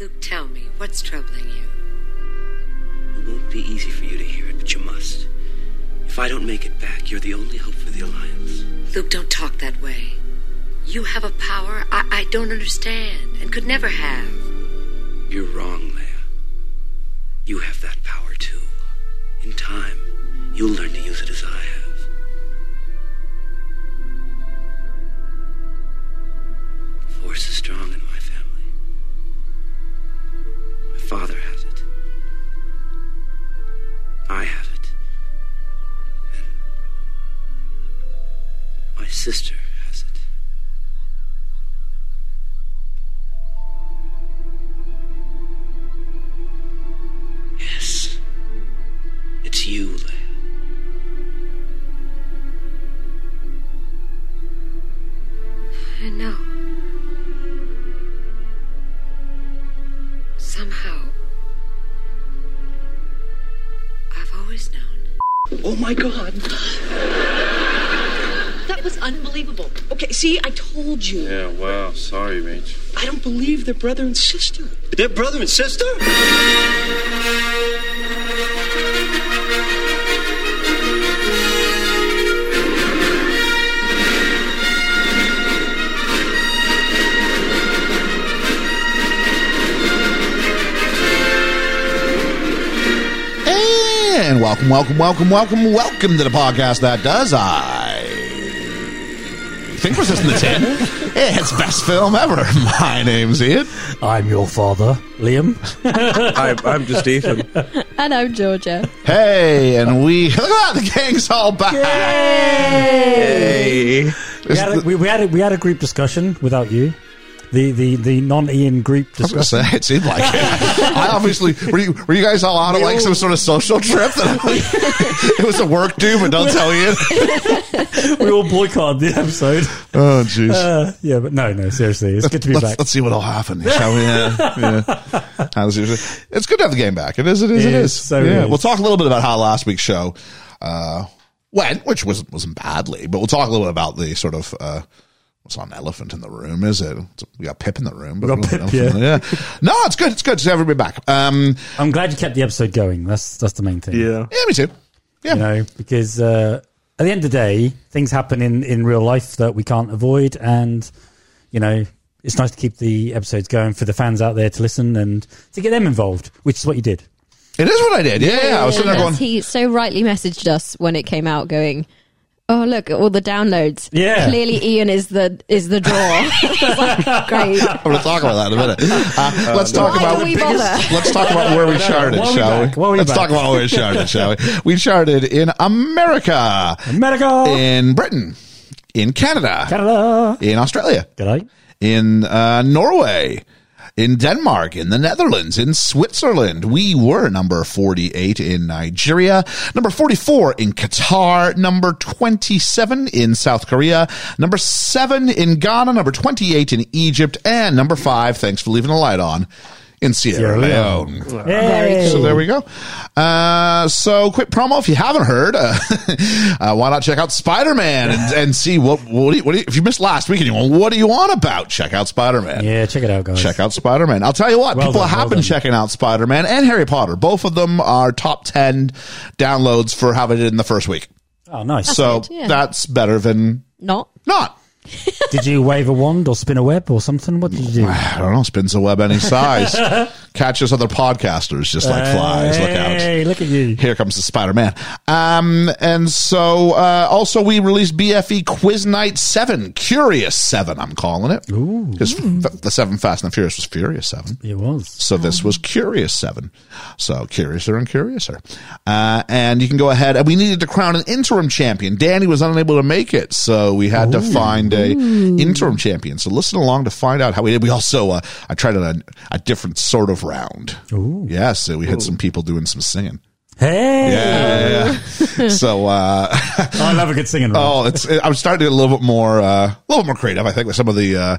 Luke, tell me, what's troubling you? It won't be easy for you to hear it, but you must. If I don't make it back, you're the only hope for the Alliance. Luke, don't talk that way. You have a power I, I don't understand and could never have. You're wrong, Leia. You have that power, too. In time, you'll learn to use it as I have. Force is strong in my family. My father has it. I have it. And my sister has it. Yes. It's you, Leia. I know. Somehow, I've always known. Oh my god. That was unbelievable. Okay, see, I told you. Yeah, wow. Sorry, Rach. I don't believe they're brother and sister. They're brother and sister? And welcome, welcome, welcome, welcome, welcome to the podcast that does I think Resistance 10. it's best film ever. My name's Ian. I'm your father, Liam. I, I'm just Ethan. And I'm Georgia. Hey, and we look at that, the gang's all back. Hey. We had, a, we, we had a, we had a group discussion without you. The the, the non Ian group I was gonna discussion. say it seemed like it. I obviously were you were you guys all out of like some sort of social trip that it was a work do, but don't tell you. we all boycotted the episode. Oh jeez. Uh, yeah, but no, no, seriously, it's good to be let's, back. let's see what'll happen. Shall we? Yeah, yeah. How does it- It's good to have the game back. It is. It is. It Yes, is. so yeah. is. We'll talk a little bit about how last week's show uh, went, which was wasn't badly, but we'll talk a little bit about the sort of. Uh, What's not an elephant in the room, is it? It's- We got Pip in the room, but We got don't- Pip, yeah. No, it's good. It's good to have everybody back. Um, I'm glad you kept the episode going. That's that's the main thing. Yeah. yeah, me too. Yeah, You know, because uh, at the end of the day, things happen in, in real life that we can't avoid, and you know, it's nice to keep the episodes going for the fans out there to listen and to get them involved, which is what you did. it is what I did. Yeah, yeah, I was sitting there going, Yes, he so rightly messaged us when it came out, going, "Oh look, at all the downloads. Yeah. clearly Ian is the is the draw. It's like, Great. I'm going to talk about that in a minute. Uh, let's talk Why about do we bother? let's talk about where we charted, Why are we shall back? we? Why are we let's back? talk about where we charted, shall we? We charted in America, Medical in Britain, in Canada, Canada. in Australia, G'day. in uh, Norway, in Denmark, in the Netherlands, in Switzerland. We were number 48 in Nigeria, number 44 in Qatar, number 27 in South Korea, number 7 in Ghana, number 28 in Egypt, and number 5, thanks for leaving the light on, in Sierra Sierra Leone. Hey. So there we go. Uh, so quick promo if you haven't heard, uh, uh, why not check out Spider Man and, and see what what, do you, what do you, if you missed last week and you want what do you want about? Check out Spider Man. Yeah, check it out, guys. Check out Spider Man. I'll tell you what, Well people done, have well been done. checking out Spider Man and Harry Potter. Both of them are top ten downloads for how they did in the first week. Oh, nice. so good, yeah. that's better than Not not. did you wave a wand or spin a web or something? What did you do? I don't know, spins a web any size. Catches other podcasters just like flies. Look out. Hey, look at you. Here comes the Spider Man. Um, and so uh, also we released BFE Quiz Night Seven, Curious Seven. I'm calling it because the Seven Fast and the Furious was Furious Seven. It was. So this was Curious Seven. So Curiouser and Curiouser. Uh, and you can go ahead. And we needed to crown an interim champion. Danny was unable to make it, so we had to find a interim champion. So listen along to find out how we did. We also uh, I tried a, a different sort of round. Yeah, so we had some people doing some singing. Hey. Yeah, yeah, yeah. so uh, Oh, I love a good singing. round. oh, it's I'm starting to get a little bit more uh, a little bit more creative. I think with some of the uh,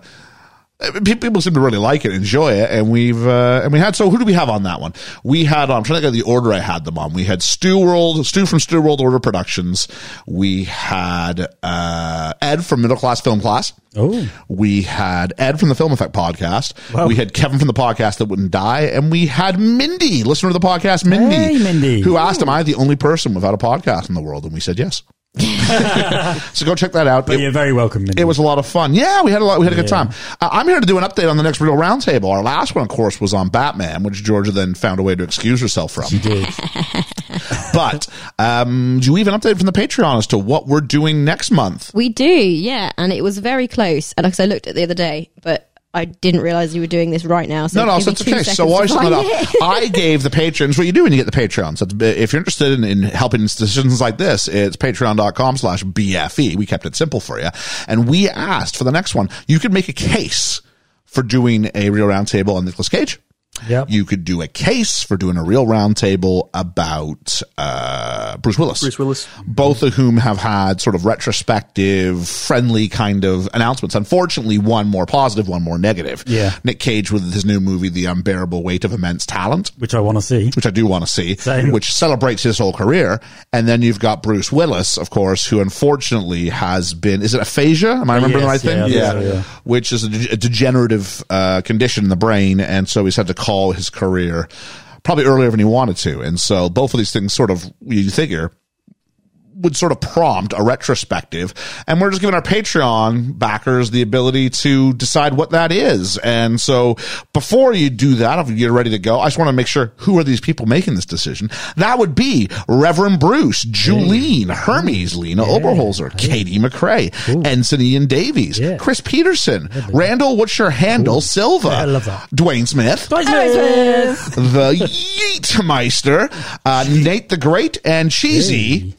Uh, pe- People seem to really like it, enjoy it, and we've uh, and we had. So who do we have on that one? We had. Um, I'm trying to think of the order I had them on. We had Stu World, Stu from Stu World Order Productions. We had uh, Ed from Middle Class Film Class. Oh. We had Ed from the Film Effect Podcast. Wow. We had Kevin from the podcast that wouldn't die, and we had Mindy, listener to the podcast, Mindy, Hey, Mindy. who asked, "Am I the only person without a podcast in the world?" And we said yes. so go check that out. But It- you're very welcome. Mindy. it was a lot of fun. Yeah, we had a lot. We had a good Yeah. time. Uh, I'm here to do an update on the next real roundtable. Our last one, of course, was on Batman, which Georgia then found a way to excuse herself from. You did. but um, do we even update from the Patreon as to what we're doing next month? We do, yeah. And it was very close. And because I looked at it the other day, but I didn't realize you were doing this right now. So No, no, give so me it's two okay. So seconds why to sum it find up? it. I gave the patrons what you do when you get the Patreon. So it's, if you're interested in, in helping decisions like this, it's patreon.com slash BFE. We kept it simple for you. And we asked for the next one, you could make a case for doing a real roundtable on Nicolas Cage. Yep. you could do a case for doing a real roundtable about uh, Bruce Willis. Bruce Willis. Both of whom have had sort of retrospective, friendly kind of announcements. Unfortunately, one more positive, one more negative. Yeah. Nick Cage with his new movie, The Unbearable Weight of Immense Talent. Which I want to see. Which I do want to see, Same. which celebrates his whole career. And then you've got Bruce Willis, of course, who unfortunately has been, is it aphasia? Am I remembering Yes, the right thing? yeah, I think so, yeah. Which is a, de- a degenerative uh, condition in the brain. And so he's had to call his career probably earlier than he wanted to. And so both of these things sort of, you figure, would sort of prompt a retrospective. And we're just giving our Patreon backers the ability to decide what that is. And so before you do that, if you're ready to go, I just want to make sure who are these people making this decision? That would be Reverend Bruce, Julene, Hermes, Lena Oberholzer, Katie McCrae, Ensign Ian Davies, Yeah. Chris Peterson, Randall, what's your handle? Silva, I love that. Dwayne Smith, the Yeetmeister, uh, Nate the Great, and Cheesy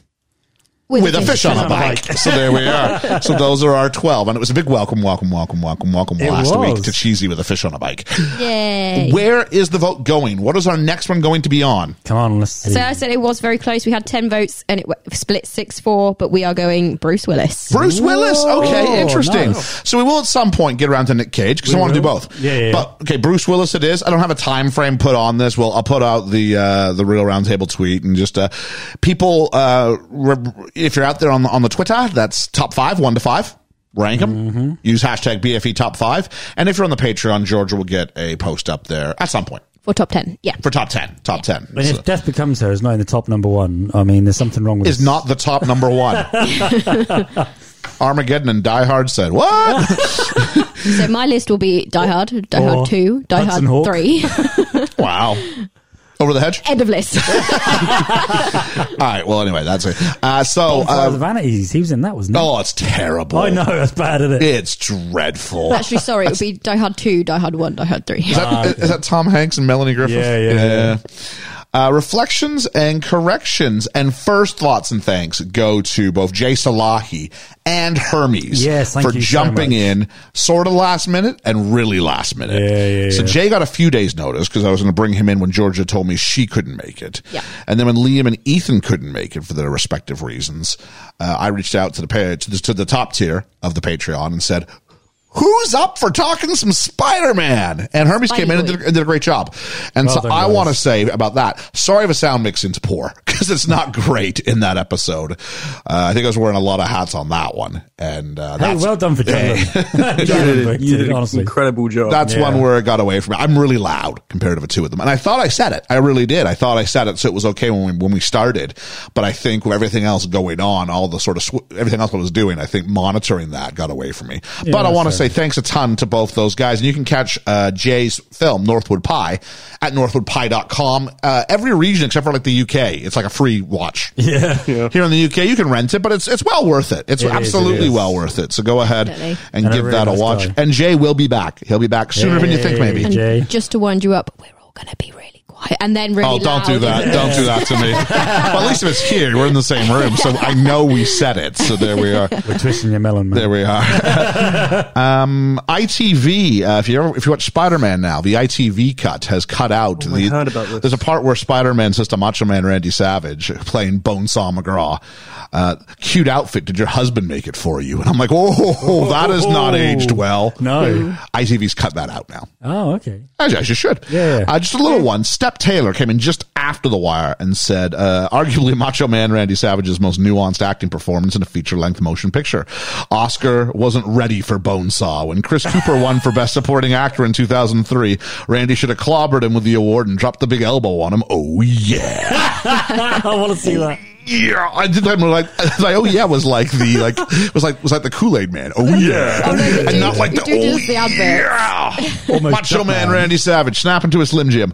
with a fish on a bike. So there we are. So those are our 12. And it was a big welcome, welcome, welcome, welcome, welcome It last was. week to Cheesy with a fish on a bike. Yay. Where is the vote going? What is our next one going to be on? Come on, let's see. So I said it was very close. We had 10 votes and it w- split 6 4, but we are going Bruce Willis. Bruce Willis. Okay, Whoa, interesting. nice. So we will at some point get around to Nick Cage because I want to do will. both. Yeah, yeah, yeah. But okay, Bruce Willis. It is. I don't have a time frame put on this. Well, I'll put out the uh, the real roundtable tweet and just uh, people. Uh, re- if you're out there on the, on the Twitter, that's top five, one to five. Rank them. Mm-hmm. Use hashtag BFE top five. And if you're on the Patreon, Georgia will get a post up there at some point For top 10. Yeah. for top ten. Top ten and if Death Becomes Her is not in the top number one, I mean, there's something wrong with is this. not the top number one. Armageddon and Die Hard said what? So my list will be Die Hard, Die Or Hard 2, Die Hudson Hard Hawk. 3. Wow. Over the hedge. End of list. All right. Well, anyway, that's it. Uh, so, Bonfire of the uh, Vanities. He was in that, wasn't he? oh, it's terrible. I know. That's bad, isn't it? It's dreadful. Is Actually, sorry, it would be Die Hard 2, Die Hard 1, Die Hard 3. that, is that Tom Hanks and Melanie Griffith? Yeah, yeah, yeah. Uh, reflections and corrections and first thoughts and thanks go to both Jay Salahi and Hermes Yes, thank for you so jumping much. in sort of last minute and really last minute. Yeah, yeah, so yeah. Jay got a few days notice because I was going to bring him in when Georgia told me she couldn't make it. Yeah. And then when Liam and Ethan couldn't make it for their respective reasons, uh, I reached out to the, pa- to the to the top tier of the Patreon and said, "Who's up for talking some Spider-Man?" And Hermes came in and did, Spider-Boy. and did a great job. And Well so done, I guys. want to say about that. Sorry if a sound mixing's poor because it's not great in that episode. Uh, I think I was wearing a lot of hats on that one, and uh, Hey, that's well done for John. John Lundberg, You did an honestly. incredible job. That's Yeah. one where it got away from me. I'm really loud compared to the two of them. And I thought I said it. I really did. I thought I said it. So it was okay when we, when we started. But I think with everything else going on, all the sort of, sw- everything else I was doing, I think monitoring that got away from me. but I want to say thanks a ton to both those guys. And you can catch, uh, Jay's film, Northwood Pie at northwoodpie.com. Uh, every region except for like the UK, it's like a free watch. Yeah. Here in the UK, you can rent it, but it's, it's well worth it. It's It is, it absolutely is. well worth it. So go ahead Definitely. and, And a give really that a nice watch. guy. And Jay will be back. He'll be back sooner than you think, Hey. maybe. And Jay. just to wind you up, we're all going to be really quiet. quiet and then really oh, don't do loud. that. Don't do that to me. well, at least if it's here, we're in the same room. So I know we said it. So there we are. We're twisting your melon, man. There we are. um, ITV. Uh, if you ever, if you watch Spider Man now, the ITV cut has cut out. Oh, I the, heard about this. There's a part where Spider Man says to Macho Man Randy Savage, playing Bonesaw McGraw, uh, "Cute outfit. Did your husband make it for you?" And I'm like, "Oh, that has not aged well." No. ITV's cut that out now. Oh, okay. As, as you should. Yeah, yeah. Uh, just a little one. Step Taylor came in just after The Wire and said, uh, arguably Macho Man Randy Savage's most nuanced acting performance in a feature length motion picture. Oscar wasn't ready for Bonesaw. When Chris Cooper won for Best Supporting Actor in 2003, Randy should have clobbered him with the award and dropped the big elbow on him. Oh, yeah. I want to see that. Yeah. I did that. Like, like, oh, yeah, was like the, like, was like, was like the Kool Aid Man. Oh, yeah. you and do- not like you the, do oh, just the adverts. yeah. Almost Macho Duckman. Man Randy Savage snapping to a Slim Jim.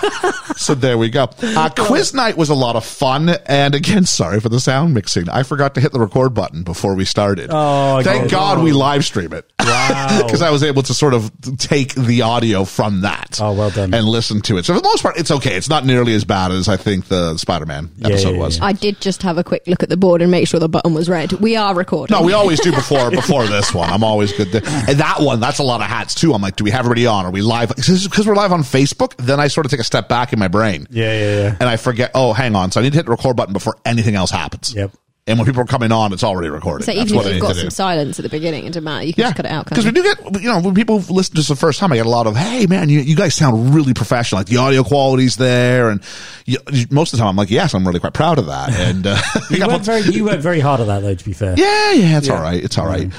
so there we go. Uh, quiz night was a lot of fun. And again, sorry for the sound mixing. I forgot to hit the record button before we started. Oh, I Thank get it. God we live stream it. Wow. Because I was able to sort of take the audio from that. Oh, well done. And listen to it. So for the most part, it's okay. It's not nearly as bad as I think the Spider Man Yeah, episode yeah, was. yeah. I did just have a quick look at the board and make sure the button was red. We are recording. No, we always do before before this one. I'm always good. There. And that one, that's a lot of hats too. I'm like, do we have everybody on? Are we live? Because we're live on Facebook. Then I sort of take a step back in my brain. Yeah, yeah, yeah. And I forget. Oh, hang on. So I need to hit the record button before anything else happens. Yep. And when people are coming on, it's already recorded. so that's even if what I you've need got to some do. silence at the beginning, it doesn't matter. You can Yeah, just cut it out. because we do get you know when people listen to us the first time, I get a lot of hey man, you, you guys sound really professional. Like the audio quality's there, and you, you- most of the time I'm like, yes, I'm really quite proud of that. And uh, You worked, very, you worked very hard at that, though, to be fair. Yeah, yeah, it's all right. It's all right.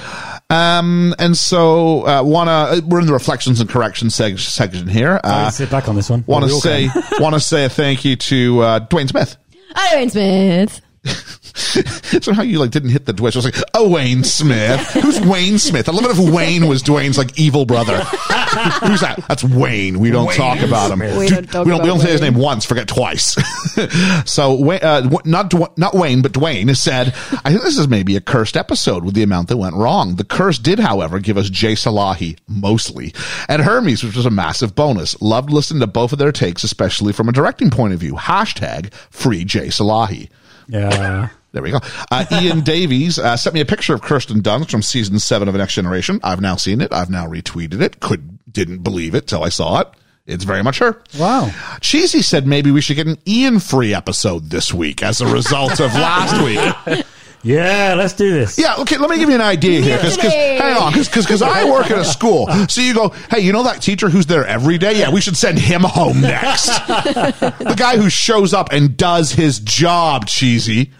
Um, and so uh, wanna we're in the reflections and corrections seg- section here. I Uh, can sit back on this one. want to We all can. say want to say a thank you to uh, Dwayne Smith. Owen Smith. Somehow you like didn't hit the Dwayne. I was like, oh Wayne Smith. Who's Wayne Smith? I love it if Wayne was Dwayne's like evil brother. Who's that? That's Wayne. We don't talk about him. We Dude, don't talk we don't, about we don't say his Wayne. name once. Forget twice. so Wa- uh, Wa- not Dw- not Wayne, but Dwayne said, I think this is maybe a cursed episode with the amount that went wrong. The curse did, however, give us Jay Salahi mostly and Hermes, which was a massive bonus. Loved listening to both of their takes, especially from a directing point of view. Hashtag free Jay Salahi. Yeah. There we go. Uh, Ian Davies uh, sent me a picture of Kirsten Dunst from season seven of Next Generation. I've now seen it. I've now retweeted it. Could didn't believe it till I saw it. It's very much her. Wow. Cheesy said maybe we should get an Ian free episode this week as a result of last week. Yeah, let's do this. Yeah, okay, let me give you an idea here. Cause, 'cause- hang on, because I work at a school. So you go, hey, you know that teacher who's there every day? Yeah, we should send him home next. the guy who shows up and does his job, Cheesy.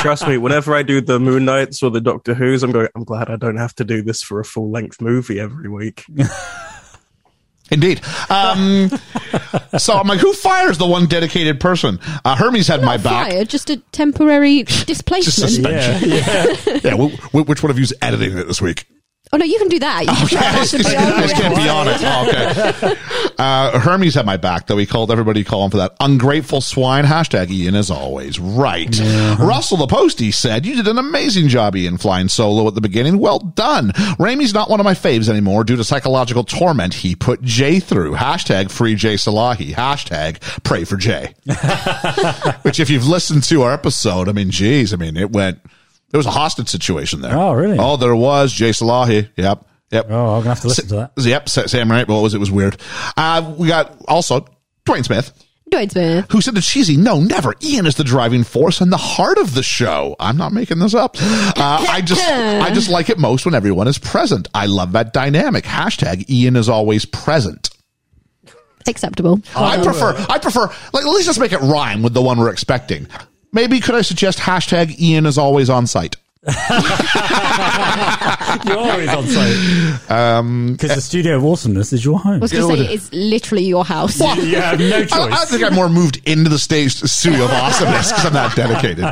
Trust me, whenever I do the Moon Knights or the Doctor Who's, I'm going, I'm glad I don't have to do this for a full length movie every week. Indeed. Um, so I'm like, who fires the one dedicated person? Uh, Hermes had my back. Fire, just a temporary Just displacement. suspension. Yeah. w- w- which one of you's editing it this week? Oh no, you can do that. You can Okay, try I not just to be on the just can't be record. on it. Oh, okay. Uh, Hermes had my back, though. He called everybody calling for that ungrateful swine. Hashtag Ian is always right. Russell the Postie said, You did an amazing job, Ian, flying solo at the beginning. Well done. Raimi's not one of my faves anymore due to psychological torment he put Jay through. Hashtag free Jay Salahi. Hashtag pray for Jay. Which, if you've listened to our episode, I mean, geez, I mean, it went. There was a hostage situation there. Oh, really? Oh, there was Jay Salahi. Yep. Yep. Oh, I'm going to have to listen to that. Yep, Sa- Sam right. What was it? It Was weird. Uh, we got also Dwayne Smith, Dwayne Smith. who said to Cheesy, "No, never. Ian is the driving force and the heart of the show. I'm not making this up. Uh, I just, I just like it most when everyone is present. I love that dynamic. Hashtag Ian is always present." Acceptable. Oh, I prefer, I prefer, like, at least let's make it rhyme with the one we're expecting. Maybe could I suggest hashtag Ian is always on site? You're always on site. Um, Because eh. the studio of awesomeness is your home. I was going to say it's literally your house. You have no choice. I, I think I more moved into the stage studio of awesomeness because I'm that dedicated.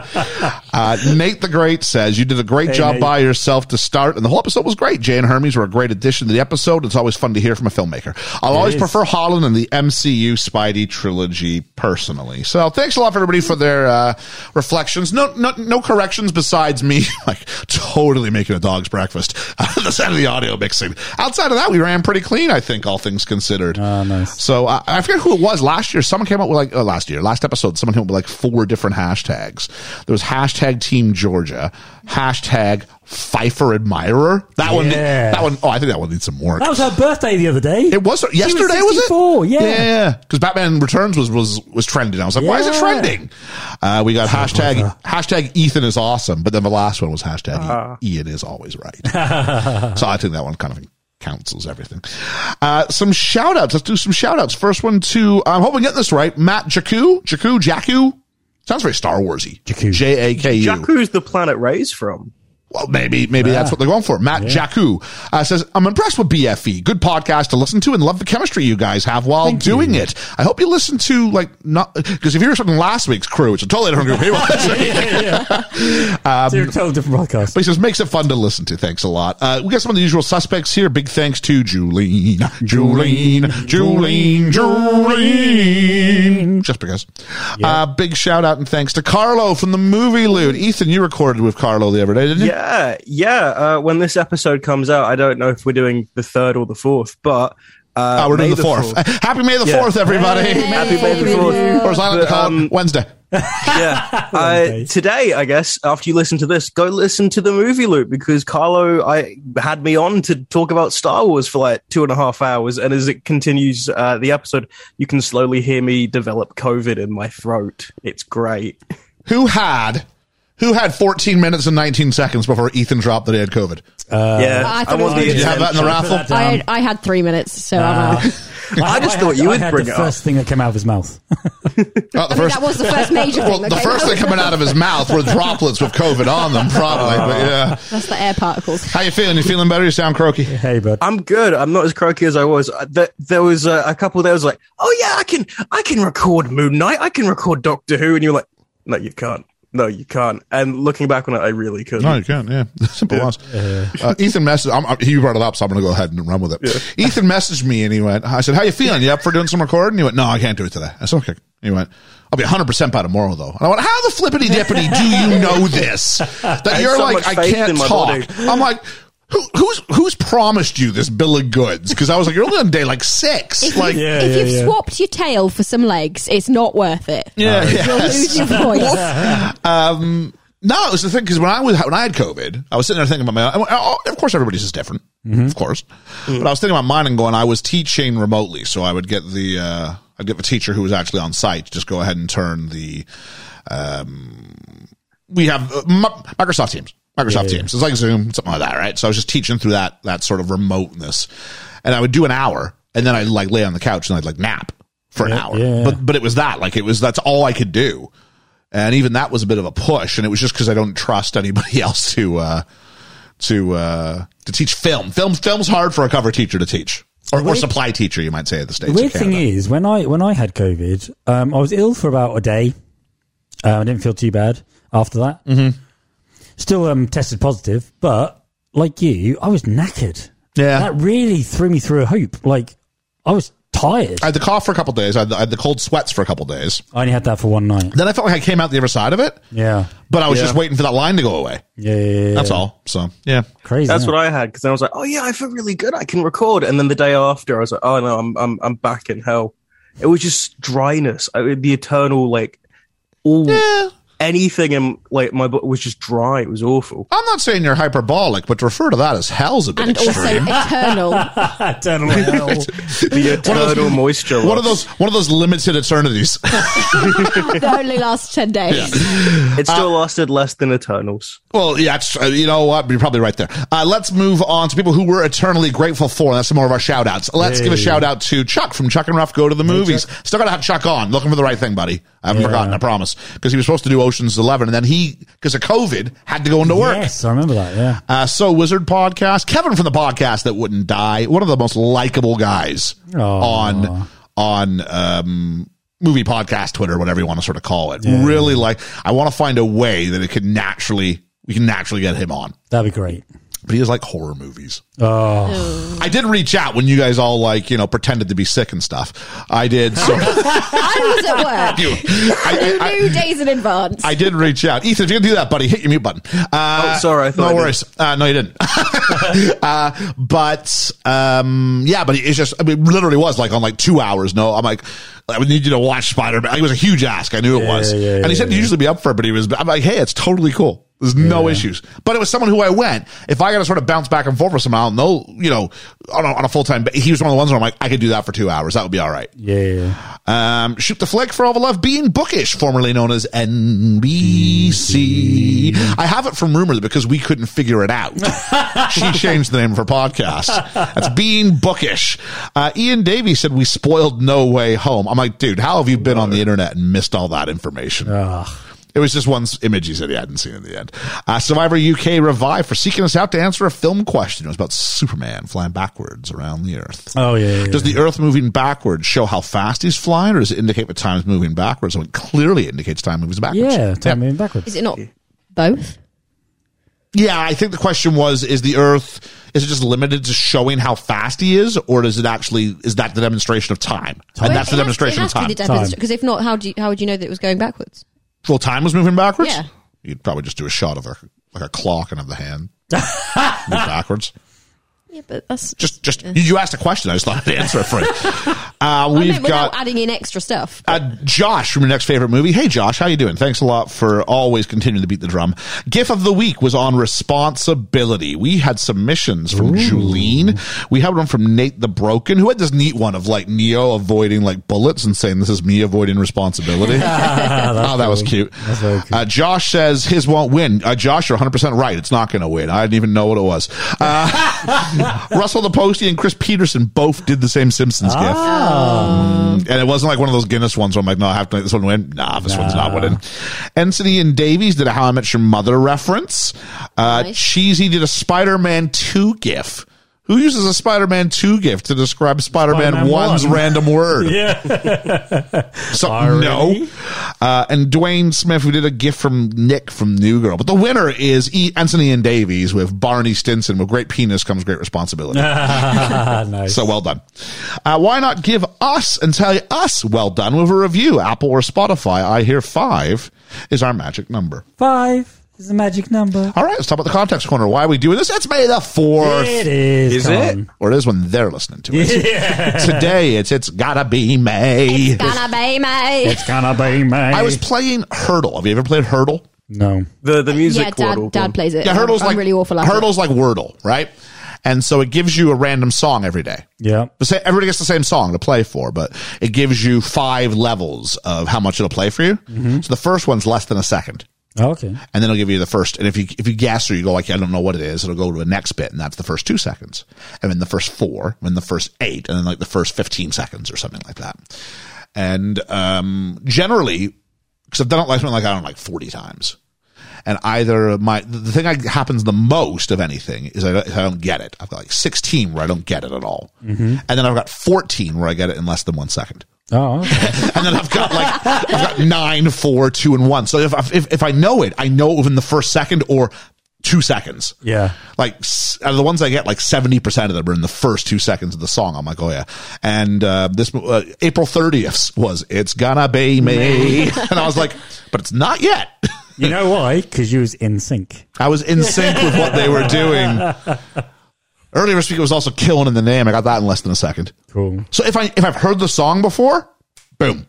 Uh, Nate the Great says you did a great Hey, job Nate. by yourself to start, and the whole episode was great. Jay and Hermes were a great addition to the episode. It's always fun to hear from a filmmaker. I'll always is. prefer Holland and the MCU Spidey trilogy personally. So thanks a lot for everybody for their uh, reflections. No, no, no corrections besides me like totally making a dog's breakfast out of the sound of the audio mixing. Outside of that, we ran pretty clean, I think, all things considered. Ah, nice. So I, I forget who it was last year. Someone came up with like uh, last year, last episode. Someone came up with like four different hashtags. There was hashtag Team Georgia, hashtag Pfeiffer admirer. That one, Yeah. that one. Oh, I think that one needs some work. That was her birthday the other day. It was yesterday, was was, 64, it? yeah. yeah. Because Batman Returns was was was trending. I was like, why is it Yeah. trending? Uh, we got hashtag hashtag Ethan is awesome, but then the last one was hashtag Ah. Ian is always right. so I think that one kind of cancels everything. Uh, some shout outs. Let's do some shout outs. First one to I'm hoping I get this right. Matt Jakku, Jakku, Jakku. Sounds very Star Warsy. Jakku. J A K U. Jakku's the planet Ray's from. Well, maybe maybe that's what they're going for. Matt Jakku uh, says, "I'm impressed with BFE. Good podcast to listen to, and love the chemistry you guys have while doing it. I hope you listen to like not because if you were from last week's crew, it's a totally different group of people. It's a total different podcast. But he says, makes it fun to listen to. Thanks a lot. Uh, we got some of the usual suspects here. Big thanks to Julene, Julene, Julene, Julene. Just because. Uh, big shout out and thanks to Carlo from the movie loot. Ethan, you recorded with Carlo the other day, didn't you? Yeah, yeah. Uh, when this episode comes out, I don't know if we're doing the third or the fourth, but uh, Oh, we're doing May the fourth. Happy May the Yeah. fourth, everybody. Happy May the fourth. Or as I like to But, call it, um, Wednesday. yeah. Uh, today, I guess, after you listen to this, go listen to the movie loop because Carlo I had me on to talk about Star Wars for like two and a half hours. And as it continues uh, the episode, you can slowly hear me develop COVID in my throat. It's great. Who had who had 14 minutes and 19 seconds before Ethan dropped that he had COVID? Uh, yeah. Uh, I thought it was want the good. Did you have that in the attention. raffle? I, I had three minutes, so Ah. I'm out. I just thought you I would had bring the it up. first thing that came out of his mouth. Oh, the I mean, that was the first major well, thing. the first thing coming out of his mouth were droplets with COVID on them, probably. But yeah, That's the air particles. how you feeling? You feeling better? You sound croaky. Hey, bud. I'm good. I'm not as croaky as I was. Uh, There, there was a, a couple that was like, "Oh yeah, I can, I can record Moon Knight. I can record Doctor Who," and you're like, "No, you can't. No, you can't." And looking back on it, I really couldn't. No, you can't. Yeah, simple as. Uh, Ethan messaged. I'm, I'm, he brought it up, so I'm going to go ahead and run with it. Ethan messaged me and he went. I said, "How you feeling? You up for doing some recording?" He went, "No, I can't do it today." I said, "Okay." He went, "I'll be 100 percent by tomorrow, though." And I went, "How the flippity dippity do you know this? That you're so like, much I faith can't in my talk." body. I'm like. Who, who's who's promised you this bill of goods? Because I was like, you're only on day like six. Like, Yeah, if yeah, you've yeah. swapped your tail for some legs, it's not worth it. Uh, yeah, You'll lose yes. your voice. Um, no, it was the thing because when I was when I had COVID, I was sitting there thinking about my. oh, Of course, everybody's is different, Mm-hmm. of course. But I was thinking about mine and going. I was teaching remotely, so I would get the uh, I'd get the teacher who was actually on site to just go ahead and turn the. Um, we have uh, Mi- Microsoft Teams. Microsoft Teams. It's like Zoom, something like that, right? So I was just teaching through that that sort of remoteness, and I would do an hour, and then I'd like lay on the couch and I'd like nap for an Yeah, hour. yeah. But but it was that like it was that's all I could do and even that was a bit of a push and it was just because i don't trust anybody else to uh to uh to teach film film film's hard for a cover teacher to teach or, or supply teacher you might say at the states The or weird thing Canada. is, when I when I had COVID, um, I was ill for about a day. Uh, I didn't feel too bad after that. Mm-hmm. Still um, tested positive, but like you, I was knackered. Yeah. that really threw me through a hoop. Like I was tired. i had the cough for a couple days I had, the, I had the cold sweats for a couple days I only had that for one night. then i felt like i came out the other side of it Yeah, but i was Yeah. just waiting for that line to go away yeah, yeah, yeah. that's all so yeah Crazy. That's what I had because I was like, "Oh yeah, I feel really good. I can record." And then the day after, I was like, "Oh no, I'm I'm I'm back in hell." It was just dryness. I, the eternal like all Eh, anything in like my butt was just dry. It was awful. i'm not saying you're hyperbolic but to refer to that as hell's a bit And also extreme eternal. eternal hell. The eternal moisture. one of loss. those one of those limited eternities that only lasts 10 days. It still uh, lasted less than Eternals. Well, yeah, that's, uh, you know what? You're probably right there. Uh, let's move on to people who we're eternally grateful for. That's some more of our shout outs. Let's give a shout out to Chuck from Chuck and Ruff Go to the Movies. Still got to have Chuck on. Looking for the right thing, buddy. I haven't forgotten, I promise. Because he was supposed to do Ocean's 11, and then he, because of COVID, had to go into work. Yes, I remember that. Yeah, Uh, so Wizard podcast, Kevin from the podcast that wouldn't die, one of the most likable guys on on um, movie podcast Twitter, whatever you want to sort of call it. Really like, I want to find a way that it could naturally we can naturally get him on that'd be great. but he does like horror movies. Oh, I did reach out when you guys all like, you know, pretended to be sick and stuff. I did. So I was at work. you. I, I- I- Two days in advance. I did reach out. Ethan, if you can do that, buddy, hit your mute button. Uh, Oh, sorry, I thought I no did. worries. Uh, no, you didn't. uh, but um, yeah, but it's just, I mean, it literally was like on like two hours. No, I'm like, I would need you to watch Spider Man. It was a huge ask. I knew it was. yeah, and he said he'd usually be up for it, but he was, I'm like, hey, it's totally cool. There's no issues. But it was someone who I went, if I got to sort of bounce back and forth with someone, I don't know, you know, on a, on a full time, but he was one of the ones where I'm like, I could do that for two hours. That would be all right. yeah, yeah. Um, shoot the flick for all the love, being bookish, formerly known as NBC. I have it from rumors because we couldn't figure it out. she changed the name of her podcast. That's being bookish. Uh, Ian Davey said we spoiled No Way Home. I'm like, dude, how have you been on the internet and missed all that information? It was just one s- image he said he hadn't seen in the end. Uh, Survivor UK revived for seeking us out to answer a film question. It was about Superman flying backwards around the earth. Oh, yeah, yeah, Does the Earth moving backwards show how fast he's flying, or does it indicate what time is moving backwards? I mean, clearly it indicates time moves backwards. yeah. Time moving backwards. Is it not both? Yeah, I think the question was: Is the Earth is it just limited to showing how fast he is, or does it actually is that the demonstration of time? And that's the demonstration of time. Time. Because if not, how do you, how would you know that it was going backwards? well, time was moving backwards. Yeah. You'd probably just do a shot of a like a clock and have the hand move backwards. Yeah, but that's Just, just you- you asked a question. I just thought I'd answer it for you. Uh, I we've meant got without adding in extra stuff. Uh, Josh from your next favorite movie. Hey, Josh, how you doing? Thanks a lot for always continuing to beat the drum. GIF of the week was on responsibility. We had submissions from Julene. We had one from Nate the Broken, who had this neat one of like Neo avoiding like bullets and saying, "This is me avoiding responsibility." oh, that was cute. very cute. Uh, Josh says his won't win. Uh, Josh, you're 100 percent right. It's not going to win. I didn't even know what it was. Uh, Russell the Postie and Chris Peterson both did the same Simpsons GIF. Ah. And it wasn't like one of those Guinness ones where I'm like, no, I have to make this one win. Nah, this one's not winning. Anthony and Davies did a How I Met Your Mother reference. Uh, Nice. Cheesy did a Spider Man 2 GIF. Who uses a Spider Man 2 GIF to describe Spider Man Spider-Man 1's one. random word? Yeah. So, no. Uh, and Dwayne Smith, who did a gift from Nick from New Girl. But the winner is e- Anthony and Davies with Barney Stinson. With great penis comes great responsibility. nice. So well done. Uh, why not give us and tell us well done with a review? Apple or Spotify? I hear five is our magic number. Five is the magic number. All right, let's talk about the context corner. Why are we doing this? That's May the It 4th. is. Is come it? on. Or it is when they're listening to it. Today, it's It's Gotta Be May. Gonna be me. It's gonna be me. I was playing Hurdle. Have you ever played Hurdle? no. The the music Yeah, dad, one. dad plays it. Yeah, Hurdle's I'm like really awful at it. Hurdle's like Wordle, right? And so it gives you a random song every day. Yeah. The sa- everybody gets the same song to play for, but it gives you five levels of how much it'll play for you. So the first one's less than a second, Oh, okay. and then it'll give you the first. And if you if you guess or you go like I don't know what it is, it'll go to the next bit, and that's the first two seconds, and then the first four, and then the first eight, and then like the first fifteen seconds or something like that. And um, generally, because I've done it like something like I don't know, like forty times. And either my the thing that happens the most of anything is I, is I don't get it. I've got like sixteen where I don't get it at all, and then I've got fourteen where I get it in less than one second, Oh, okay. and then I've got like I've got nine, four, two, and one. So if I, if if I know it, I know it within the first second or two seconds. yeah. Like s- out of the ones I get, like seventy percent of them are in the first two seconds of the song. I'm like, oh yeah. And uh, this uh, April 30th was "It's Gonna Be Me," and I was like, but it's not yet. You know why? Because you was in sync. I was in sync with what they were doing. Earlier this week, it was also "Killing in the Name." I got that in less than a second. Cool. So if I if I've heard the song before, boom,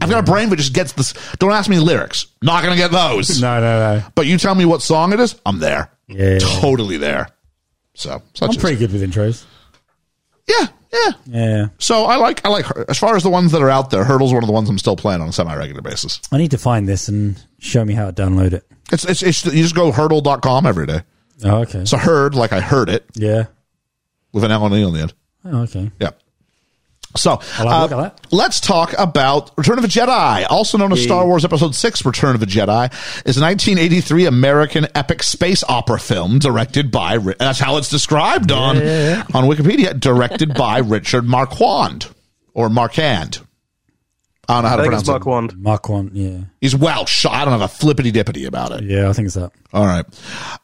I've got a brain that just gets this. Don't ask me lyrics. Not gonna get those. No, no, no. But you tell me what song it is, I'm there. Yeah. Totally there. So such I'm is- pretty good with intros. Yeah, yeah. Yeah. So I like I like Hur- as far as the ones that are out there. Hurdle's one of the ones I'm still playing on a semi-regular basis. I need to find this and show me how to download it. It's it's, it's you just go hurdle.com every day. Oh, okay. So hurd like I heard it Yeah. with an L and E on the end. Oh, okay. Yeah. So I'll have a uh, look at let's talk about Return of a Jedi, also known as Star Wars Episode 6 Return of a Jedi, is a 1983 American epic space opera film directed by, Ri- that's how it's described on, on Wikipedia, directed by Richard Marquand or Marquand. I don't know how I to think it's pronounce Mark it. Wand. Mark one. Yeah. He's Welsh. so I don't have a flippity dippity about it. Yeah, I think it's that. All right.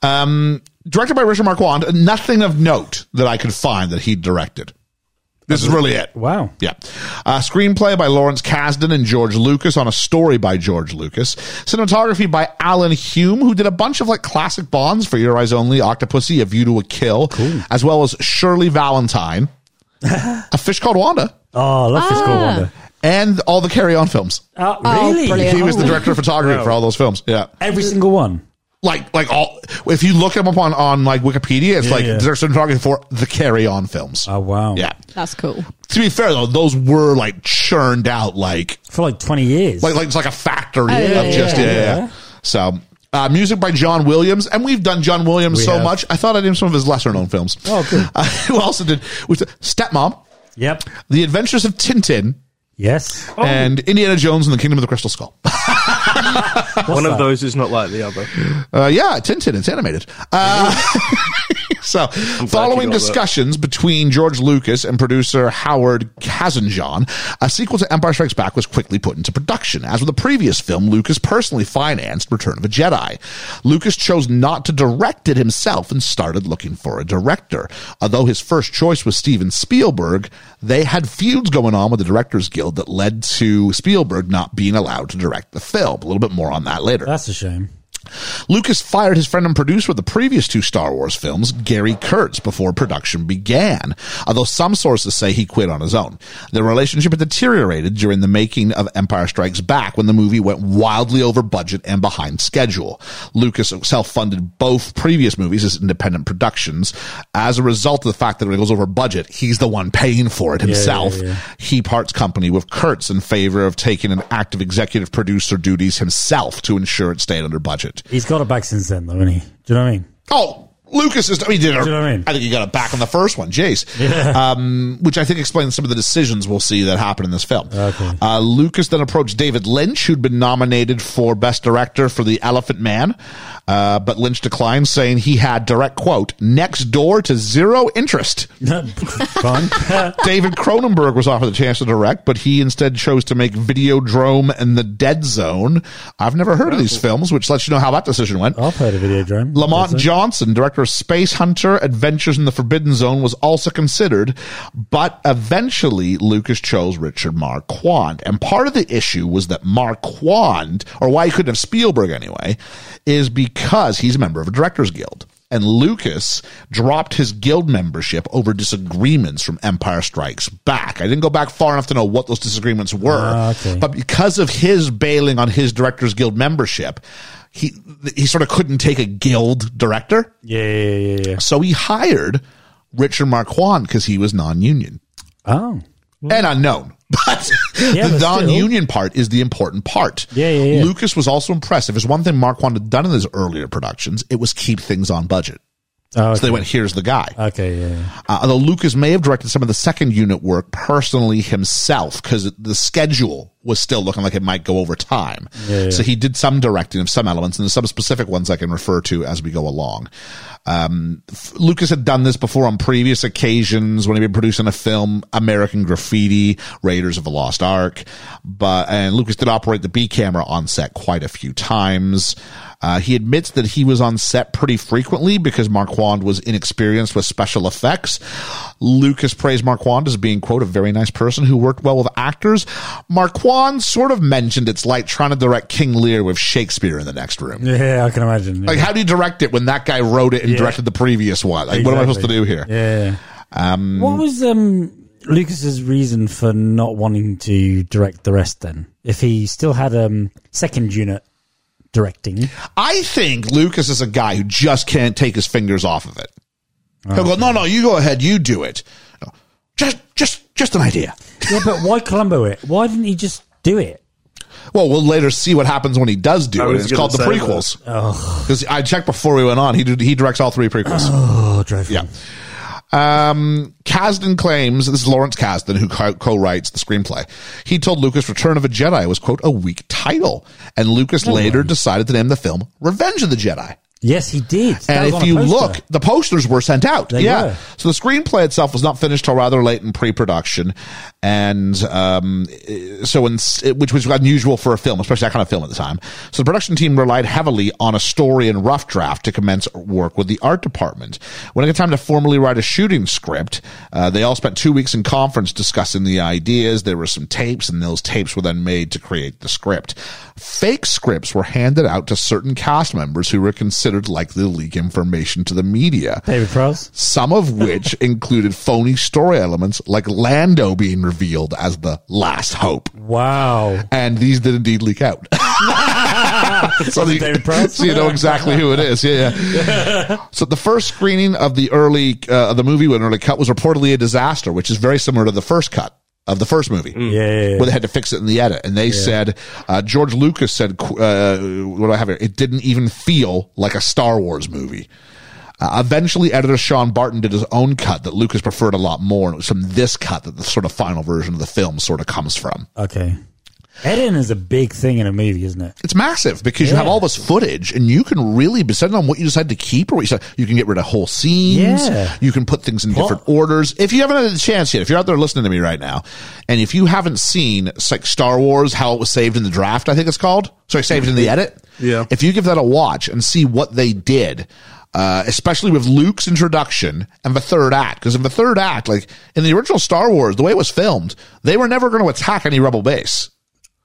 Um, Directed by Richard Marquand, nothing of note that I could find that he directed. This is really it. Wow. Yeah. Uh, screenplay by Lawrence Kasdan and George Lucas on a story by George Lucas. Cinematography by Alan Hume, who did a bunch of like classic Bonds for Your Eyes Only, Octopussy, A View to a Kill, as well as Shirley Valentine, A Fish Called Wanda, Oh, I love this cool wonder. and all the Carry On films. Oh, really? brilliant. He was the director of Oh. photography for all those films. Yeah. Every single one. Like, like all, if you look him up on, on like Wikipedia, it's Yeah, like yeah. there's cinematography for the Carry On films. Oh, wow. Yeah. That's cool. To be fair though, those were like churned out like For like 20 years. like, like it's like a factory Oh, yeah, of yeah, just yeah, yeah. yeah. yeah. So uh, music by John Williams, and we've done John Williams We so have. much. I thought I named some of his lesser known films. Oh, good. Uh, who also did with Stepmom, yep. The Adventures of Tintin, Yes. Oh. and Indiana Jones and the Kingdom of the Crystal Skull. One that? of those is not like the other. Uh, yeah, Tintin. It's animated. Uh, so, you following got discussions between George Lucas and producer Howard Kazanjan, a sequel to Empire Strikes Back was quickly put into production. As with the previous film, Lucas personally financed Return of a Jedi. Lucas chose not to direct it himself and started looking for a director. Although his first choice was Steven Spielberg, they had feuds going on with the Directors Guild that led to Spielberg not being allowed to direct the film. A little bit more on that later. That's a shame. Lucas fired his friend and producer of the previous two Star Wars films, Gary Kurtz, before production began, although some sources say he quit on his own. Their relationship had deteriorated during the making of Empire Strikes Back when the movie went wildly over budget and behind schedule. Lucas self-funded both previous movies as independent productions. As a result of the fact that when it goes over budget, he's the one paying for it himself yeah. he parts company with Kurtz in favor of taking an active executive producer duties himself to ensure it stayed under budget. He's got it back since then, though, hasn't he? Do you know what I mean? Oh, Lucas is. I mean, he did it. you know what I mean? think he got it back on the first one, Jace. Um, which I think explains some of the decisions we'll see that happen in this film. Okay. Uh, Lucas then approached David Lynch, who'd been nominated for Best Director for The Elephant Man, uh, but Lynch declined, saying he had direct quote next door to zero interest. Fun. David Cronenberg was offered the chance to direct, but he instead chose to make Videodrome and The Dead Zone. I've never heard of these films, which lets you know how that decision went. I've heard of Videodrome. Lamont That's it. Johnson, director of Space Hunter Adventures in the Forbidden Zone, was also considered, but eventually Lucas chose Richard Marquand. And part of the issue was that Marquand, or why he couldn't have Spielberg anyway, is because he's a member of a directors guild. And Lucas dropped his guild membership over disagreements from Empire Strikes Back. I didn't go back far enough to know what those disagreements were, Ah, okay. Uh, but because of his bailing on his directors guild membership he he sort of couldn't take a guild director Yeah, yeah, yeah, yeah, yeah. so he hired richard marquand because he was non-union Oh. and unknown but Yeah, the but still. non-union part is the important part Yeah, yeah, yeah. lucas was also impressive there's one thing marquand had done in his earlier productions it was keep things on budget oh so okay. they went here's the guy Okay, yeah, yeah. Uh, although Lucas may have directed some of the second unit work personally himself because the schedule was still looking like it might go over time. So he did some directing of some elements and there's some specific ones I can refer to as we go along. Um, F- Lucas had done this before on previous occasions when he'd been producing a film, American Graffiti, Raiders of the Lost Ark. But, and Lucas did operate the B camera on set quite a few times. Uh, he admits that he was on set pretty frequently because Marquand was inexperienced with special effects. Lucas praised Marquand as being, quote, a very nice person who worked well with actors. Marquand sort of mentioned it's like trying to direct King Lear with Shakespeare in the next room. Yeah, I can imagine. Yeah. Like, how do you direct it when that guy wrote it and Yeah. directed the previous one? Like, what am I supposed to do here? Yeah. Um, what was um, Lucas's reason for not wanting to direct the rest then? If he still had um, second unit directing, I think Lucas is a guy who just can't take his fingers off of it. He'll go, no, no, you go ahead, you do it. No, Just, just, just an idea. yeah, but why Columbo it? Why didn't he just do it? Well, we'll later see what happens when he does do I it. was It's gonna called the say that. prequels. Because I checked before we went on, he did, he directs all three prequels. Oh, dreadful. Yeah. Um, Kasdan claims this is Lawrence Kasdan who co- co-writes the screenplay. He told Lucas "Return of a Jedi" was quote a weak title, and Lucas later decided to name the film "Revenge of the Jedi." Yes, he did. That And was on if a you poster. look, the posters were sent out. They yeah. were. So the screenplay itself was not finished till rather late in pre-production, and um, eh, so in, which was unusual for a film, especially that kind of film at the time. So the production team relied heavily on a story and rough draft to commence work with the art department. When it got time to formally write a shooting script, uh, they all spent two weeks in conference discussing the ideas. There were some tapes, and those tapes were then made to create the script. Fake scripts were handed out to certain cast members who were considered likely to leak information to the media David Prowse. some of which included phony story elements like Lando being revealed as the last hope. Wow. And these did indeed leak out. so, it David Prowse? so you know exactly who it is. Yeah, yeah. so the first screening of the early uh, of the movie, when early cut was reportedly a disaster, which is very similar to the first cut of the first movie Yeah. where they had to fix it in the edit. And they said, uh, George Lucas said, qu- uh, what do I have here? It didn't even feel like a Star Wars movie. Uh, eventually, editor Sean Barton did his own cut that Lucas preferred a lot more. And it was from this cut that the sort of final version of the film sort of comes from. Okay. Editing is a big thing in a movie, isn't it? It's massive because you have all this footage and you can really, depending on what you decide to keep or what you decide, you can get rid of whole scenes. Yeah. You can put things in Plot. different orders. If you haven't had a chance yet, if you're out there listening to me right now, and if you haven't seen it's like Star Wars, how it was saved in the draft, I think it's called. Sorry, saved in the edit. Yeah. If you give that a watch and see what they did, uh, especially with Luke's introduction and the third act, because in the third act, like in the original Star Wars, the way it was filmed, they were never going to attack any rebel base.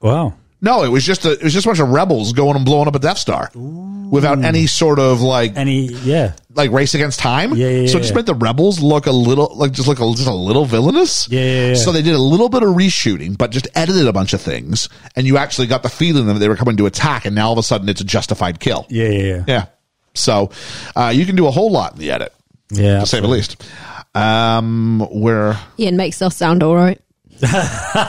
Wow. No, it was just a it was just a bunch of rebels going and blowing up a Death Star without any sort of like Any, yeah. like race against time. Yeah, yeah, so it yeah, just yeah. made the rebels look a little like just look a, just a little villainous. Yeah, yeah, yeah. So they did a little bit of reshooting, but just edited a bunch of things, and you actually got the feeling that they were coming to attack, and now all of a sudden it's a justified kill. Yeah, yeah, yeah. Yeah. So uh, you can do a whole lot in the edit, Yeah. to say the least. Um, where Ian makes us sound all right.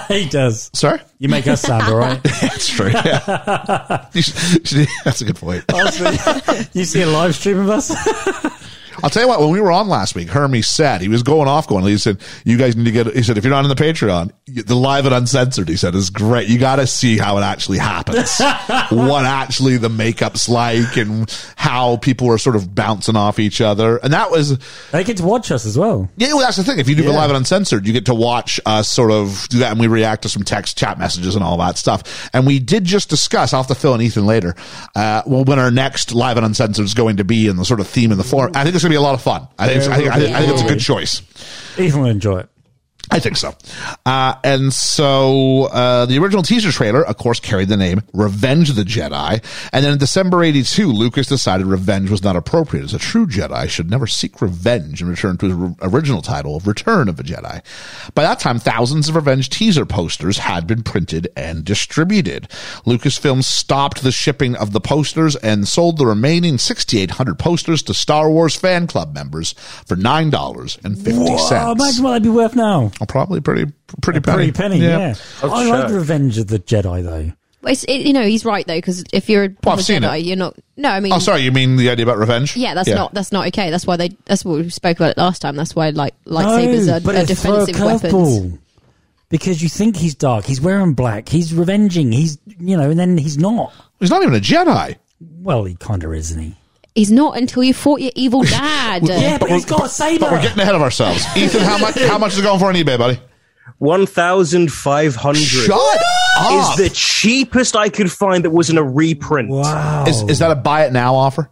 he does. sorry, You make us sound all right. that's true. Yeah. You should- you should- that's a good point. Honestly, you see a live stream of us? I'll tell you what, when we were on last week, Hermes said, he was going off going, he said, you guys need to get, he said, if you're not on the Patreon, you- the live and uncensored, he said, is great. You got to see how it actually happens, what actually the makeup's like and how people are sort of bouncing off each other. And that was, they get to watch us as well. yeah, well, that's the thing. If you do it Yeah. live and uncensored, you get to watch us sort of do that and we react to some text, chat messages and all that stuff. And we did just discuss, I'll have to fill in Ethan later, uh, well, when our next live and uncensored is going to be and the sort of theme and the form. I think it's going to be a lot of fun. I think, it's, I think, I think, I think it's a good choice. Ethan will enjoy it. I think so. Uh, and so uh, the original teaser trailer, of course, carried the name Revenge of the Jedi. And then in December 82, Lucas decided revenge was not appropriate, as a true Jedi should never seek revenge and return to his r- original title of Return of a Jedi. By that time, thousands of revenge teaser posters had been printed and distributed. Lucasfilm stopped the shipping of the posters and sold the remaining 6,800 posters to Star Wars fan club members for $9.50. Oh, imagine what that'd be worth now. Oh, probably pretty pretty penny. Oh, Pretty penny, yeah. I like sure. Revenge of the Jedi, though. Well, it's, it, you know, he's right though because if you're a Well, I've proper seen Jedi, it. you're not. No, I mean, Oh, sorry, you mean the idea about revenge? yeah, that's not that's not okay. That's why they. That's what we spoke about it last time. That's why like lightsabers No, are, but are it's for a defensive weapons. curveball. Because you think he's dark, he's wearing black, he's revenging, he's you know, and then he's not. He's not even a Jedi. Well, he kind of is, isn't he? He's not until you fought your evil dad. Yeah, but, he's got a saber. But we're getting ahead of ourselves. Ethan, how much how much is it going for on eBay, buddy? One thousand five hundred Shut is up. the cheapest I could find that wasn't a reprint. wow, Is, is that a buy it now offer?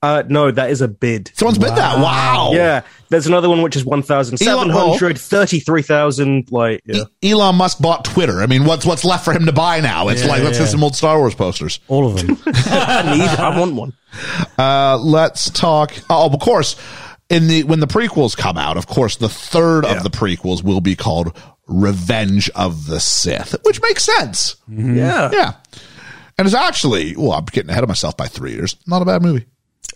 Uh, no, that is a bid. Someone's bid that. Wow. Yeah, there's another one which is 1,700, 33,000, like, yeah. E- Elon Musk bought Twitter. I mean, what's what's left for him to buy now? It's like let's get some old Star Wars posters. all of them? I need, I want one. Uh, let's talk. Oh, of course. In the when the prequels come out, of course, the third of the prequels will be called Revenge of the Sith, which makes sense. Mm-hmm. Yeah. Yeah. And it's actually, well, I'm getting ahead of myself by three years. Not a bad movie.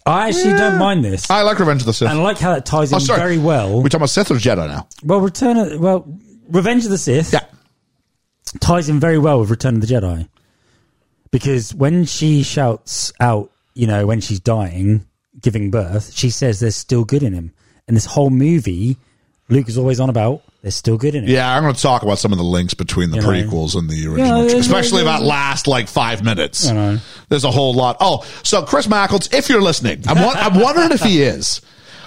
I actually don't mind this, I like Revenge of the Sith. and I like how that ties in Oh, sorry. very well. We talking about Sith or Jedi now? Well, Return of well, Revenge of the Sith Yeah. ties in very well with Return of the Jedi because when she shouts out, you know, when she's dying, giving birth, she says there's still good in him, and this whole movie, Luke is always on about there's still good in him. Yeah, I'm going to talk about some of the links between the You know. prequels and the original, there's- especially there's- that last like five minutes. You know. There's a whole lot. Oh, so Chris Mackles, if you're listening, I'm, won- I'm wondering if he is.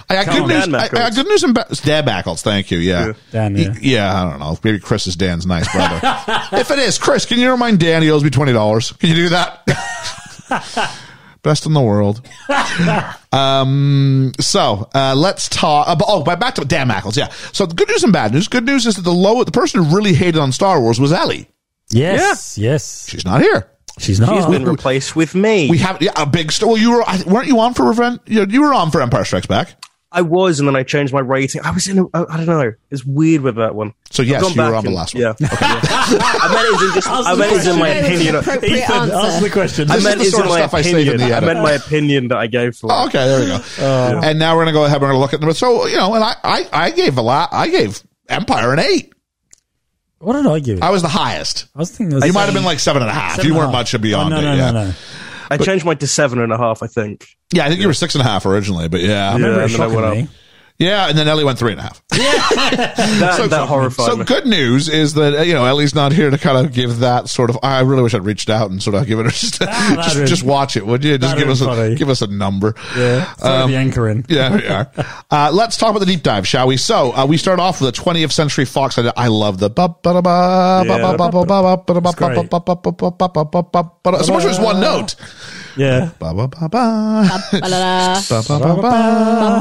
I got good on. news. Dan I, I got Mackles. good news and ba- Dan Mackles. Thank you. Yeah. Dan, Y- yeah. I don't know. Maybe Chris is Dan's nice brother. if it is, Chris, can you remind Dan he owes me twenty dollars? Can you do that? Best in the world. um. So uh, let's talk. About, oh, but back to Dan Mackles. Yeah. So the good news and bad news. Good news is that the low, the person who really hated on Star Wars was Ellie. Yes, yes. She's not here. She's not. He's been replaced with me. Oh. We have yeah, a big story. Well, you were I- weren't you on for Revenge? You you were on for Empire Strikes Back. I was, and then I changed my rating. I was in. A, I I don't know. It's weird with that one. So I've yes, gone you were back on the and- last one. Yeah. I meant it's in just. I meant it's in my That was an opinion. appropriate Ethan, ask the answer. question. I This is meant the it's sort in of my stuff I save in opinion. the I edit. meant my opinion that I gave for. Oh, it. okay, there we go. and now we're gonna go ahead. We're gonna look at them. So you know, and I, I, I gave a lot. I gave Empire an eight. What did I give it? I I was the highest. was thinking. it was You might have seven- been like seven and a half. seven You and a weren't half. much Oh, beyond no, it. no, yeah. no, no. I changed mine to seven and a half. I think. yeah, I think you were six and a half originally, but yeah, I remember Yeah, it and then I shocking went up. me. yeah. And then Ellie went three and a half. That, that horrified So me. good news is that uh, you know Ellie's not here to kind of give that sort of. I really wish I'd reached out and sort of Ah, given her just that'd just, been- just watch it, would you? Just that'd give us been a, funny. give us a number. Yeah, sorry the anchoring. Yeah, we are. Uh, let's talk about the deep dive, shall we? So uh, we start off with the 20th Century Fox. I, I love the. It's much as one note. Yeah, Ba, ba, ba, ba. Ba-la-la, Ba, ba, ba, ba.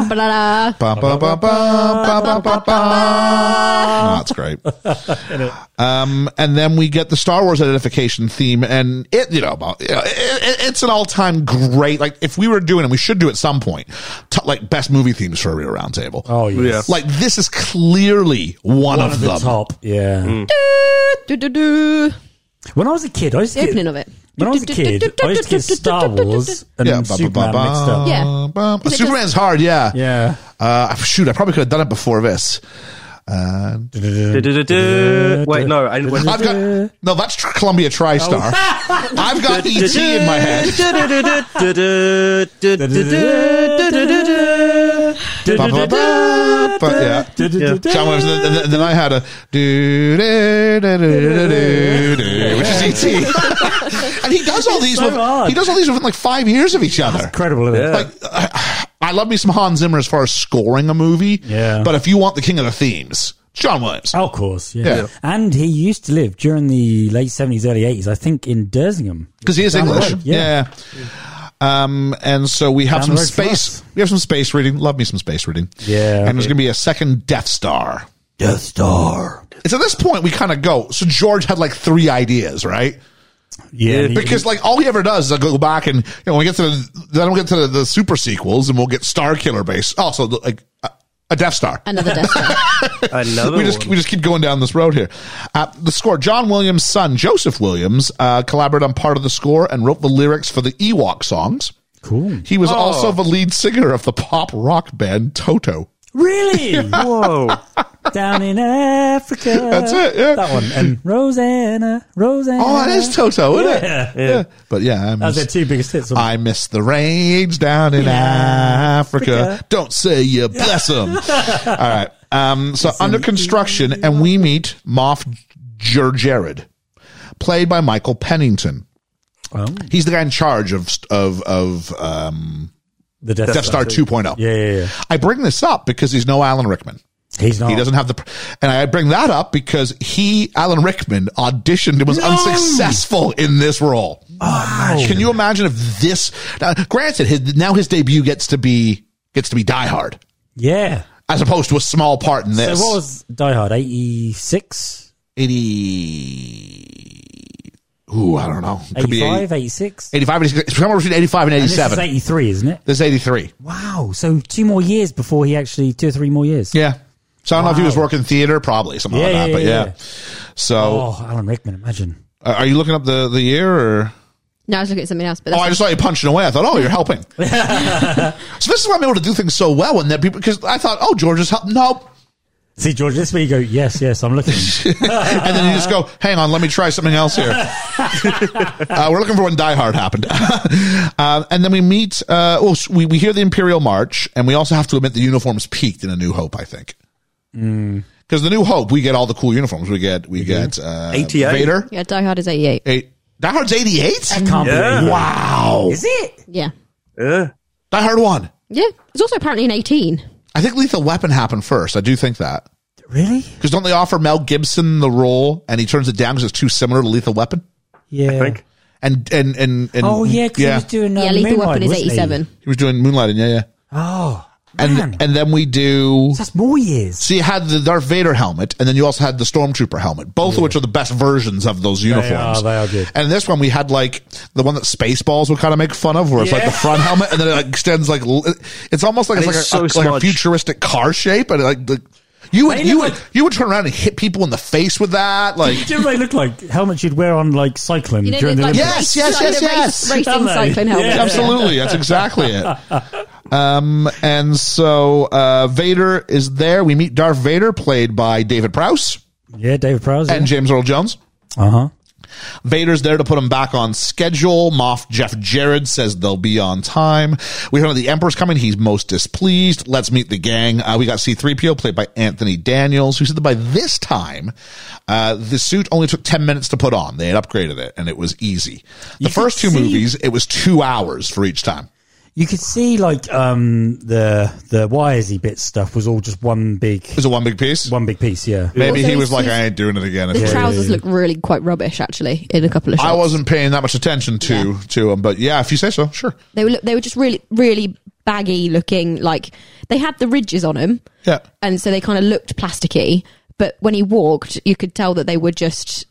ba-ba-la-la. Ba, ba, ba, ba, ba, ba, ba, ba. Oh, That's great. Um, and then we get the Star Wars identification theme, and it, you know, about you know, it, it- it's an all-time great. Like, if we were doing, and we should do at some point, t- like best movie themes for a real roundtable. Oh yes. Like this is clearly one, one of of the them. top. Yeah. Do-do-do. When I was a kid, I used to The opening get, of it. When I was a kid, I used to get Star Wars and Yeah, ba- ba- Superman ba- mixed up. Yeah. ba- Is it Superman's hard. Yeah. Yeah. Uh, shoot, I probably could have done it before this. Uh, Du-du-du-du. Wait, no. I went. I've got no. That's tr- Columbia TriStar. I've got ET in my head. Ba- ba- ba- ba- Yeah. John Williams, and then, and then I had a do do do do do do, which is ET, and he does all these. so with, hard. he does all these within like five years of each other. Incredible, isn't it? Yeah. like I love me some Hans Zimmer as far as scoring a movie. Yeah. But if you want the king of the themes, John Williams. Oh, of course, yeah. Yeah. And he used to live during the late seventies, early eighties, I think, in Dersingham. Because he is Down the English. road, yeah. yeah. Um, and so we have some Down the road from space. us. We have some space reading. Love me some space reading. Yeah. And there's going to be a second Death Star. Death Star. It's at this point we kind of go. So George had like three ideas, right? Yeah, and he- Because like all he ever does is I go back and you know when we get to the then we'll get to the, the super sequels and we'll get Star Killer base. Also like a, a Death Star. Another death. Star. Another we just we one. just keep going down this road here. Uh, the score: John Williams' son Joseph Williams uh, collaborated on part of the score and wrote the lyrics for the Ewok songs. cool. He was also the lead singer of the pop rock band Toto. Really? Whoa. Down in Africa. That's it, yeah. That one. And Rosanna, Rosanna. Oh, that is Toto, isn't Yeah. it? Yeah. But yeah, I That's their miss, two biggest hits. on- I miss the rage down in Africa. Africa. Don't say you bless them. All right. Um, so under construction, and we meet Moff Jer Jared, played by Michael Pennington. Oh, He's the guy in charge of of of um, the Death, Death Star 2.0. Yeah, yeah, yeah. I bring this up because he's no Alan Rickman. He's not. He doesn't have the, and I bring that up because he, Alan Rickman, auditioned and was unsuccessful in this role. Oh, Can you imagine if this? Now, granted, his, now his debut gets to be gets to be Die Hard Yeah. as opposed to a small part in this. So what was Die Hard? 86? eighty? Ooh, I don't know. It Could 85? be 86? 85, 86, it's somewhere between eighty-five and And this is eighty-seven. 83, isn't it? This is eighty-three. Wow. So two more years before he actually, two or three more years. Yeah. So I don't know if he was Wow. working theater, probably something Yeah, like that. yeah, but yeah, yeah. yeah. So Oh, Alan Rickman, imagine. are- are you looking up the the year or? No, I was looking at something else, but Oh, that's I just saw you punching away. I thought, oh, you're helping. so this is why I'm able to do things so well, and that people because I thought, oh, George is helping. Nope. See, George, this is where you go, yes, yes, I'm looking. And then you just go, hang on, let me try something else here. uh, we're looking for when Die Hard happened. uh, and then we meet. Uh, well, s- we we hear the Imperial March, and we also have to admit the uniforms peaked in A New Hope. I think. Because the New Hope, we get all the cool uniforms. We get we get uh, 88. Vader. yeah. Die Hard is eighty-eight. Eight. Die Hard's eighty eight. I can't Yeah. believe Wow. Is it? Yeah, Yeah. Die Hard one. yeah. It's also apparently an eighteen. I think Lethal Weapon happened first. I do think that. Really? Because don't they offer Mel Gibson the role and he turns it down because it's too similar to Lethal Weapon? Yeah. I think. And, and, and, and Oh yeah, 'cause he was doing uh, yeah, Lethal Moonlight, Weapon is wasn't he? 87. He was doing Moonlighting, yeah, yeah. Oh And, man, and then we do. that's more years. So you had the Darth Vader helmet, and then you also had the Stormtrooper helmet, both of which are the best versions of those uniforms. are, they are good. And this one we had like the one that Spaceballs would kind of make fun of, where it's like the front helmet, and then it like extends like l- it's almost like And it's, it's like, a, a- so like a smudged. futuristic car shape, and like the, you would They you look would like- you would turn around and hit people in the face with that, like. Do you know what they look like helmets you'd wear on like cycling You know, during the, the like, race- Yes, Olympics? yes, like yes, the yes. Race, Don't racing they? cycling helmet. Yeah. Absolutely, that's exactly it. Um, and so uh, Vader is there. We meet Darth Vader, played by David Prowse Yeah, David Prowse. and James Earl Jones. uh huh. Vader's there to put him back on schedule. Moff Jeff Jared says they'll be on time. We hear that the Emperor's coming. He's most displeased. Let's meet the gang. Uh, we got C3PO played by Anthony Daniels, who said that by this time, uh, the suit only took 10 minutes to put on. They had upgraded it and it was easy. The You could first two see- movies, it was two hours for each time. You could see like um the the wiresy bit stuff was all just one big It was a one big piece. one big piece. Yeah. Maybe Also, he was it's- like, I ain't doing it again. The If we- trousers look really quite rubbish, actually, in a couple of shots. I wasn't paying that much attention to, Yeah. to him, but yeah, if you say so, sure. They were, they were just really, really baggy looking. Like, they had the ridges on them, Yeah. and so they kind of looked plasticky. But when he walked, you could tell that they were just,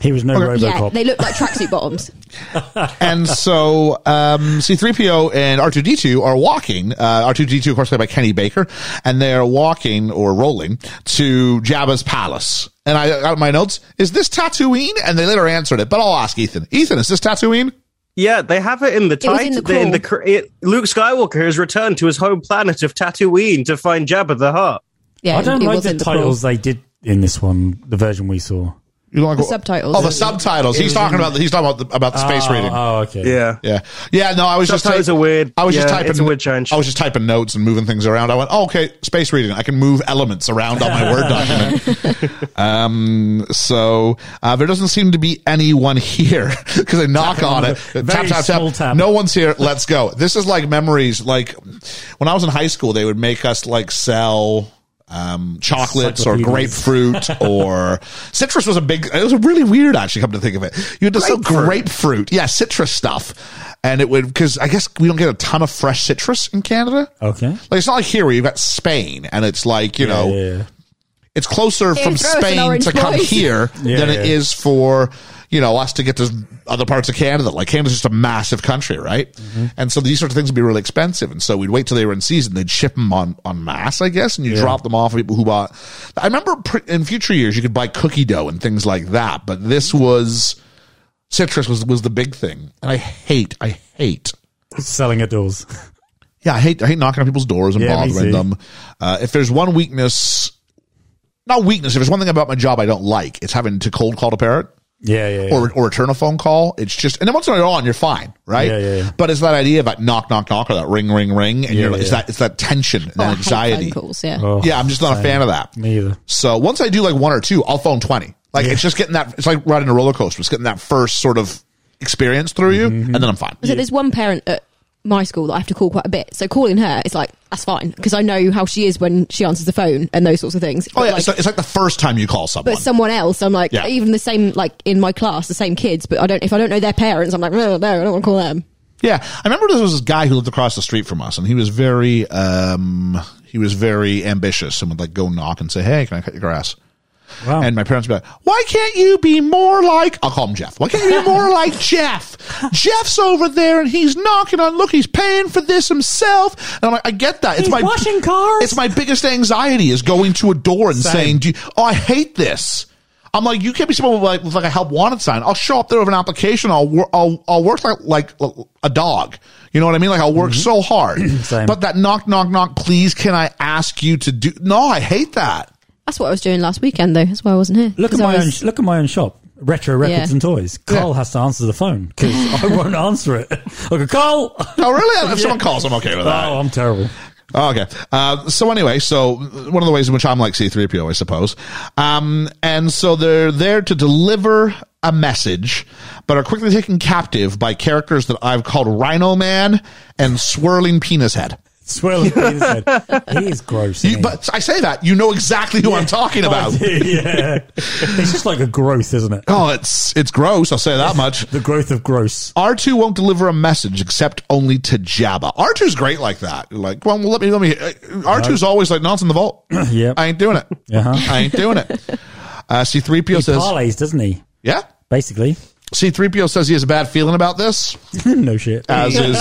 He was no yeah, RoboCop. they looked like tracksuit bottoms. and so um, C3PO and R2D2 are walking. Uh, R2D2, of course, played by Kenny Baker, and they are walking or rolling to Jabba's palace. And I got my notes. Is this Tatooine? And they later answered it, but I'll ask Ethan. Ethan, is this Tatooine? Yeah, they have it in the was title. in the they- crawl. cr- it- Luke Skywalker has returned to his home planet of Tatooine to find Jabba the Hutt. Yeah, I don't it like was the in the titles they did in this one. The version we saw. You don't like The subtitles. Oh, the subtitles. He's talking about the, he's talking about the, about the space Ah, oh, rating. Oh, okay. Yeah. Yeah, yeah. No, I was just Subtitles typ- are weird. I was just Yeah, typing. it's a weird change. I was just typing notes and moving things around. I went, oh, okay, space reading. I can move elements around on my word document. um, so uh, there doesn't seem to be anyone here because I knock on it, Very tap tap small tap. tap. No one's here. Let's go. This is like memories. Like when I was in high school, they would make us like sell. Um, chocolates or Encyclopedias. grapefruit or citrus was a big, it was really weird actually, come to think of it. You had to sell grapefruit. Yeah, citrus stuff. And it would, because I guess we don't get a ton of fresh citrus in Canada. Okay. Like, it's not like here where you've got Spain and it's like, you know, Oh. Yeah, yeah. it's closer Here, from throw us an Spain orange to come boy. here Yeah, than it yeah. is for, you know, us to get to other parts of Canada. Like, Canada's just a massive country, right? Mm-hmm. And so these sorts of things would be really expensive. And so we'd wait till they were in season. They'd ship them on, on mass, I guess, and you drop them off for people who bought. I remember pr- in future years, you could buy cookie dough and things like that, but this was, citrus was, was the big thing. And I hate, I hate Selling at doors. yeah, I hate I hate knocking on people's doors and Yeah, me bothering too. them. Uh, if there's one weakness, not weakness, if there's one thing about my job I don't like, it's having to cold call to parent Yeah, yeah. yeah. or or return a phone call. It's just and then once you're on, you're fine, right? Yeah, yeah, yeah. But it's that idea about knock, knock, knock, or that ring, ring, ring, and Yeah, you're like, it's yeah. that it's that tension and Oh, I that hate anxiety. phone calls, yeah. Oh, Yeah, I'm just not a fan of that. me either. So once I do like one or two, I'll phone 20. Like it's just getting that, it's like riding a roller coaster. It's getting that first sort of experience through you, and Mm-hmm. then I'm fine. So there's one parent at my school that I have to call quite a bit. So calling her, it's like that's fine because I know how she is when she answers the phone and those sorts of things. Oh, But, yeah. like, it's, like, it's like the first time you call someone. but someone else, I'm like Yeah. even the same like in my class, the same kids. But I don't if I don't know their parents, I'm like no, no, I don't want to call them. Yeah, I remember there was this guy who lived across the street from us, and he was very, um, he was very ambitious, and would like go knock and say, "Hey, can I cut your grass?" Wow. And my parents would be like, "Why can't you be more like?" I'll call him Jeff. Why can't you be more like Jeff? Jeff's over there, and he's knocking on. Look, he's paying for this himself. And I'm like, I get that. It's He's my washing cars. It's my biggest anxiety is going to a door and Same. saying, Do you, "Oh, I hate this." I'm like, you can't be someone with like, with like a help wanted sign. I'll show up there with an application. I'll wor- I'll I'll work like like a dog. You know what I mean? Like I'll work so hard. Mm-hmm. Same. But that knock knock knock. Please, can I ask you to do? No, I hate that. That's what I was doing last weekend though. That's why I wasn't here. Look at 'Cause I my own. was- Look at my own shop. Retro records Yeah. and toys. Carl has to answer the phone because I won't answer it. Look, Carl. No, Oh, really. If someone calls, I'm okay with that. Oh, I'm terrible. Oh, okay. Uh, so anyway, so one of the ways in which I'm like C3PO, I suppose. Um, and so they're there to deliver a message, but are quickly taken captive by characters that I've called Rhino Man and Swirling Penis Head. Swirling penis head. He is gross. You, isn't he? but I say that you know exactly who I'm talking Oh, about. yeah. It's just like a growth, isn't it? Oh, it's it's gross. I'll say that much. The growth of gross. R2 won't deliver a message except only to Jabba. R2's great like that. Like, well, let me, let me, uh, R2's always like, no, it's in the vault. Yep. I ain't doing it. Uh-huh. I ain't doing it. Uh, C3PO He says, parlays, doesn't he? yeah. Basically. C3PO says he has a bad feeling about this, no shit. as is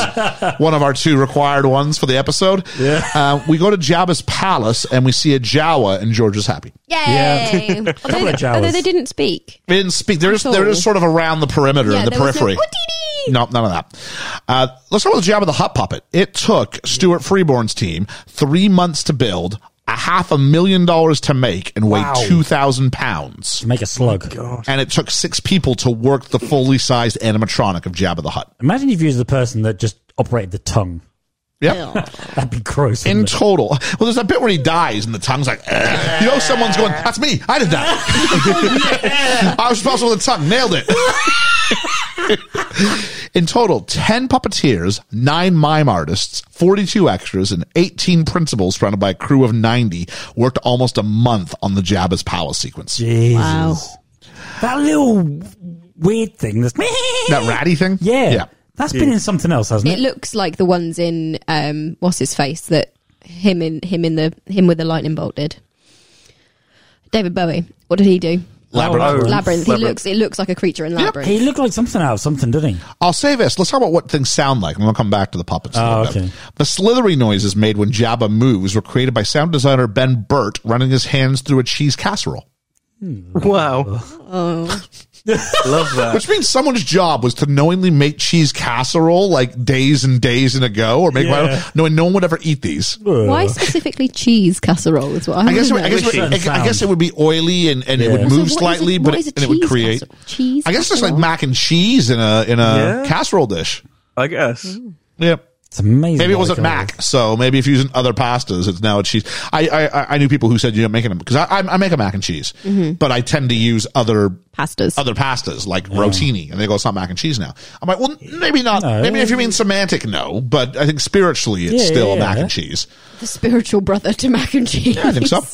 one of our two required ones for the episode. Yeah. Uh, we go to Jabba's palace and we see a Jawa, and George is happy. Yay! Yeah. although, of Jawas. although they didn't speak. They didn't speak. They're just, At they're all. just sort of around the perimeter Yeah, and the there was no periphery. "Ootity!" No, none of that. Uh, let's start with the job of the Hot Puppet. It took Stuart Freeborn's team three months to build, a half a million dollars to make, and weigh Wow. 2,000 pounds. Make Oh a slug. And it took six people to work the fully sized animatronic of Jabba the Hutt. Imagine if you was the person that just operated the tongue. Yep. That'd be gross. In wouldn't it? total. Well, there's that bit where he dies and the tongue's like, "Ugh." you know, someone's going, that's me. I did that. I was responsible for the tongue. Nailed it. In total, 10 puppeteers, 9 mime artists, 42 extras, and 18 principals surrounded by a crew of 90 worked almost a month on the Jabba's Palace sequence. Jesus. Wow. That little weird thing that's That ratty thing? Yeah. Yeah. That's been in something else, hasn't It it? looks like the ones in um, what's his face that him in him in the him with the lightning bolt did. David Bowie. What did he do? Labyrinth. Labyrinth. He Labyrinth. looks. It looks like a creature in labyrinth. He looked like something out of something, didn't he? I'll say this. Let's talk about what things sound like, and we'll come back to the puppets. in a Oh, little bit. okay. The slithery noises made when Jabba moves were created by sound designer Ben Burt running his hands through a cheese casserole, Wow. Love that. which means someone's job was to knowingly make cheese casserole like days and days and ago, or make my own, Yeah. knowing no one would ever eat these. Why specifically cheese casserole as well? I guess, it would- I, guess it Certain would- I sound. guess it would be oily and, and it Yeah. would So move slightly, but it, and it would create. cheese. I guess it's like casserole? mac and cheese in a in a Yeah. casserole dish. I guess. Yep. It's amazing. Maybe it what wasn't they call mac, so maybe if you're using other pastas, it's now a cheese. I I, I- I knew people who said you know making them because I, I I make a mac and cheese, but I tend to use other pastas. other pastas like rotini, and they go it's not mac and cheese now. I'm like, well, maybe not. No. Maybe if you mean semantic, no. But I think spiritually, it's Yeah, still a yeah, mac yeah. and cheese. the spiritual brother to mac and cheese. Yeah, I think so.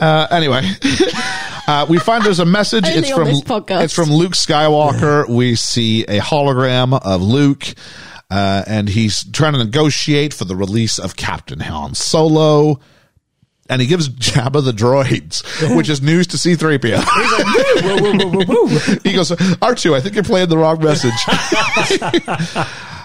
Uh, anyway, uh, we find there's a message. Only it's on from this podcast. it's from Luke Skywalker. We see a hologram of Luke, uh, and he's trying to negotiate for the release of Captain Han Solo. And he gives Jabba the droids, which is news to C3PO. he goes, R2, I think you're playing the wrong message.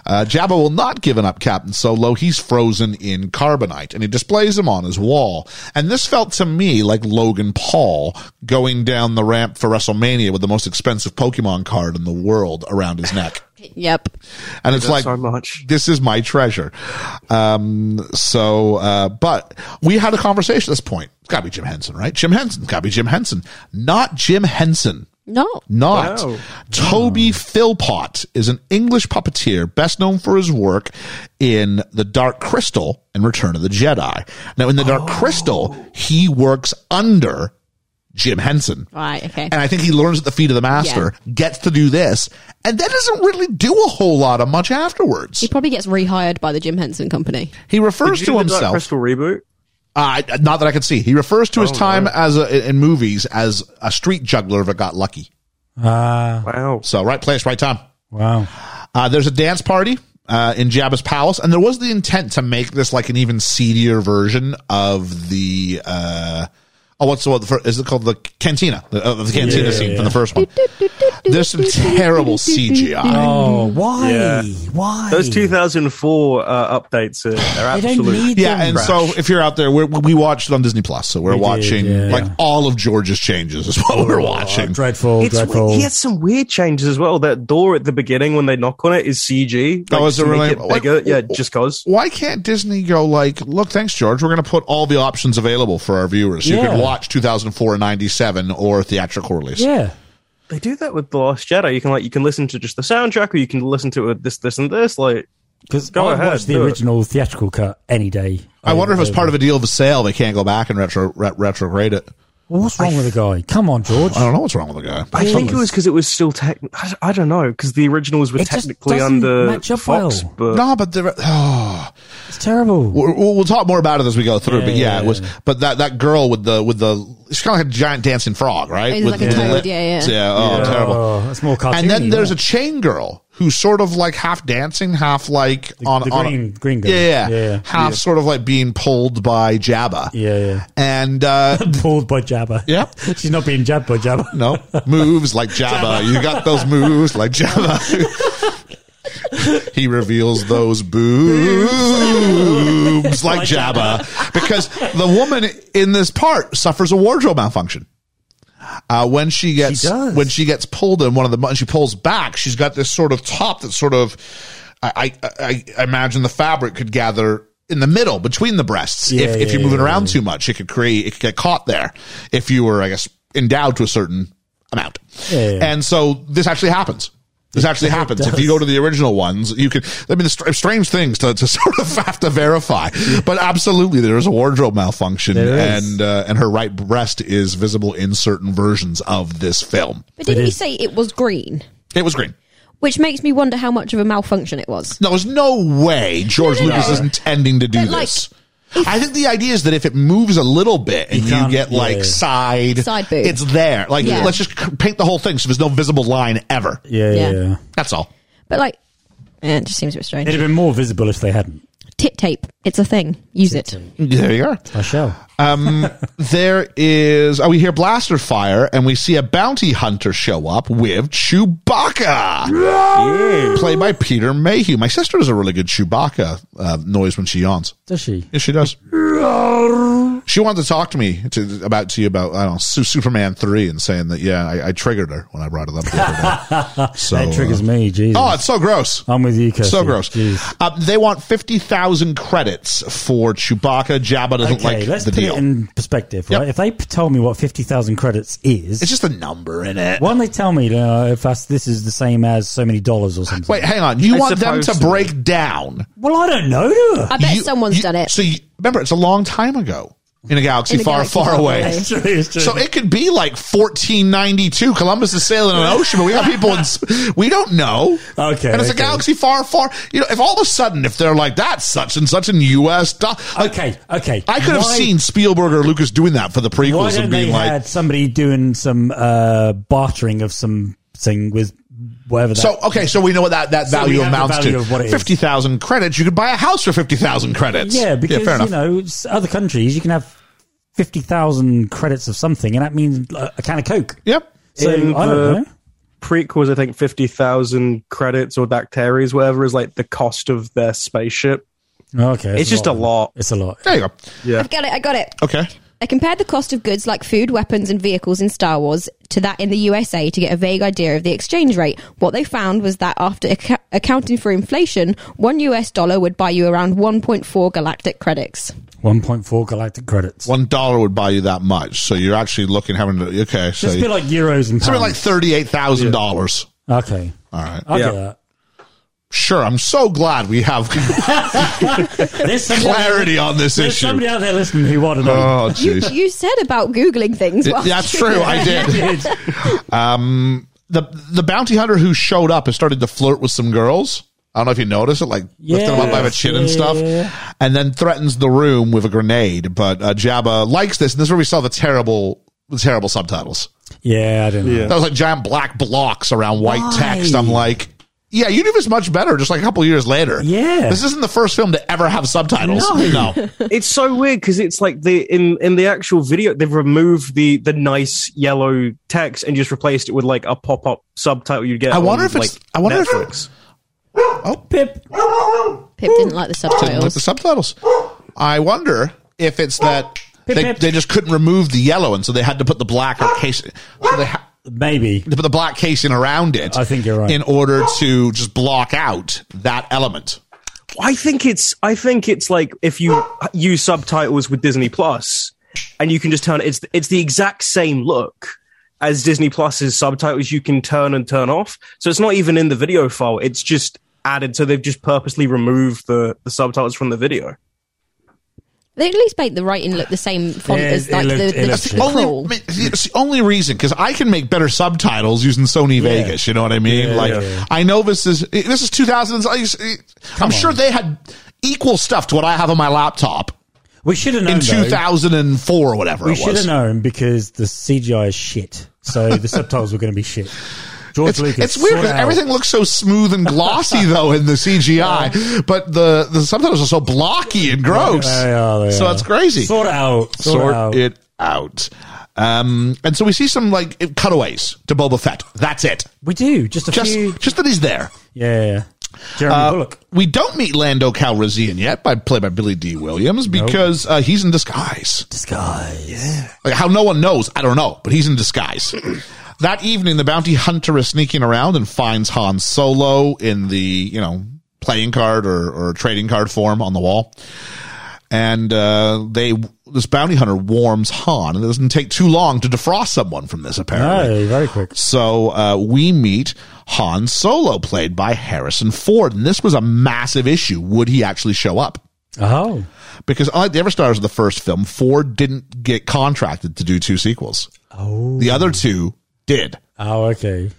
Uh, Jabba will not give up Captain Solo. He's frozen in carbonite and he displays him on his wall. And this felt to me like Logan Paul going down the ramp for WrestleMania with the most expensive Pokemon card in the world around his neck. Yep. And it's like, so much. this is my treasure. Um, so, uh, but we had a conversation at this point. It's gotta be Jim Henson, right? Jim Henson, gotta be Jim Henson, not Jim Henson. No. Not Wow. Hmm. Toby Philpott is an English puppeteer best known for his work in The Dark Crystal and Return of the Jedi. Now, in The Dark Crystal, he works under Jim Henson. Right. Okay. And I think he learns at the feet of the master, gets to do this, and then doesn't really do a whole lot of much afterwards. He probably gets rehired by the Jim Henson Company. He refers Did to you do the Dark himself. Crystal Oh, reboot. Uh, not that I can see. He refers to his time as a, in movies as a street juggler that got lucky. it. Ah, Wow. So right place, right time. wow. Uh, there's a dance party uh, in Jabba's palace, and there was the intent to make this like an even seedier version of the. Uh, oh, what's the what? Is it called the cantina? The, of the cantina Yeah, scene yeah. from the first one. There's some terrible CGI. Oh, why? Yeah. Why? Those 2004 uh, updates are, are They don't absolute. need Yeah, them. and so if you're out there, we're, we watched it on Disney Plus, so we're We did, watching yeah. Oh, like all of George's changes is what we're watching. dreadful, It's weird. dreadful. he had some weird changes as well. That door at the beginning when they knock on it is CG. Oh, is to it make really? it bigger. Wait, yeah, wh- just cause. Why can't Disney go like, look, thanks, George. We're going to put all the options available for our viewers. You Yeah. can watch 2004 and 97 or theatrical release. Yeah. They do that with the Last Jedi. You can like you can listen to just the soundtrack, or you can listen to it, this, this, and this. Like Because Go I ahead, watched the do it. original theatrical cut any day. I wonder if it's part of a deal of a sale. They can't go back and retro re- retrograde it. Well, what's wrong with the guy? Come on, George. I don't know what's wrong with the guy. I think it was because it was still tech. I, I don't know because the originals were It just technically doesn't under match up Fox, well. but No, but there, oh, It's terrible. we're, we'll, we'll talk more about it as we go through. Yeah, but yeah, yeah, it was. yeah. But that that girl with the with the she's kind of like a giant dancing frog, right? It's With like a with the toad, lip- yeah, yeah. Oh, terrible. Oh, that's more cartoony. And then there's yeah. a chain girl who's sort of like half dancing, half like on the on a- green- green girl. Yeah, yeah, Yeah. half sort of like being pulled by Jabba. Yeah, yeah. and uh, pulled by Jabba. Yep. she's not being jabbed by Jabba. no moves like Jabba. You got those moves like Jabba. he reveals those boobs like Jabba because the woman in this part suffers a wardrobe malfunction. Uh, when she gets does. when she gets pulled in one of the buttons, she pulls back. She's got this sort of top that sort of I I, I imagine the fabric could gather in the middle between the breasts Yeah, if, if yeah, you're moving yeah, around too much. It could create it could get caught there if you were I guess endowed to a certain amount. Yeah, yeah. And so this actually happens. This actually happens. If you go to the original ones, you can. I mean, the str- strange things to, to sort of have to verify, but absolutely, there is a wardrobe malfunction, There is. and uh, and her right breast is visible in certain versions of this film. But didn't you is- say it was green? It was green. Which makes me wonder how much of a malfunction it was. No, there's no way George No, no, Lucas no. is intending to do But, like, this. I think the idea is that if it moves a little bit and you, can't- get yeah, like yeah. side, Side boob. it's there. Like, Yeah. let's just c- paint the whole thing so there's no visible line ever. Yeah, yeah. Yeah. yeah. That's all. But like, eh, it just seems a bit strange. It'd have been more visible if they hadn't. Tit tape. It's a thing. Use it. There you are. Um, I shall. there is oh we hear blaster fire and we see a bounty hunter show up with Chewbacca played by Peter Mayhew my sister does a really good Chewbacca uh, noise when she yawns Does she? yes she does she wanted to talk to me to, about to you about I don't know Su- Superman 3 and saying that yeah I, I triggered her when I brought it up the other day. so That triggers me. Jesus. oh it's so gross I'm with you, Kirsty. so gross. Jeez. Uh, they want fifty thousand credits for Chewbacca. Jabba doesn't Okay, like let's the put deal. it in perspective, Yep. right? If they p- told me what fifty thousand credits is, it's just a number in it. why don't they tell me you know, if that's, this is the same as so many dollars or something? Wait, hang on. You I want them to suppose- break down? well, I don't know. Do I? I bet You- someone's you- done it. So you, remember, it's a long time ago in a galaxy In a far, galaxy far far away. away. It's true. It's true. So it could be like 1492. Columbus is sailing an ocean, but we got people in. sp- We don't know. Okay, and it's a okay. galaxy far, far. You know, if all of a sudden, if they're like that's such and such in U.S. do-" like, okay, okay. I could have Why- seen Spielberg or Lucas doing that for the Why prequels don't and they being like, had somebody doing some uh, bartering of some thing with whatever? That, So okay, so we know what that, that So we value have the amounts value to. of what it is. Fifty thousand credits. You could buy a house for fifty thousand credits. yeah, because you know s- other countries you can have fifty thousand credits of something, and that means uh, a can of Coke. Yep. So In I the- don't know. prequels, I think fifty thousand credits or dactaries, whatever, is like the cost of their spaceship. Okay, It's just a lot. It's a lot. There you go. Yeah. I've got it. I got it. Okay. I compared the cost of goods like food, weapons, and vehicles in Star Wars to that in the USA to get a vague idea of the exchange rate. What they found was that after acc- accounting for inflation, one US dollar would buy you around 1.4 galactic credits. One point four galactic credits. One dollar would buy you that much, so you're actually looking having to. Okay, so Just be like euros and pounds. something like thirty-eight thousand dollars. okay, All right. I Yeah. get Sure. I'm so glad we have that. There's somebody, clarity on this there's issue. somebody out there listening who wanted to know. Oh, You, jeez. you said about Googling things. It- whilst That's you- true. I did. Um, Dude, the The bounty hunter who showed up has started to flirt with some girls. I don't know if you noticed it, like lifting them up by the Yes, chin and yeah, stuff, yeah, and then threatens the room with a grenade. But uh, Jabba likes this, and this is where we saw the terrible, the terrible subtitles. yeah, I don't know. That was like giant black blocks around white Why? text. I'm like, yeah, you do this much better. Just like a couple years later. Yeah. this isn't the first film to ever have subtitles. No, it's so weird because it's like the in in the actual video they've removed the the nice yellow text and just replaced it with like a pop up subtitle you get. I wonder on, if it's- like, I wonder if- Netflix. Oh, Pip. Pip didn't like the Didn't like subtitles. the subtitles. I wonder if it's that Pip, they, pip. they just couldn't remove the yellow, and so they had to put the black or case. So they ha- Maybe. to put the black casing around it. I think you're right. In order to just block out that element. I think it's I think it's like if you use subtitles with Disney Plus and you can just turn it's it's the exact same look as Disney Plus's subtitles you can turn and turn off. So it's not even in the video file. It's just added so they've just purposely removed the, the subtitles from the video. They at least made the writing look the same font Yeah, as it like looked- the, it the, looked the shit. crawl. Only, it's the only reason because I can make better subtitles using Sony Vegas. You know what I mean? Yeah, like yeah. I know this is this is 2000s. I used- I'm sure they had equal stuff to what I have on my laptop We should have known. in though. 2004 or whatever We it should have was. known because the CGI is shit. So the subtitles were going to be shit. George It's, Lucas. it's weird sort it because out. everything looks so smooth and glossy though in the CGI, but the the subtitles are so blocky and gross. They are, they so are. it's crazy. Sort it out. Sort, sort it out. it out. Um, and so we see some like cutaways to Boba Fett. That's it. We do just a Just Uh, few. just that he's there. Yeah, yeah. Jeremy Bullock. We don't meet Lando Calrissian yet, by played by Billy D. Williams, because uh, he's in disguise. Disguise. Like, how no one knows, I don't know, but he's in disguise. that evening, the bounty hunter is sneaking around and finds Han Solo in the you know playing card or, or trading card form on the wall, and uh, they this bounty hunter warms Han, and it doesn't take too long to defrost someone from this apparently. Oh, very quick. So uh, we meet Han Solo, played by Harrison Ford, and this was a massive issue. Would he actually show up? Oh, Because unlike the Everstars of the first film, Ford didn't get contracted to do two sequels. Oh, the other two did. oh, okay.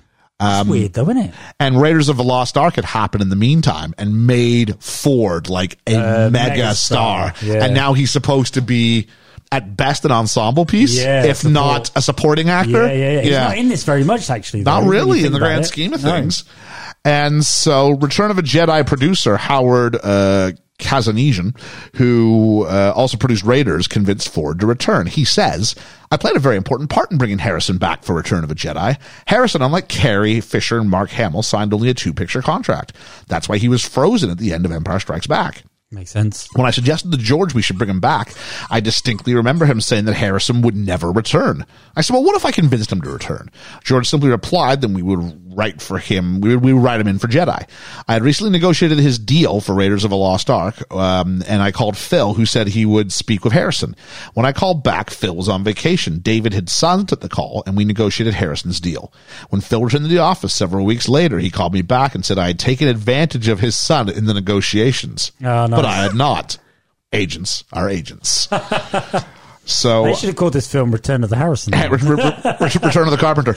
Um, That's weird, though, isn't it? And Raiders of the Lost Ark had happened in the meantime and made Ford like a mega, mega star, star. Yeah. and now he's supposed to be. At best, an ensemble piece, Yeah, if support. not a supporting actor. Yeah, yeah, yeah. He's not in this very much, actually. though, Not when you really think in the about grand it. scheme of No. things. And so, Return of a Jedi producer Howard uh, Kazanesian, who uh, also produced Raiders, convinced Ford to return. He says, "I played a very important part in bringing Harrison back for Return of a Jedi. Harrison, unlike Carrie Fisher and Mark Hamill, signed only a two-picture contract. That's why he was frozen at the end of Empire Strikes Back." Makes sense. When I suggested to George we should bring him back, I distinctly remember him saying that Harrison would never return. I said, "Well, what if I convinced him to return?" George simply replied, "Then we would write for him. We would, we would write him in for Jedi." I had recently negotiated his deal for Raiders of the Lost Ark, um, and I called Phil, who said he would speak with Harrison. When I called back, Phil was on vacation. David had silenced at the call, and we negotiated Harrison's deal. When Phil returned to the office several weeks later, he called me back and said I had taken advantage of his son in the negotiations, Oh, nice. but I had not. Agents are agents. So. They should have called this film Return of the Harrison. Re- re- re- Return of the Carpenter.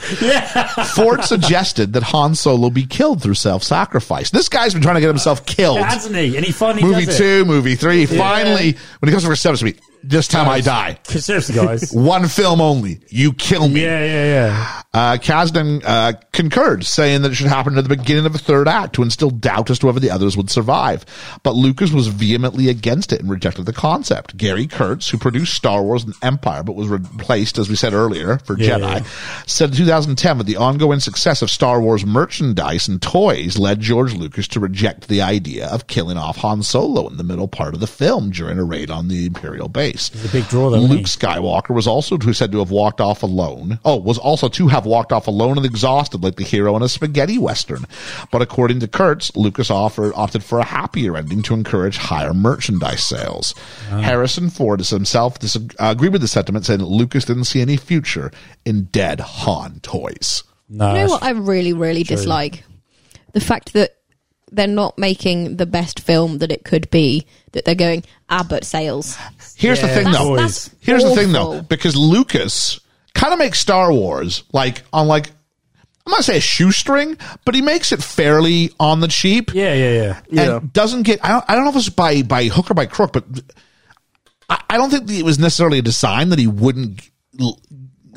Ford suggested that Han Solo be killed through self-sacrifice. This guy's been trying to get himself killed. Yeah, hasn't he? And he finally movie does two, movie three. Finally, when it comes to for seven, it's me. This time I die. It. Seriously, guys. One film only. You kill me. yeah, yeah, yeah. Uh, Kasdan uh, concurred, saying that it should happen at the beginning of the third act to instill doubt as to whether the others would survive. But Lucas was vehemently against it and rejected the concept. Gary Kurtz, who produced Star Wars and Empire but was replaced, as we said earlier, for Yeah, Jedi, yeah. said in 2010 that the ongoing success of Star Wars merchandise and toys led George Lucas to reject the idea of killing off Han Solo in the middle part of the film during a raid on the Imperial base. It's a big draw, though. Luke Luke's Skywalker was also to, said to have walked off alone. Oh, was also to have walked off alone and exhausted like the hero in a spaghetti western. But according to Kurtz, Lucas offered, opted for a happier ending to encourage higher merchandise sales. Ah. Harrison Ford is himself dis- agreed with the sentiment, saying that Lucas didn't see any future in dead Han toys. No, You know what I really, really dislike? The fact that they're not making the best film that it could be, that they're going, ah, but sales. Here's the Yeah, thing, though. toys. That's Here's the thing though, awful. because Lucas kind of makes Star Wars like on like I'm not saying a shoestring, but he makes it fairly on the cheap. yeah, yeah, yeah. Yeah. And doesn't get I don't I don't know if it's by by hook or by crook, but I, I don't think it was necessarily a design that he wouldn't l-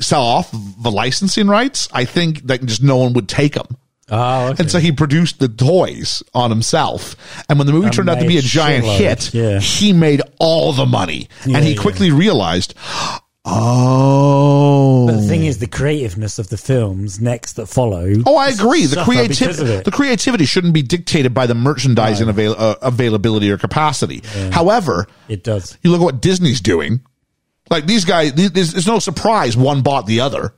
sell off the licensing rights. I think that just no one would take them. Oh, okay. And so he produced the toys on himself. And when the movie And turned out to made be a giant shitload. hit, Yeah. he made all the money. Yeah, and he yeah. quickly realized, oh. But the thing is, the creativeness of the films next that follow. Oh, I agree. The suffer because of creativity, it. the creativity shouldn't be dictated by the merchandising avail- uh, availability or capacity. However, It does. you look at what Disney's doing. Like these guys, th- there's, there's no surprise one bought the other.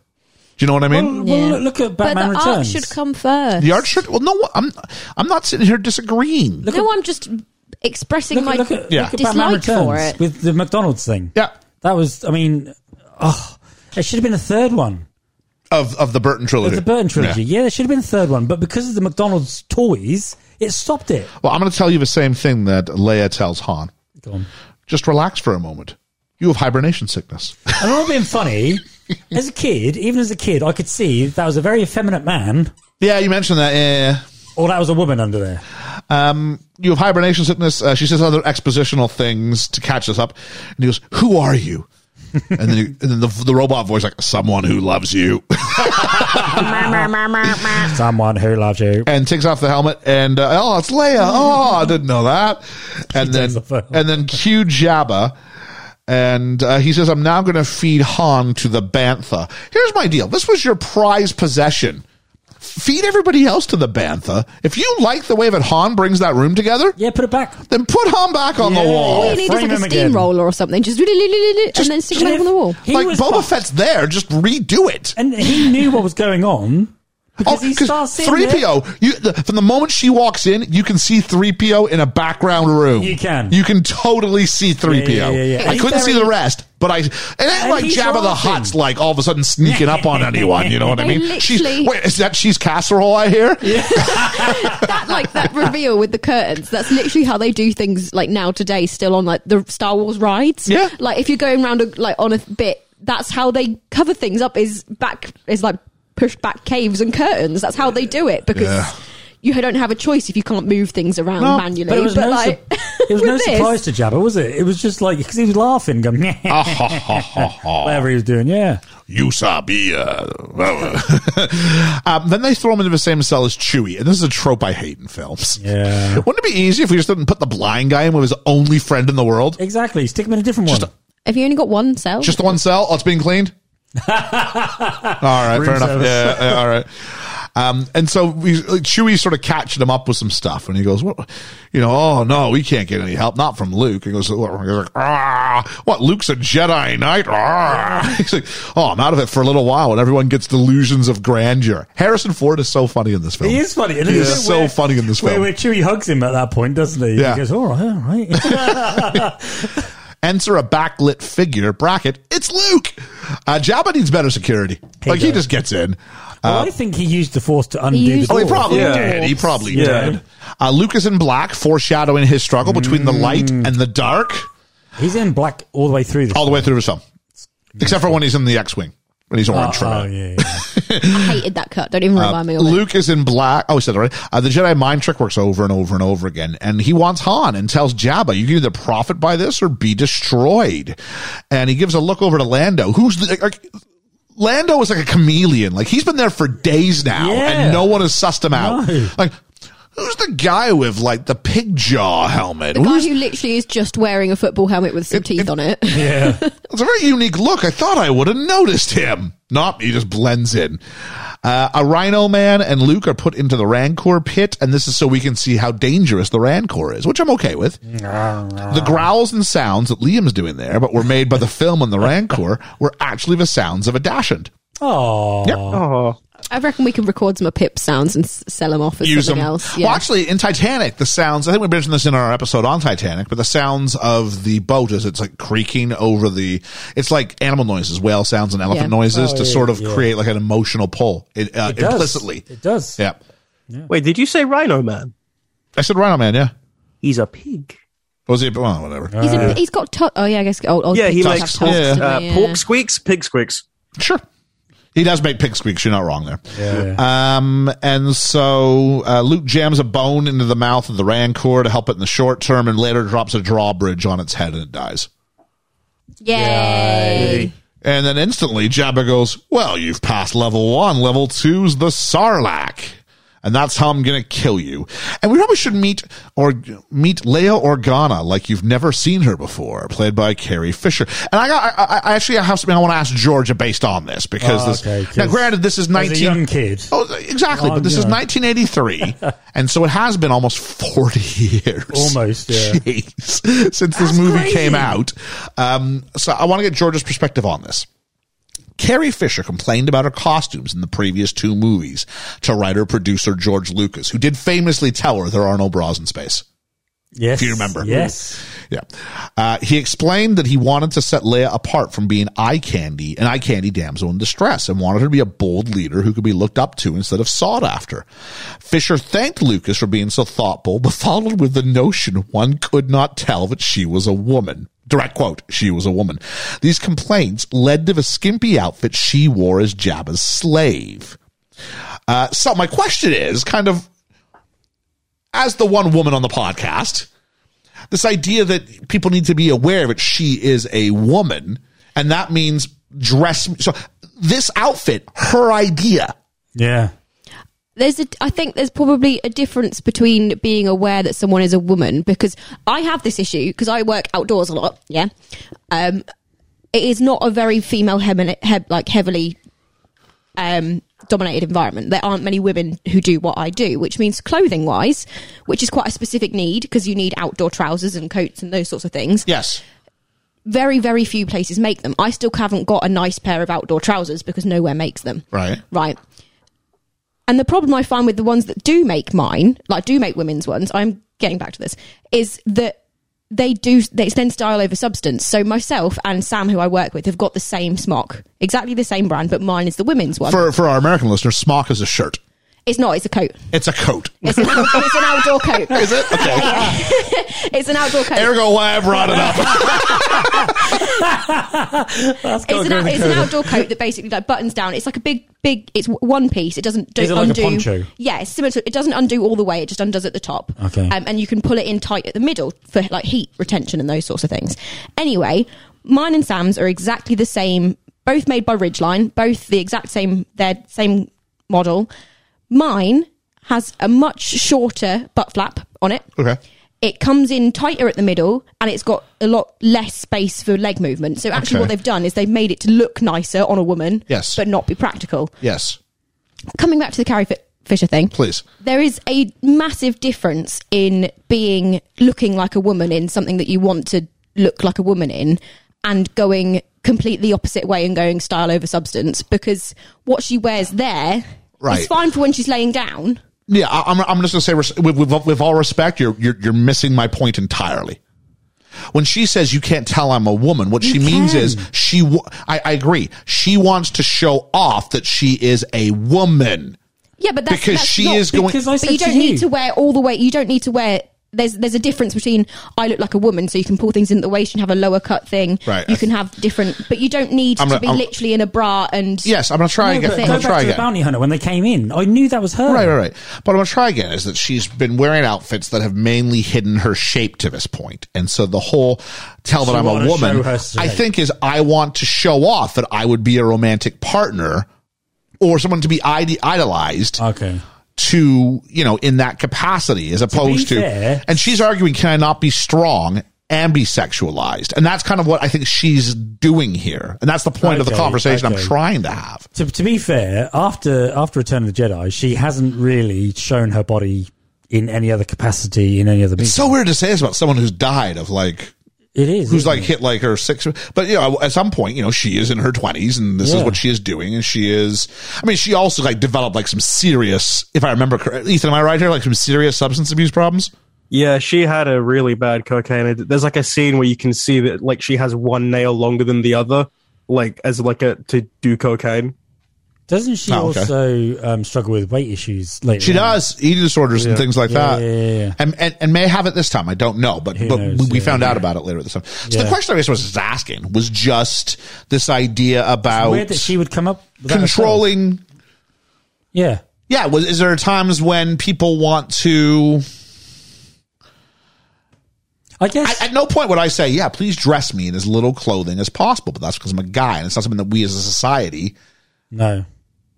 Do you know what I mean? Well, well, look, look at But the Batman Returns. art should come first. the art shirt. Well, no, I'm I'm not sitting here disagreeing. no, I'm just expressing look, my at- look at, Yeah. look at Batman dislike Returns for it. with the McDonald's thing. Yeah. that was. I mean, oh, it should have been a third one. Of of the Burton trilogy. Of the Burton trilogy. Yeah. Yeah. there should have been a third one, but because of the McDonald's toys, it stopped it. Well, I'm going to tell you the same thing that Leia tells Han. Go on. Just relax for a moment. You have hibernation sickness. And I'm not being funny. As a kid, even as a kid, I could see that was a very effeminate man, yeah, you mentioned that. Yeah, yeah. or that was a woman under there. you have hibernation sickness. Uh, she says other expositional things to catch us up. And he goes, Who are you? and then, he, and then the, the robot voice, like, Someone who loves you. Someone who loves you. and takes off the helmet and, uh, Oh, it's Leia. Oh, I didn't know that. And then, takes off the helmet. and then cue Jabba. And uh, he says, I'm now going to feed Han to the Bantha. Here's my deal this was your prize possession. Feed everybody else to the Bantha. If you like the way that Han brings that room together, Yeah, put it back. then put Han back on the Yeah. wall. All you need is frame like a him again. steamroller or something. Just and then stick it up on the wall. He like was Boba fucked. Fett's there, just redo it. and he knew what was going on because he starts sitting Oh, three there. PO. You the, from the moment she walks in, you can see three PO in a background room. You can. you can totally see three PO. Yeah, yeah, yeah, yeah. I He's couldn't see very- the rest, but I and it And like he's Jabba the laughing. Hutt's like all of a sudden sneaking up on anyone. You know what I I mean? She's literally- wait, is that she's casserole? I hear. that like that reveal with the curtains. That's literally how they do things like now today. Still on like the Star Wars rides. Yeah. Like if you're going around a, like on a bit, that's how they cover things up. Is back is like push back caves and curtains. That's how they do it because. Yeah. You don't have a choice if you can't move things around No, manually. But it was no, like, su- it was no with this- surprise to Jabba, was it? It was just like because he was laughing, going Ah, ha, ha, ha, ha. whatever he was doing. Yeah, You sabia. um, then they throw him into the same cell as Chewie, and this is a trope I hate in films. Yeah. Wouldn't it be easy if we just didn't put the blind guy in with his only friend in the world? exactly. Stick him in a different one. Have you only got one cell? Just the one cell? Oh, it's being cleaned? all right, Room fair enough. service. Yeah, yeah, all right. Um, and so we, like, Chewie sort of catching him up with some stuff, and he goes, "What? You know? Oh no, we can't get any help. Not from Luke." He goes, "What?" He's like, "Ah, what? Luke's a Jedi Knight." Ah. He's like, "Oh, I'm out of it for a little while," and everyone gets delusions of grandeur. Harrison Ford is so funny in this film. He is funny. And He it's is where- so funny in this where, film. Where Chewie hugs him at that point, doesn't he? Yeah. He goes, all right, all right. enter a backlit figure bracket. It's Luke. Uh, Jabba needs better security. like he does. just gets in. well, I think he used the force to He undo the used Uh, Oh, he Dwarf. probably Yeah. did. He probably Yeah. did. Uh, Lucas in black, foreshadowing his struggle between the light and the dark, He's in black all the way through this. all the way through his film, except for when he's in the X-wing when he's Oh, orange from oh, it. yeah, yeah. I hated that cut. Don't even Uh, remind me of it. Luke is in black. Oh, he said it right. Uh, the Jedi mind trick works over and over and over again, and he wants Han and tells Jabba, "You can either profit by this or be destroyed." And he gives a look over to Lando, who's the, like, Lando is like a chameleon. Like he's been there for days now, Yeah. and no one has sussed him out. No. Like. Who's the guy with like the pig jaw helmet? The guy Who's- who literally is just wearing a football helmet with some teeth on it. It's a very unique look. I thought I would have noticed him. Nope, he just blends in. Uh, a Rhino Man and Luke are put into the Rancor pit, and this is so we can see how dangerous the Rancor is, which I'm okay with. the growls and sounds that Liam's doing there, but were made by the film and the Rancor, were actually the sounds of a Dashant. Oh, I reckon we can record some of Pip's sounds and s- sell them off as use them. something else. Yeah. Well, actually, in Titanic, the sounds, I think we mentioned this in our episode on Titanic, but the sounds of the boat as it's like creaking over the, it's like animal noises, whale sounds and elephant Yeah. noises Oh, to yeah, sort of yeah. create like an emotional pull it, uh, it does. implicitly. It does. Yeah. Wait, did you say Rhino Man? I said Rhino Man, yeah. He's a pig. Was he, well, whatever. He's, a, he's got tu- oh yeah, I guess old, old Uh, Yeah, he pictures makes have tusks, yeah. don't uh, they? Yeah. pork squeaks, pig squeaks. Sure. He does make pig squeaks. You're not wrong there. Yeah. Um, and so uh, Luke jams a bone into the mouth of the Rancor to help it in the short term and later drops a drawbridge on its head and it dies. Yay! And then instantly Jabba goes, Well, you've passed level one. Level two's the Sarlacc. And that's how I'm going to kill you. And we probably should meet or meet Leia Organa like you've never seen her before, played by Carrie Fisher. And I got, I, I- I actually have something I want to ask Georgia based on this because Oh, this, okay, now 'cause granted, this is As 19. a young kid. Oh, exactly. Oh, but this is yeah. 1983. and so it has been almost 40 years. Almost, yeah. Jeez. Since this movie came out. Um, so I want to get George's perspective on this. Carrie Fisher complained about her costumes in the previous two movies to writer producer George Lucas, who did famously tell her there are no bras in space. Yes. If you remember. Yes. Yeah. Uh, he explained that he wanted to set Leia apart from being eye candy, an eye candy damsel in distress, and wanted her to be a bold leader who could be looked up to instead of sought after. Fisher thanked Lucas for being so thoughtful, but followed with the notion one could not tell that she was a woman. Direct quote, she was a woman. These complaints led to the skimpy outfit she wore as Jabba's slave. Uh, so my question is kind of as the one woman on the podcast, this idea that people need to be aware that she is a woman, and that means dress. So this outfit, her idea. Yeah. there's a i think there's probably a difference between being aware that someone is a woman because i have this issue because i work outdoors a lot yeah um it is not a very female hemin- he- like heavily um dominated environment there aren't many women who do what i do which means clothing wise which is quite a specific need because you need outdoor trousers and coats and those sorts of things Yes. very very few places make them i still haven't got a nice pair of outdoor trousers because nowhere makes them Right. right and the problem i find with the ones that do make mine like do make women's ones i'm getting back to this is that they do they extend style over substance so myself and sam who i work with have got the same smock exactly the same brand but mine is the women's one For for our American listeners, smock is a shirt. it's not it's a coat It's a coat. it's an, out- it's an outdoor coat Is it? Okay. it's an outdoor coat Ergo why I brought it up. it's, an, out- it's an outdoor coat that basically like buttons down. It's like a big, big. It's w- one piece. It doesn't do, Is it like a undo. poncho? Yeah, it's similar to. It doesn't undo all the way. It just undoes at the top. Okay. Um, and you can pull it in tight at the middle for like heat retention and those sorts of things. Anyway, mine and Sam's are exactly the same. Both made by Ridgeline. Both the exact same. They're same model. Mine has a much shorter butt flap on it Okay. it comes in tighter at the middle and it's got a lot less space for leg movement. So actually Okay. what they've done is they've made it to look nicer on a woman, Yes. but not be practical. Yes. Coming back to the Carrie Fi- Fisher thing. Please. There is a massive difference in being looking like a woman in something that you want to look like a woman in and going completely opposite way and going style over substance because what she wears there is Right. fine for when she's laying down. Yeah, I, I'm. I'm just gonna say res- with, with with all respect, you're you're you're missing my point entirely. When she says you can't tell I'm a woman, what she means is she. W- I, I agree. She wants to show off that she is a woman Yeah, but that's because that's she not- is going. Because I said but you don't to need to wear all the way. You don't need to wear. There's there's a difference between I look like a woman, so you can pull things in the waist and have a lower cut thing. Right. You can have different, but you don't need I'm to gonna- be I'm- literally in a bra and. Yes, I'm gonna try No, again. but I'm go gonna back try to the again. bounty hunter when they came in. I knew that was her. Right, right, right. But I'm gonna try again. Is that she's been wearing outfits that have mainly hidden her shape to this point, and so the whole "tell that She I'm a wanna woman" show her I shape. think is I want to show off that I would be a romantic partner or someone to be ide- idolized. Okay. to you know in that capacity as opposed to, fair- and she's arguing can i not be strong and be sexualized and that's kind of what i think she's doing here and that's the point of the Okay, conversation i'm okay. trying to have To, to be fair, after after Return of the Jedi, she hasn't really shown her body in any other capacity in any other. it's so weird to say this about someone who's died of like it is. who's isn't like it? hit like her six but you know at some point you know she is in her 20s and this is Yeah. what she is doing and she is i mean she also like developed like some serious if i remember correctly ethan am i right here like some serious substance abuse problems Yeah, she had a really bad cocaine. addic- There's like a scene where you can see that like she has one nail longer than the other, like as like a to do cocaine. Doesn't she Oh, okay. also um, struggle with weight issues later? She on? does eating disorders and things like Yeah, that, yeah, yeah, yeah. And, and and may have it this time. I don't know, but but knows? we, we Yeah, found out yeah. about it later this time. So the Yeah. question I guess was asking was just this idea Weird about that she would come up with that herself. controlling. Yeah. Yeah, was is there times when people want to? I guess. I, at no point would I say, yeah, please dress me in as little clothing as possible, but that's because I'm a guy, and it's not something that we as a society no.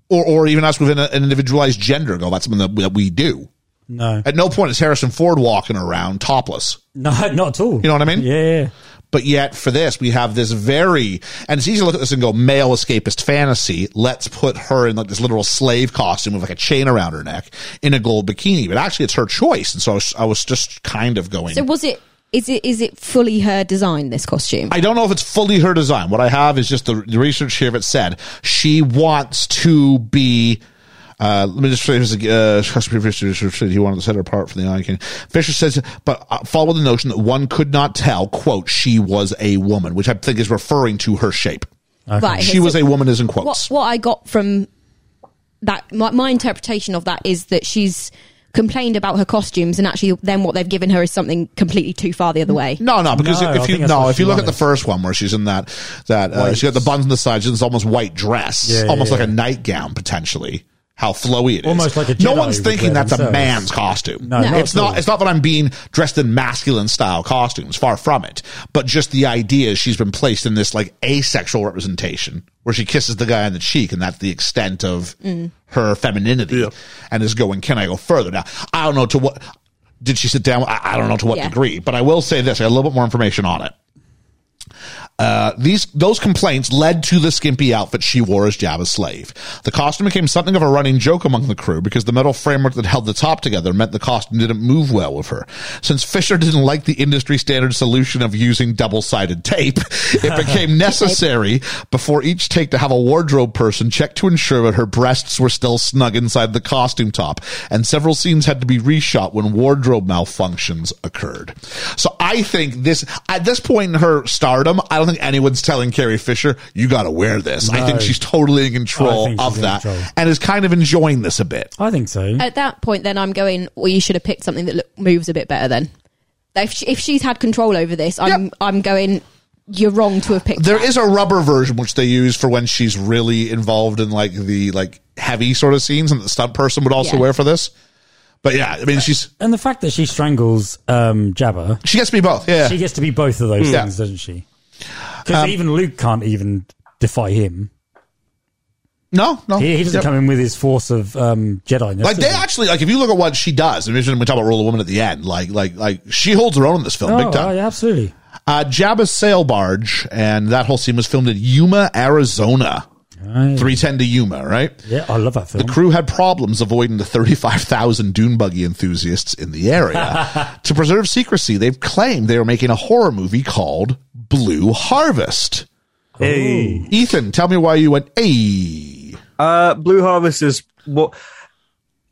or or even us within a, an individualized gender go. That's something that we, that we do. No. At no point is Harrison Ford walking around topless. No, not at all. You know what I mean? Yeah. yeah. But yet, for this, we have this very, and it's easy to look at this and go, male escapist fantasy. Let's put her in like this literal slave costume with like a chain around her neck in a gold bikini. But actually, it's her choice. And so I was, I was just kind of going. So was it? Is it? Is it fully her design? This costume. I don't know if it's fully her design. What I have is just the, the research here that said she wants to be Uh, let me just say this uh, Fisher, he wanted to set her apart from the Iron King. Fisher says, but uh, follow the notion that one could not tell, quote, she was a woman, which I think is referring to her shape. Right. She was a woman is in quotes. What, what I got from that, my, my interpretation of that is that she's complained about her costumes, and actually, then what they've given her is something completely too far the other way. No, no, because No, I if you think that's no, what if you she look at the wanted. first one where she's in that that uh, White. she's got the buns on the side, she's in this almost white dress, Yeah, yeah, almost like yeah. a nightgown potentially. How flowy it is! Almost like a no Jedi one's would thinking wear that's a themselves. man's costume. No, No. not it's at not. all. It's not that I'm being dressed in masculine style costumes. Far from it. But just the idea is she's been placed in this like asexual representation where she kisses the guy on the cheek, and that's the extent of her femininity, and is going. Can I go further? Now I don't know to what. Did she sit down? I, I don't know to what Yeah. degree, but I will say this: I have a little bit more information on it. Uh, these those complaints led to the skimpy outfit she wore as Jabba's slave. The costume became something of a running joke among the crew because the metal framework that held the top together meant the costume didn't move well with her. Since Fisher didn't like the industry standard solution of using double-sided tape, it became necessary before each take to have a wardrobe person check to ensure that her breasts were still snug inside the costume top, and several scenes had to be reshot when wardrobe malfunctions occurred. So I think this at this point in her stardom, I don't think anyone's telling Carrie Fisher, "You got to wear this." I think No. she's totally in I control think of she's in that, control. and is kind of enjoying this a bit. I think so. At that point, then I'm going. Well, you should have picked something that look, moves a bit better. Then, if, she, if she's had control over this, I'm Yep. I'm going. You're wrong to have picked. There that. is a rubber version which they use for when she's really involved in like the like heavy sort of scenes, and the stunt person would also Yeah. wear for this. But yeah, I mean, she's And the fact that she strangles um, Jabba, she gets to be both. Yeah, she gets to be both of those Yeah. Um, things, doesn't she? Because even Luke can't even defy him. no, no, He, he doesn't Yep. come in with his force of um, Jedi. Like they actually like if you look at what she does, and we talk about Rule of Woman at the end, like like like she holds her own in this film, Oh, big time. oh, yeah, absolutely. Uh, Jabba's sail barge, and that whole scene was filmed in Yuma, Arizona, three ten to Yuma, right? Yeah, I love that film. The crew had problems avoiding the 35,000 dune buggy enthusiasts in the area. to preserve secrecy, they've claimed they were making a horror movie called Blue Harvest. Hey. Ethan, tell me why you went, hey. Uh, Blue Harvest is what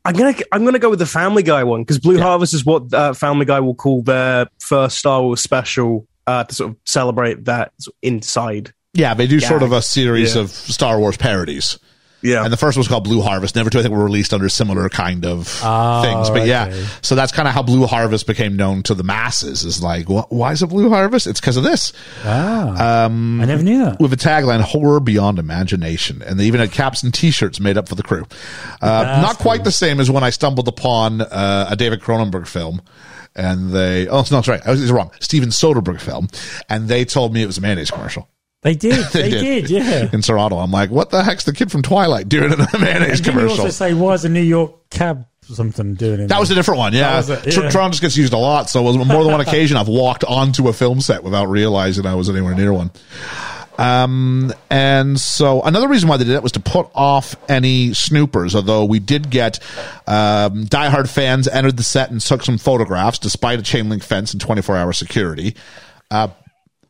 I'm gonna I'm gonna go with the Family Guy one because Blue Harvest is what uh, Family Guy will call their first Star Wars special uh, to sort of celebrate that sort of inside. Yeah, they do sort of a series Yeah. of Star Wars parodies. Yeah, And the first one was called Blue Harvest. Never two, I think, were released under similar kind of things. But yeah, Oh, okay. so that's kind of how Blue Harvest became known to the masses. Is like, wh- why is it Blue Harvest? It's because of this I never knew that. with a tagline "Horror Beyond Imagination," and they even had caps and T-shirts made up for the crew. Uh, not quite the same as when I stumbled upon uh, a David Cronenberg film, and they oh no, sorry, I was, it's wrong. Steven Soderbergh film, and they told me it was a mayonnaise commercial. They did. They, did. Yeah. In Toronto, I'm like, what the heck's the kid from Twilight doing in a mayonnaise Didn't you commercial? also say why is a New York cab something doing? In That was a there? different one, yeah. was it, Tr- yeah. Toronto just gets used a lot, so on more than one occasion I've walked onto a film set without realizing I was anywhere near one. Um, and so another reason why they did it was to put off any snoopers. Although we did get um, diehard fans entered the set and took some photographs, despite a chain link fence and 24 hour security. Uh,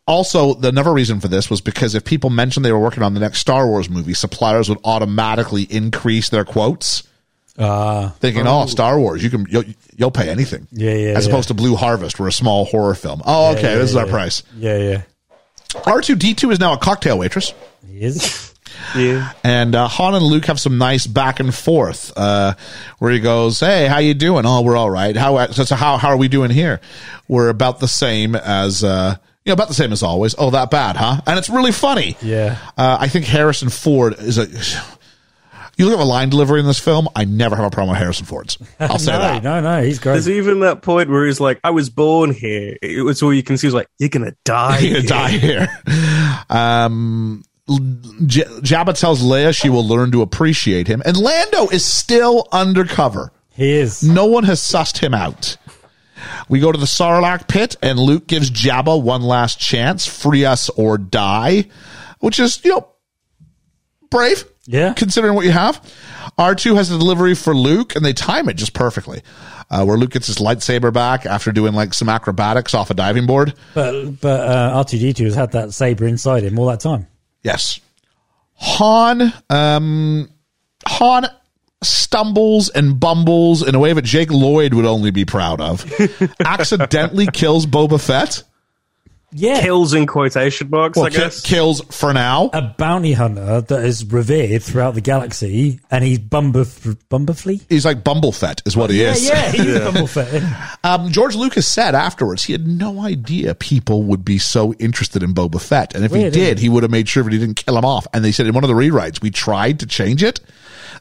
also, the another reason for this was because if people mentioned they were working on the next Star Wars movie, suppliers would automatically increase their quotes thinking, "Oh, Star Wars, you can you'll, you'll pay anything." Uh, Yeah, yeah, As yeah. opposed to Blue Harvest, we're a small horror film. Oh, okay, yeah, this is our yeah. price. Yeah, yeah. R two D two is now a cocktail waitress, He is. yeah. and uh, Han and Luke have some nice back and forth uh, where he goes, "Hey, how you doing? Oh, we're all right. How so, so how how are we doing here? We're about the same as." Uh, you know, about the same as always. Oh, that bad, huh? And it's really funny. Yeah. Uh, I think Harrison Ford is a. You look at the line delivery in this film. I never have a problem with Harrison Ford's. I'll say no, that. no, no. He's great. There's even that point where he's like, "I was born here." It was all you can see was like, "You're gonna die." You're gonna here." die here. Um, L- J- Jabba tells Leia she will learn to appreciate him, and Lando is still undercover. he is. No one has sussed him out. We go to the Sarlacc pit, and Luke gives Jabba one last chance: free us or die, which is you know brave. Yeah. considering what you have. R two has a delivery for Luke, and they time it just perfectly, uh, where Luke gets his lightsaber back after doing like some acrobatics off a diving board. But but uh, R2D2 has had that saber inside him all that time. Yes. Han, um, Han stumbles and bumbles in a way that Jake Lloyd would only be proud of, accidentally kills Boba Fett. Yeah. Kills in quotation marks, Well, I ki- guess. kills for now. a bounty hunter that is revered throughout the galaxy, and he's Bumberf- Bumberflee? He's like Bumblefett, is what he is. Yeah, he's Bumblefett. Um, George Lucas said afterwards he had no idea people would be so interested in Boba Fett, and if he Weird, isn't did, he would have made sure that he didn't kill him off. And they said in one of the rewrites, we tried to change it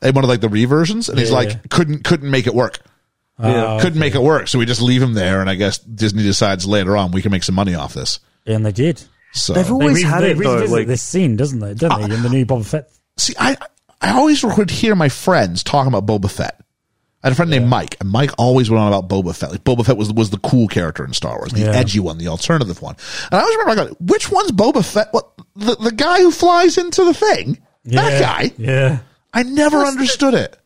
in one of like the reversions, and he's Yeah, like yeah. couldn't couldn't make it work. Yeah. couldn't make it work, so we just leave him there. And I guess Disney decides later on we can make some money off this. and they did. So They've They, always re- had they it though. revisit Like, this scene, doesn't they? Don't they? In the new Boba Fett. see, I I always would hear my friends talking about Boba Fett. I had a friend named Mike, and Mike always went on about Boba Fett. Like Boba Fett was was the cool character in Star Wars, the Yeah. edgy one, the alternative one. And I always remember, like, which one's Boba Fett? What the the guy who flies into the thing? That guy? Yeah. I never understood it.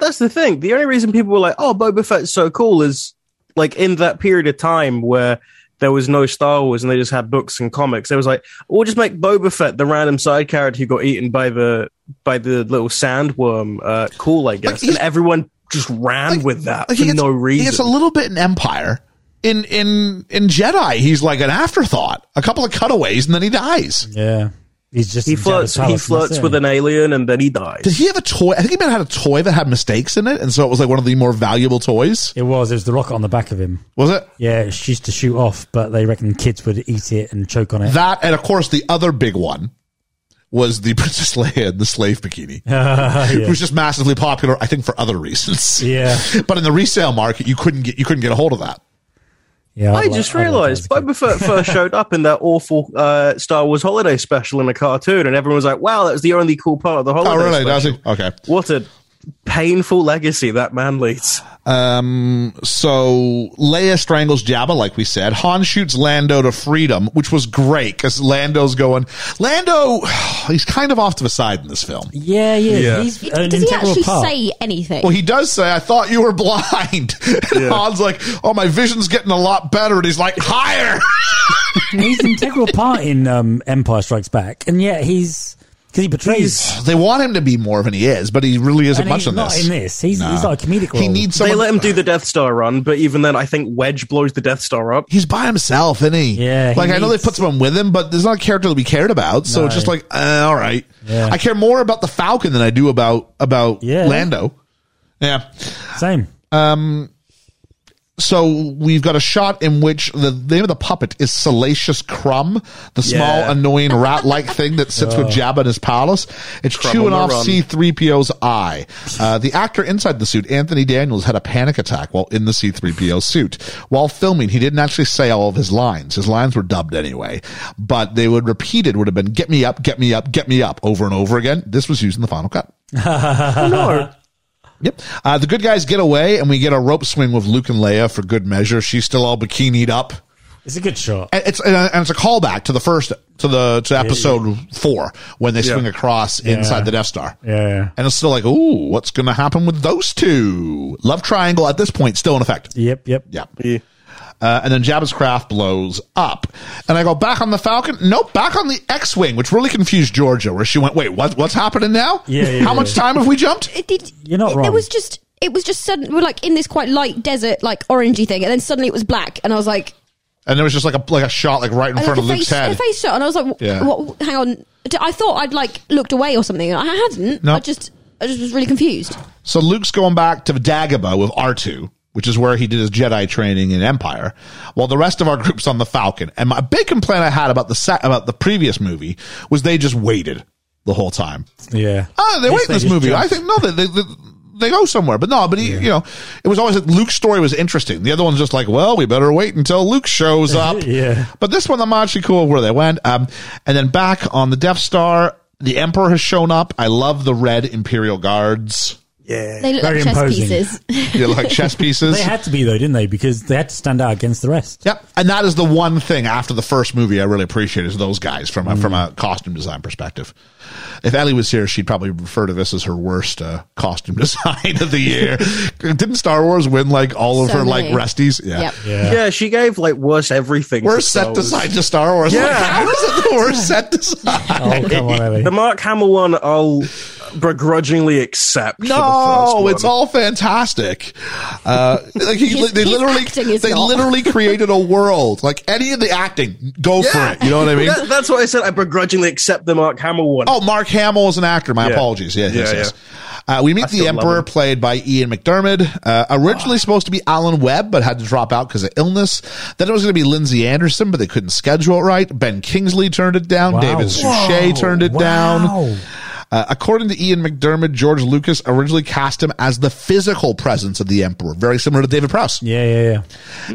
that's the thing. The only reason people were like, "Oh, Boba Fett's so cool," is like in that period of time where there was no Star Wars and they just had books and comics. It was like, "We'll just make Boba Fett the random side character who got eaten by the by the little sandworm." Uh, cool, I guess. he's- and everyone just ran with that Like, for he gets- no He gets a reason. little bit in Empire. In in in Jedi, he's like an afterthought, a couple of cutaways, and then he dies. Yeah. He's just he in flirts. Jabba's palace, He and that's flirts it. with an alien and then he dies. Did he have a toy? I think he might have had a toy that had mistakes in it, and so it was like one of the more valuable toys. It was. It was the rocket on the back of him. Was it? Yeah, it's used to shoot off, but they reckon kids would eat it and choke on it. That, and of course, the other big one was the Princess Leia and the slave bikini, It yeah. was just massively popular. I think for other reasons. Yeah. But in the resale market, you couldn't get you couldn't get a hold of that. yeah I like- just like that realized as a kid. Boba Fett first showed up in that awful uh, Star Wars holiday special in a cartoon, and everyone was like, wow, that was the only cool part of the holiday Oh, really? Does special. he? Okay. What a painful legacy that man leads. Um. So Leia strangles Jabba, like we said. Han shoots Lando to freedom, which was great because Lando's going. Lando, he's kind of off to the side in this film. Yeah, yeah. Yeah. He's Does an he integral actually part. say anything? Well, he does say, I thought you were blind. And Han's like, oh, my vision's getting a lot better. And he's like, higher. he's an integral part in um, Empire Strikes Back, and yet he's because he portrays they want him to be more than he is, but he really isn't and much he's in not this. in this. He's, he's No. like a comedic role. He needs They someone. let him do the Death Star run, but even then, I think Wedge blows the Death Star up. he's by himself, isn't he? Yeah, he Like, I know they needs- put someone with him, but there's not a character that we cared about. So it's just like, uh, all right. Yeah. I care more about the Falcon than I do about, about Yeah. Lando. Yeah. same. so we've got a shot in which the name of the puppet is Salacious Crumb, the small, Yeah. annoying rat like thing that sits with Jabba in his palace. It's Crumb chewing off on the run. C3PO's eye. Uh, the actor inside the suit, Anthony Daniels, had a panic attack while in the C3PO suit. While filming, he didn't actually say all of his lines. His lines were dubbed anyway, but they would repeated would have been, get me up, get me up, get me up over and over again. This was used in the final cut. No. Yep. Uh, the good guys get away, and we get a rope swing with Luke and Leia for good measure. She's still all bikinied up. It's a good shot. And it's and it's a callback to the first to the to episode four when they swing across inside the Death Star. Yeah. And it's still like, ooh, what's going to happen with those two? Love triangle at this point still in effect. Yep. Yep. Yeah. Uh, and then Jabba's craft blows up, and I go back on the Falcon. Nope, back on the X-wing, which really confused Georgia, where she went, "Wait, what? What's happening now? Yeah, yeah, How yeah. much time have we jumped?" It did- You're not it- wrong. It was just. It was just sudden. We're like in this quite light desert, like orangey thing, and then suddenly it was black, and I was like, And there was just like a like a shot like right in I front like of a Luke's face, head. a face shot, and I was like, Yeah. yeah. what, "Hang on." D- I thought I'd like looked away or something, and I hadn't. No. I just, I just was really confused. So Luke's going back to Dagobah with R2, which is where he did his Jedi training in Empire, while the rest of our group's on the Falcon. And my big complaint I had about the set about the previous movie was they just waited the whole time. Yeah. Oh, they At wait least in this just movie. jumped. I think no, they, they, they, they go somewhere. But no, but he, you know, it was always that Luke's story was interesting. The other one's just like, well, we better wait until Luke shows up. Yeah. But this one, I'm actually cool where they went. Um, and then back on the Death Star, the Emperor has shown up. I love the red Imperial guards. They look Very like chess imposing. pieces. They're like chess pieces. They had to be though, didn't they? Because they had to stand out against the rest. Yep, and that is the one thing after the first movie I really appreciate is those guys from a, Mm. from a costume design perspective. If Ellie was here, she'd probably refer to this as her worst uh, costume design of the year. Didn't Star Wars win like all of So her like many. resties? Yeah, Yep. Yeah. she gave like worse everything. to worst set Star Wars. design to Star Wars. Yeah, Yeah. how is it the worst set design? Oh come on, Ellie. The Mark Hamill one, I'll begrudgingly accept. for the first No, one. it's all fantastic. Uh, like he, His- they his literally, acting is they not. literally created a world. Like any of the acting, go for it. You know what I mean? That- that's why I said I begrudgingly accept the Mark Hamill one. Oh, Mark Hamill is an actor. My Yeah. apologies. Yeah, yes, Yeah, yes. Uh, we meet the still love Emperor, him. Ah. played by Ian McDermott. Uh, originally supposed to be Alan Webb, but had to drop out because of illness. Then it was going to be Lindsay Anderson, but they couldn't schedule it right. Ben Kingsley turned it down. Wow. David Suchet turned it Wow. down. Uh, according to Ian McDermott, George Lucas originally cast him as the physical presence of the Emperor, very similar to David Prowse Yeah, yeah,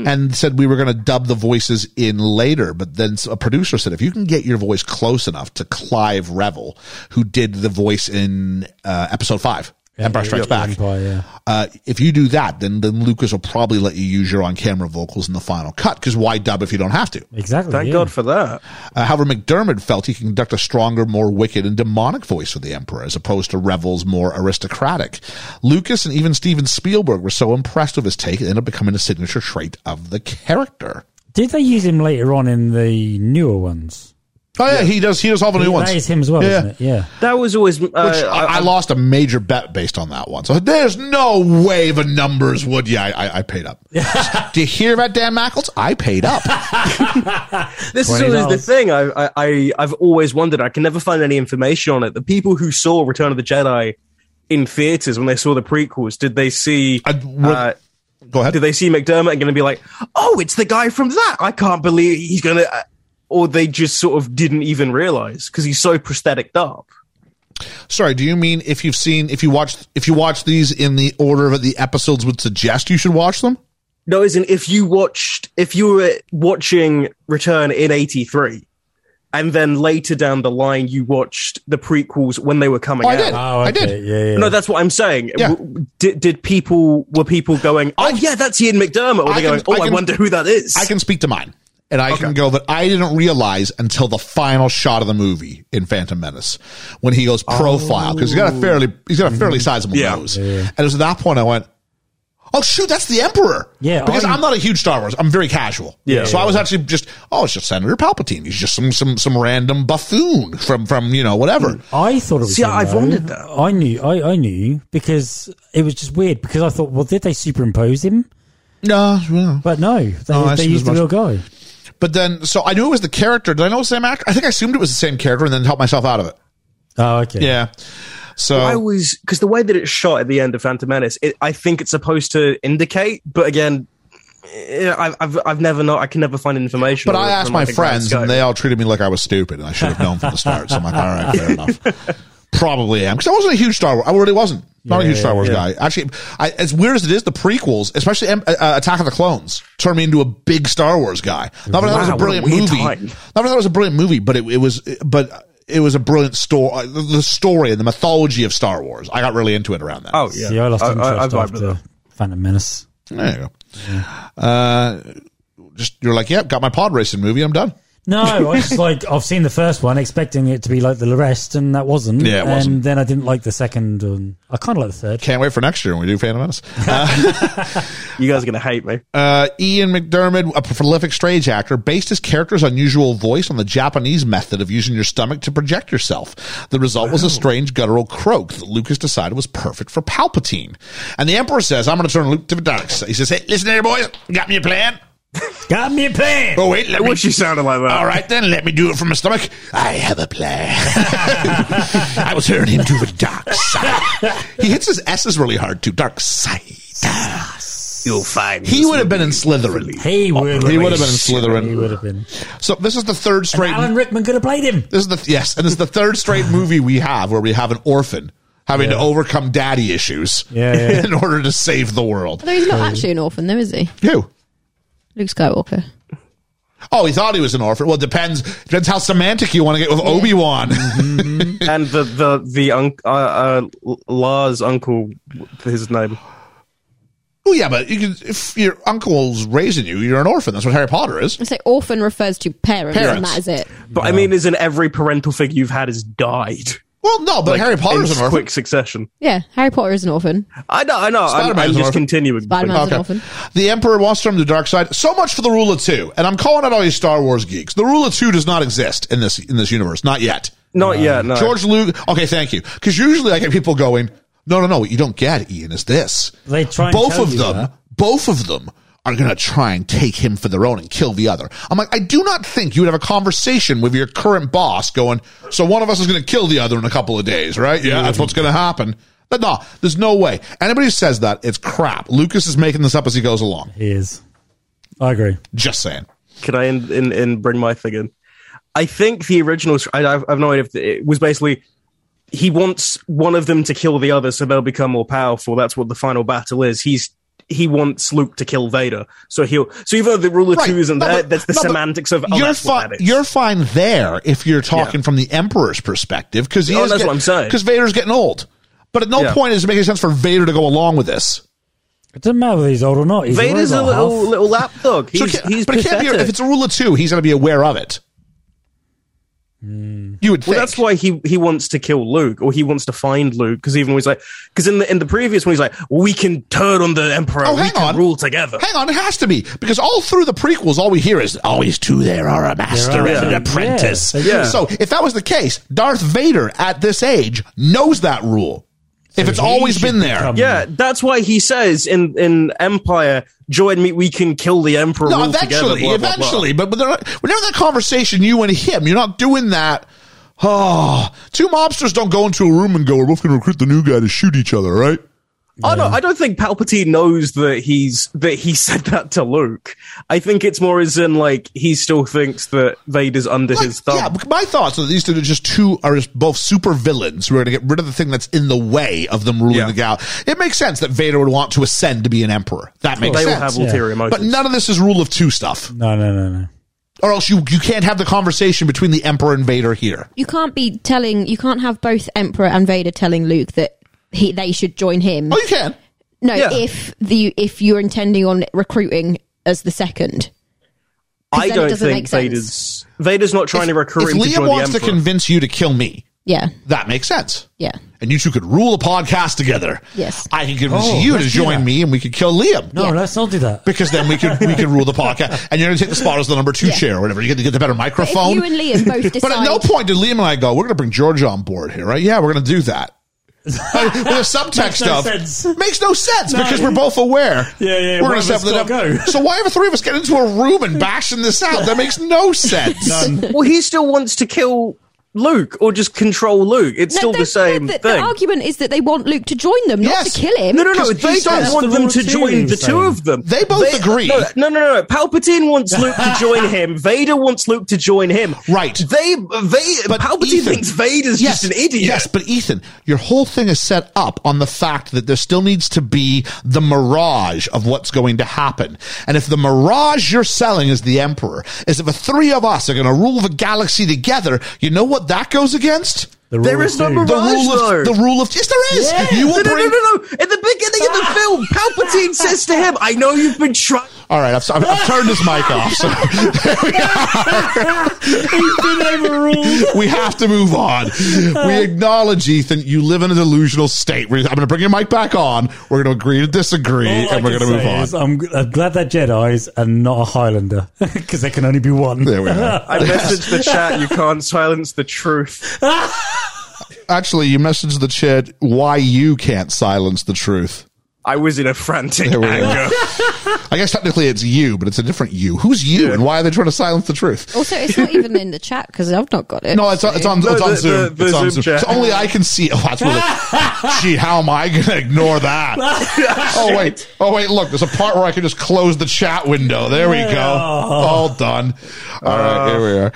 yeah. and said we were going to dub the voices in later. But then a producer said, if you can get your voice close enough to Clive Revel, who did the voice in uh, episode five, Empire Strikes Back, Empire, yeah. uh, if you do that, then then Lucas will probably let you use your on camera vocals in the final cut. Because why dub if you don't have to? Exactly. Thank yeah. God for that. Uh, however, McDermott felt he could conduct a stronger, more wicked and demonic voice for the Emperor, as opposed to Revel's more aristocratic. Lucas and even Steven Spielberg were so impressed with his take, it ended up becoming a signature trait of the character. Did they use him later on in the newer ones? Oh yeah, he does. He does all the new ones. That is him as well, Yeah. isn't it? Yeah. That was always. Uh, Which I, I lost a major bet based on that one. So there's no way the numbers would. Yeah, I, I, I paid up. Do you hear about Dan Mackles? I paid up. This is $20. always the thing I, I, I, I've always wondered. I can never find any information on it. The people who saw Return of the Jedi in theaters when they saw the prequels, did they see? I- what- uh, Go ahead. did they see McDermott and going to be like, "Oh, it's the guy from that"? I can't believe he's going to. Or they just sort of didn't even realize because he's so prosthetic up. Sorry. Do you mean if you've seen if you watched if you watch these in the order that the episodes would suggest you should watch them? No, isn't if you watched if you were watching Return in '83, and then later down the line you watched the prequels when they were coming Oh, I out. did. Oh, I okay. did. Yeah, yeah. No, that's what I'm saying. Yeah. W- Did, did people were people going? Oh yeah, that's Ian McDermott. Or I they can- going? Oh, I I, can- wonder who that is. I can speak to mine. And I can go that I didn't realize until the final shot of the movie in Phantom Menace when he goes profile because he's got a fairly he's got a fairly sizable Oh. Mm-hmm. Yeah. nose. And it was at that point I went, "Oh shoot, that's the Emperor!" Yeah, oh, because I- I'm not a huge Star Wars. I'm very casual. Yeah. so I was actually just, "Oh, it's just Senator Palpatine. He's just some some some random buffoon from from you know Mm. whatever." I thought it was. See, him, I've though. wondered that. I knew, I, I knew because it was just weird because I thought, well, did they superimpose him? No, no. But no, they, No, Oh, I they see used the as real much. guy. But then, so I knew it was the character. Did I know it was the same actor? I think I assumed it was the same character, and then helped myself out of it. Oh, okay. Yeah. So Oh. I was because the way that it's shot at the end of Phantom Menace, it, I think it's supposed to indicate. But again, eh, I've I've, I've never not. I can never find information. But on I it asked from, my like, a grand friends, scope. and they all treated me like I was stupid, and I should have known from the start. So I'm like, all right, fair enough. Probably am because I wasn't a huge Star Wars. I really wasn't. Not a huge Star Wars guy. Actually, I, as weird as it is, the prequels, especially um, uh, Attack of the Clones, turned me into a big Star Wars guy. Not that that was a Wow, brilliant what a weird movie. time. Not that that was a brilliant movie, but it, it was. But it was a brilliant story. The the story and the mythology of Star Wars. I got really into it around that. Oh yeah, See, I lost I, interest vibe with after that. Phantom Menace. there you go. Uh, just you're like, yep, got my pod racing movie. I'm done. No, I was just like, I've seen the first one, expecting it to be like the rest, and that wasn't. Yeah, it and wasn't. Oh. then I didn't like the second, and I kind of like the third. Can't wait for next year when we do Phantom Menace. You guys are gonna hate me. Uh, Ian McDermott, a prolific stage actor, based his character's unusual voice on the Japanese method of using your stomach to project yourself. The result was a strange guttural croak that Lucas decided was perfect for Palpatine. And the Emperor says, I'm going to turn Luke to the dark side. He says, Hey, listen here, boys. Got me a plan? Got me a plan. Oh, wait. Let me, sounded like that. All right, then. Let me do it from my stomach. I have a plan. I will turn him to the dark side. He hits his S's really hard, too. Dark side. Oh, You'll find He would have been in Slytherin. He would. He would have been in He Slytherin. would have been. So this is the third straight. Alan Rickman could have played him. This is the yes, and this is the third straight movie we have where we have an orphan having to overcome daddy issues Yeah, yeah. in order to save the world. Although he's not actually an orphan, though, is he? Who? Luke Skywalker. Oh, he thought he was an orphan. Well, depends depends how semantic you want to get with Obi Wan. Mm-hmm. and the the the unc uh, uh, L- Lars uncle, his name. well, yeah, but you can, if your uncle's raising you, you're an orphan. That's what Harry Potter is. I say orphan refers to parents, and Parents. that is it. But I mean, isn't every parental figure you've had has died? Well, no, but Harry Potter's in an orphan. quick succession. Yeah, Harry Potter is an orphan. I know, I know. I'm, Spider-Man's I'm an just orphan. continuing. Spider-Man's an orphan. The Emperor wants to turn to the dark side. So much for the rule of two. And I'm calling out all these Star Wars geeks. The rule of two does not exist in this in this universe, not yet. Not yet. No. George Lucas. Okay, thank you. Because usually I get people going, no, no, no, what you don't get, Ian, is this. They try and both tell of you them, that. both of them are going to try and take him for their own and kill the other. I'm like, I do not think you would have a conversation with your current boss going, so one of us is going to kill the other in a couple of days, right? Yeah, that's what's going to happen. But no, there's no way. Anybody who says that, it's crap. Lucas is making this up as he goes along. He is. I agree. Just saying. Can I in, in, in bring my thing in? I think the original. I, I've, I've no idea if it was basically he wants one of them to kill the other so they'll become more powerful. That's what the final battle is. He's he wants Luke to kill Vader, so he'll. So even though the rule of two isn't No, there, but- that's the no, but semantics of. Oh, you're that's what fine. that is. You're fine there if you're talking from the Emperor's perspective because Oh, that's what I'm saying. Because Vader's getting old, but at no Yeah. point is it making sense for Vader to go along with this. It doesn't matter whether he's old or not. He's Vader's a robot, little Alf. little lapdog. So He's, it can't- he's but it can't pathetic. be, if it's a rule of two, he's going to be aware of it. You would think. Hmm. Well, that's why he he wants to kill Luke, or he wants to find Luke, because even when he's like, because in the in the previous one he's like, we can turn on the Emperor, Oh, we hang can on. rule together. Hang on, it has to be because all through the prequels, all we hear is always two there are a master There are, and an yeah. apprentice. Yeah, they do. So if that was the case, Darth Vader at this age knows that rule. if it's he always should been there, become- Yeah, that's why he says in in Empire, join me, we can kill the Emperor. No, rule eventually, together, blah, blah, blah. eventually. But, but they're not, whenever that conversation, you and him, you're not doing that. Oh, two mobsters don't go into a room and go, we're both going to recruit the new guy to shoot each other, right? Oh no, I don't think Palpatine knows that he's that he said that to Luke. I think it's more as in like he still thinks that Vader's under Like, his thumb. Yeah, but my thoughts are that these two are just two are just both super villains who are going to get rid of the thing that's in the way of them ruling Yeah. the gal. It makes sense that Vader would want to ascend to be an emperor. That makes they will sense. have ulterior emotions. but none of this is rule of two stuff, No, no, no, no. or else you you can't have the conversation between the emperor and Vader here. You can't be telling. You can't have both Emperor and Vader telling Luke that he they should join him. Oh, you can. no, yeah. if the if you're intending on recruiting as the second, I then it don't doesn't make think sense. Vader's Vader's not trying to recruit If him to Liam join the wants to Emperor. convince you to kill me, yeah, that makes sense. yeah, and you two could rule a podcast together. Yes. I could convince Oh, you to let's do join that. me and we could kill Liam. No, Yeah. let's not do that. Because then we could we could rule the podcast, and you're going to take the spot as the number two Yeah. chair or whatever. You get to get the better But if microphone. you and Liam both decide, But at no point did Liam and I go, "We're going to bring Georgia on board here, right? Yeah, we're going to do that." With the subtext Makes no of sense. makes no sense because we're both aware. Yeah, yeah, We're going one to of set us that up. gotta go. So why are the three of us getting into a room and bashing this out? That makes no sense. well, he still wants to kill Luke or just control Luke. It's No, still they- the same the, the thing. argument is that they want Luke to join them, not Yes. to kill him. no, no, no. 'Cause They he's don't just want the them rule to of two, join the you're two saying. of them. They both agree. No, no, no, no. Palpatine wants Luke to join him. Vader wants Luke to join him. Right. They, they, Palpatine Ethan- thinks Vader's just an idiot. Yes, but Ethan, your whole thing is set up on the fact that there still needs to be the mirage of what's going to happen. And if the mirage you're selling is the Emperor, is if the three of us are going to rule the galaxy together, you know what that goes against? The There rule is of no two. mirage. The rule of though. the rule of yes, there is. You No, will no, bring. no, no, no. At the beginning of the film, Palpatine says to him, I know you've been trying. All right, I've, I've, I've turned this mic off. So He's been overruled. we have to move on. Uh. We acknowledge, Ethan, you live in a delusional state. We're- I'm going to bring your mic back on. We're going to agree to disagree, All I and we're can going to move say on. is I'm, I'm glad they're Jedi's and not a Highlander because there can only be one. There we are. I messaged the chat, you can't silence the truth. Actually, you messaged the chat why you can't silence the truth. I was in a frantic There we go. anger. I guess technically it's you, but it's a different you. Who's you, and why are they trying to silence the truth? Also, it's not even in the chat because I've not got it. No, it's on, it's on, it's on the- Zoom. the- the it's on Zoom Zoom. chat. So only I can see. Oh, that's really. Gee, how am I going to ignore that? oh wait, oh wait. Look, there's a part where I can just close the chat window. There we go. All done. All right, here we are.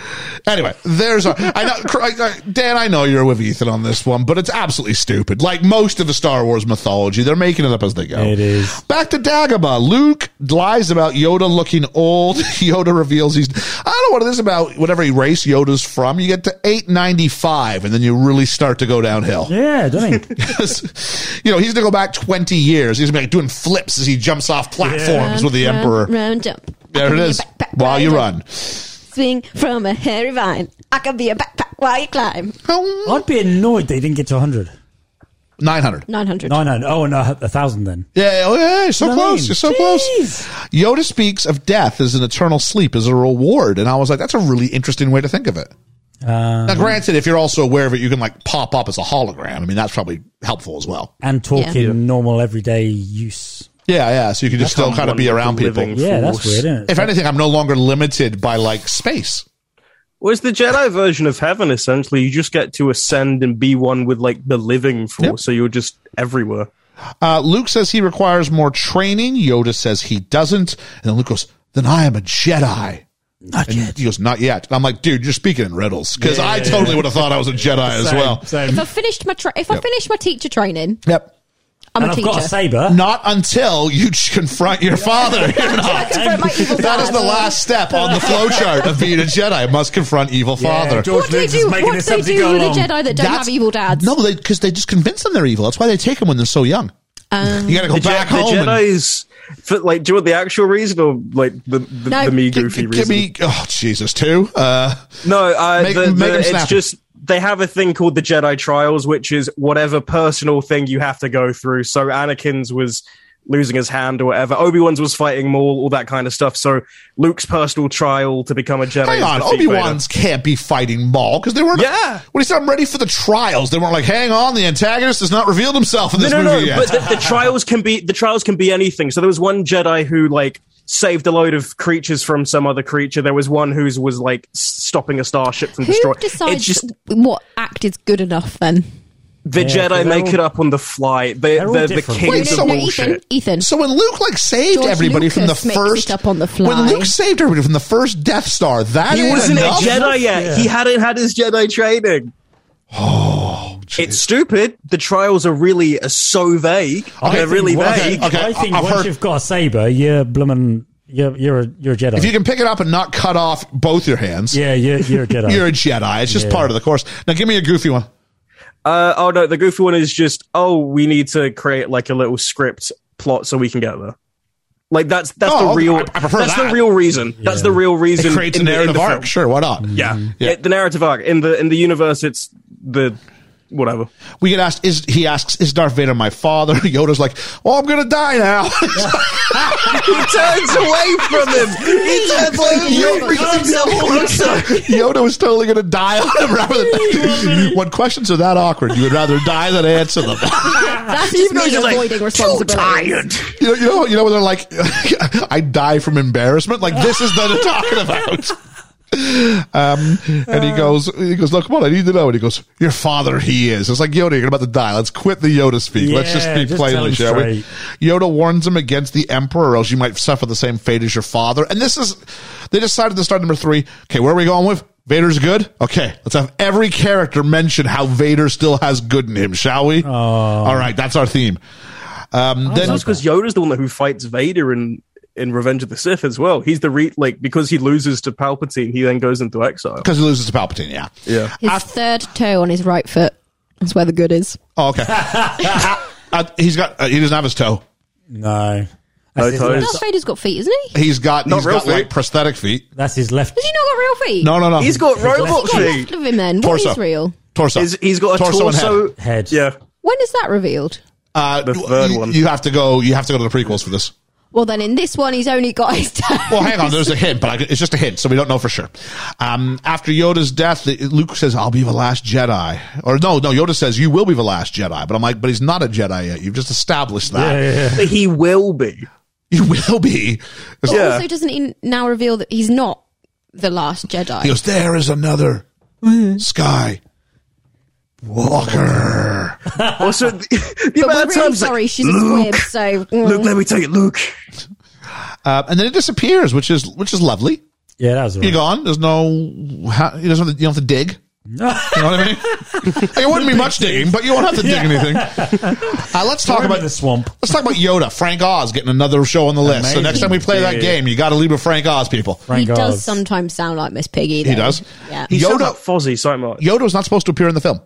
Anyway, there's a. I know, Cr- I- I- Dan. I know you're with Ethan on this one, but it's absolutely stupid. Like most of the Star Wars mythology, they're making it up as they go. It is. Back to Dagobah. Luke lies about Yoda looking old. Yoda reveals he's. I don't know what it is about whatever race Yoda's from. You get to 895, and then you really start to go downhill. Yeah, don't he? you know, he's going to go back 20 years. He's going to be like doing flips as he jumps off platforms Round, with the round, Emperor. Round, jump. I There can it be a is. backpack While you rider. run. Swing from a hairy vine. I can be a backpack while you climb. I'd be annoyed they didn't get to 100. 900. 900. No, no, no. Oh, no, a 1,000 then. Yeah, oh yeah, you're so You know what I close. mean? You're so Jeez. close. Yoda speaks of death as an eternal sleep as a reward. And I was like, that's a really interesting way to think of it. I now, granted, if you're also aware of it, you can like pop up as a hologram. I mean, that's probably helpful as well. and talk in normal everyday use. Yeah, yeah. So you can just still kind of be around people. Living Yeah, that's force. weird, isn't it? If anything, I'm no longer limited by like space. Was the Jedi version of heaven essentially? You just get to ascend and be one with like the living force, so you're just everywhere. Uh, Luke says he requires more training. Yoda says he doesn't. And then Luke goes, "Then I am a Jedi." Not And he goes, "Not yet." And I'm like, "Dude, you're speaking in riddles," because I totally would have thought I was a Jedi as well. If I finished my tra- if I finished my teacher training, Yep. I'm and a I've teacher. got a saber. Not until you ch- confront your father. You're not. Confront my evil That is the father. last step on the flowchart of being a Jedi. Must confront evil Yeah, father. George What do they Lucas is do? making What this do they up to do go with a along. Jedi that don't That's- have evil dads? No, they because they just convince them they're evil. That's why they take them when they're so young. Um, you got to go The, Je- back the home. and- Jedi's for, like, do you want the actual reason or like the the, No, the me g- goofy G- Give reason? me, oh Jesus, two. Uh, No, uh, Make- the, make the- him it's snappy. just they have a thing called the Jedi Trials, which is whatever personal thing you have to go through. So Anakin's was losing his hand or whatever. Obi Wan's was fighting Maul, all that kind of stuff. So Luke's personal trial to become a Jedi. hang is on, defeat Obi Vader. Wan's can't be fighting Maul because they weren't. Yeah. when he said I'm ready for the trials, they weren't like, hang on, the antagonist has not revealed himself in No, this no, no. movie yet. But the, the trials can be the trials can be anything. So there was one Jedi who like saved a load of creatures from some other creature. There was one who was like s- stopping a starship from Who destroying. decides It's just what act is good enough? Then the Yeah, Jedi they're make all- it up on the fly. They, they're all they're the different. kings Wait, of no, no, bullshit. Ethan, Ethan, So when Luke like saved George everybody from the Lucas makes first it up on the fly. when Luke saved everybody from the first Death Star, that He ain't wasn't enough? a Jedi yet. He hadn't had his Jedi training. Oh, it's stupid. The trials are really are so vague. Okay, They're really well, vague. okay, I think I've once heard- you've got a saber, you're bloomin' you're you're a, you're a Jedi. If you can pick it up and not cut off both your hands, yeah, you're you're a Jedi. you're a Jedi. It's just Yeah. part of the course. Now give me a goofy one. Uh, oh no, the goofy one is just oh, we need to create like a little script plot so we can get there. Like that's that's Oh, the real. I- I prefer that's that. the real reason. That's the real It reason. creates a in the- in narrative the arc. film. Sure, why not? Yeah. Yeah. Mm. yeah, the narrative arc in the in the universe. It's the whatever. We get asked, is he asks, is Darth Vader my father? Yoda's like, well, I'm going to die now. he turns away from him. He turns away. Yoda- He brings himself closer. Yoda was totally going to die on him rather than. when questions are that awkward, you would rather die than answer them. that's just me you're like, avoiding responsibility. you, know, you know, you know, when they're like, I die from embarrassment. Like this is what they're talking about. Um, and he goes, he goes, look, come on, I need to know. And he goes, your father, he is. It's like Yoda, you're about to die. Let's quit the Yoda speak. Let's just Yeah, speak just tell plainly, him shall we? Yoda warns him against the Emperor, or else you might suffer the same fate as your father. And this is, they decided to start number three. Okay, where are we going with? Vader's good? Okay, let's have every character mention how Vader still has good in him, shall we? Oh, All right, that's our theme. Um, then, That's because Yoda's the one who fights Vader in in Revenge of the Sith as well. He's the re- like because he loses to Palpatine, he then goes into exile. Because he loses to Palpatine, yeah. Yeah. His third toe on his right foot. That's where the good is. Oh, okay. uh, he's got. Uh, he doesn't have his toe. no, No that's, his, left- toes. Darth Vader's got feet, isn't he? He's got. Not he's real got like feet. prosthetic feet. that's his left. Has he not got real feet? No, no, no. He's got robot What's he got feet. left of him then? What torso. is real? Torso. He's, he's got a and head. torso. Head. Yeah. When is that revealed? Uh, The third you, one. you have to go. You have to go to the prequels for this. Well, then in this one, he's only got his toe. Well, hang on. There's a hint, but I, it's just a hint, so we don't know for sure. Um, after Yoda's death, the- Luke says, "I'll be the last Jedi." Or no, no. Yoda says, "You will be the last Jedi." But I'm like, but he's not a Jedi yet. You've just established that. Yeah, yeah, yeah. But he will be. You will be. But Yeah. also, doesn't he now reveal that he's not the last Jedi? He goes, there is another sky walker. Also, the, the but amount we're of really times sorry, like, she's a squib, Luke, so. mm. Luke, let me tell you, Luke. Uh, and then it disappears, which is which is lovely. Yeah, that was all You're right. gone. There's no. ha- You don't have to, you don't have to dig. You know what I mean? Like, it wouldn't be much digging, but you won't have to dig anything. Uh, let's talk Throw him about in the swamp. Let's talk about Yoda. Frank Oz getting another show on the list. So Amazing. next time we play that game, you got to leave with Frank Oz, people. he Frank does Oz. sometimes sound like Miss Piggy. Though. He does. Yeah. He Yoda- Yoda, sounds like Fozzie so much. Yoda was not supposed to appear in the film.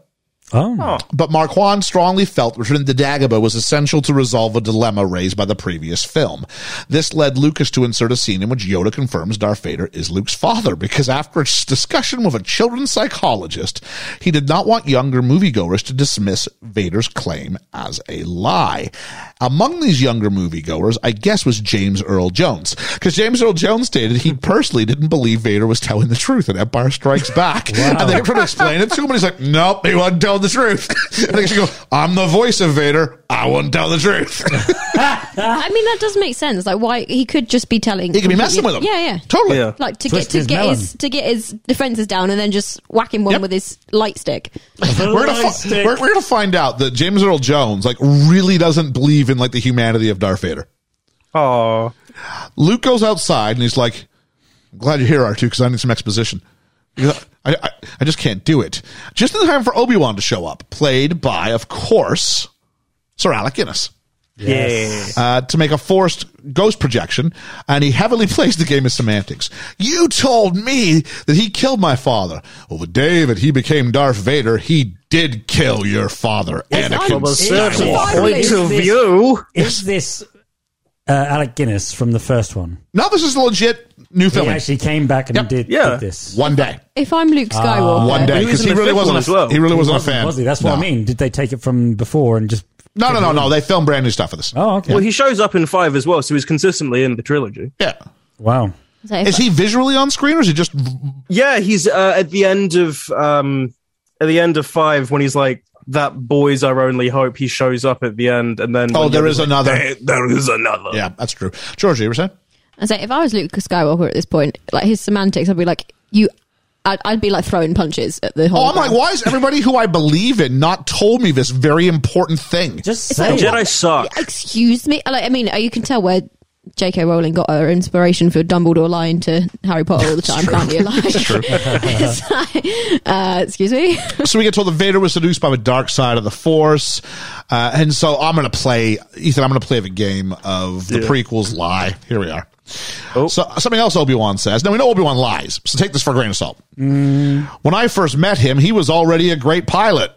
Oh, But Marquand strongly felt returning to Dagobah was essential to resolve a dilemma raised by the previous film. This led Lucas to insert a scene in which Yoda confirms Darth Vader is Luke's father because after a discussion with a children's psychologist, he did not want younger moviegoers to dismiss Vader's claim as a lie. Among these younger moviegoers, I guess was James Earl Jones because James Earl Jones stated he personally didn't believe Vader was telling the truth in Empire Strikes Back. And they tried to explain it to him and he's like, nope, he wasn't telling the truth. and they go, I'm the voice of Vader. I won't tell the truth. I mean, that does make sense. Like, why he could just be telling. he could be messing with him. Yeah, yeah. Totally. Yeah. Like to Twist get to his get melon. his to get his defenses down and then just whack him one Yep. with his light stick. We're gonna, fi- we're, we're gonna find out that James Earl Jones like really doesn't believe in like the humanity of Darth Vader. Oh, Luke goes outside and he's like, I'm glad you're here, R2, because I need some exposition. He goes, I, I, I just can't do it. Just in time for Obi Wan to show up, played by, of course, Sir Alec Guinness, yeah. uh, to make a forced ghost projection, and he heavily plays the game of semantics. You told me that he killed my father. Well, the day that he became Darth Vader, he did kill your father, Anakin. From a certain Skywalker. point Is of this- view, Is this uh, Alec Guinness from the first one? Now this is legit new He filming. actually came back and Yep. did, Yeah. did this. One day. If I'm Luke Skywalker, One day, He was because in he, the really fifth wasn't. one A, as well. He really wasn't, Wasn't- a fan. Was he? That's what No. I mean. Did they take it from before and just? No, no, no, no. They filmed brand new stuff for this. Oh, okay. well, he shows up in five as well, so he's consistently in the trilogy. Yeah. wow. So if- Is he visually on screen or is he just. Yeah, he's uh, at the end of um, at the end of five when he's like, "That boy's our only hope." He shows up at the end, and then Oh, when there you're is like, another. "There- there is another. Yeah, that's true. George, you were saying? I say, if I was Luke Skywalker at this point, like his semantics, I'd be like, you, I'd, I'd be like throwing punches at the whole. Oh, I'm like, why is everybody who I believe in not told me this very important thing? Just It's say like- it. Jedi suck. Excuse me. Like, I mean, uh, you can tell where J.K. Rowling got her inspiration for Dumbledore lying to Harry Potter all the time, can't you? Like, it's like, uh, excuse me. so we get told that Vader was seduced by the dark side of the Force. Uh, and so I'm going to play, Ethan, I'm going to play the game of the prequels lie. Here we are. So something else Obi Wan says. Now we know Obi Wan lies, so take this for a grain of salt. When I first met him, he was already a great pilot.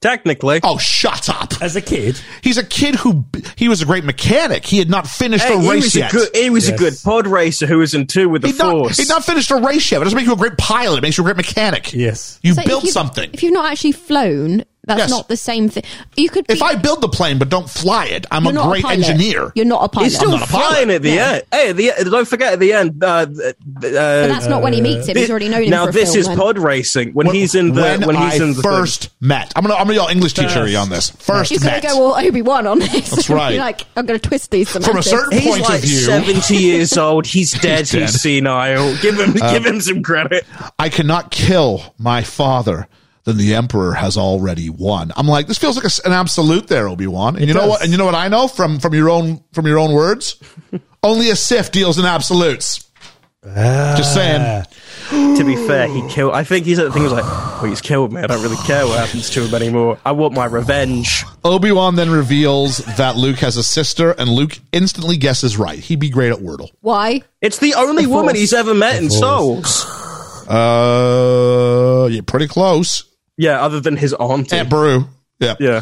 Technically, Oh, shut up! as a kid. He's a kid who he was a great mechanic. He had not finished Hey, a he race was yet. a good. He was a Yes. good pod racer who was in two with the He'd not, force. he'd not finished a race yet. It doesn't make you a great pilot. It makes you a great mechanic. Yes. You So if build you've- something. If you've not actually flown, that's Yes. not the same thing. You could. Be, If I build the plane but don't fly it, I'm you're a not great pilot. engineer. You're not a pilot. He's still not a pilot. flying at the Yeah. end. Hey, at the, e, don't forget at the end. Uh, th- th- uh, But that's not when he meets him. He's already known him. now for a this film, is then. pod racing when, he's in the when, he's I in the first met. I'm gonna I'm gonna yell English teacher you on this. First He's going met. to go all Obi Wan on this. That's right. like I'm going to twist these From a semantics. certain thing. He's point like of view, seventy years old. He's dead. Uh, He's, dead. senile. Give him give him some credit. I cannot kill my father. Then the emperor has already won. I'm like, this feels like a s an absolute there, Obi Wan. And you know does. what? And you know what I know from from your own from your own words. Only a Sith deals in absolutes. Just saying. To be fair, he killed. I think he's at the thing. He's like, well, he's killed me. I don't really care what happens to him anymore. I want my revenge. Obi Wan then reveals that Luke has a sister, and Luke instantly guesses right. He'd be great at Wordle. Why? It's the only Of course. woman he's ever met in Star Wars. Uh, yeah, pretty close. Yeah, other than his auntie. Aunt Brew. Yeah. yeah.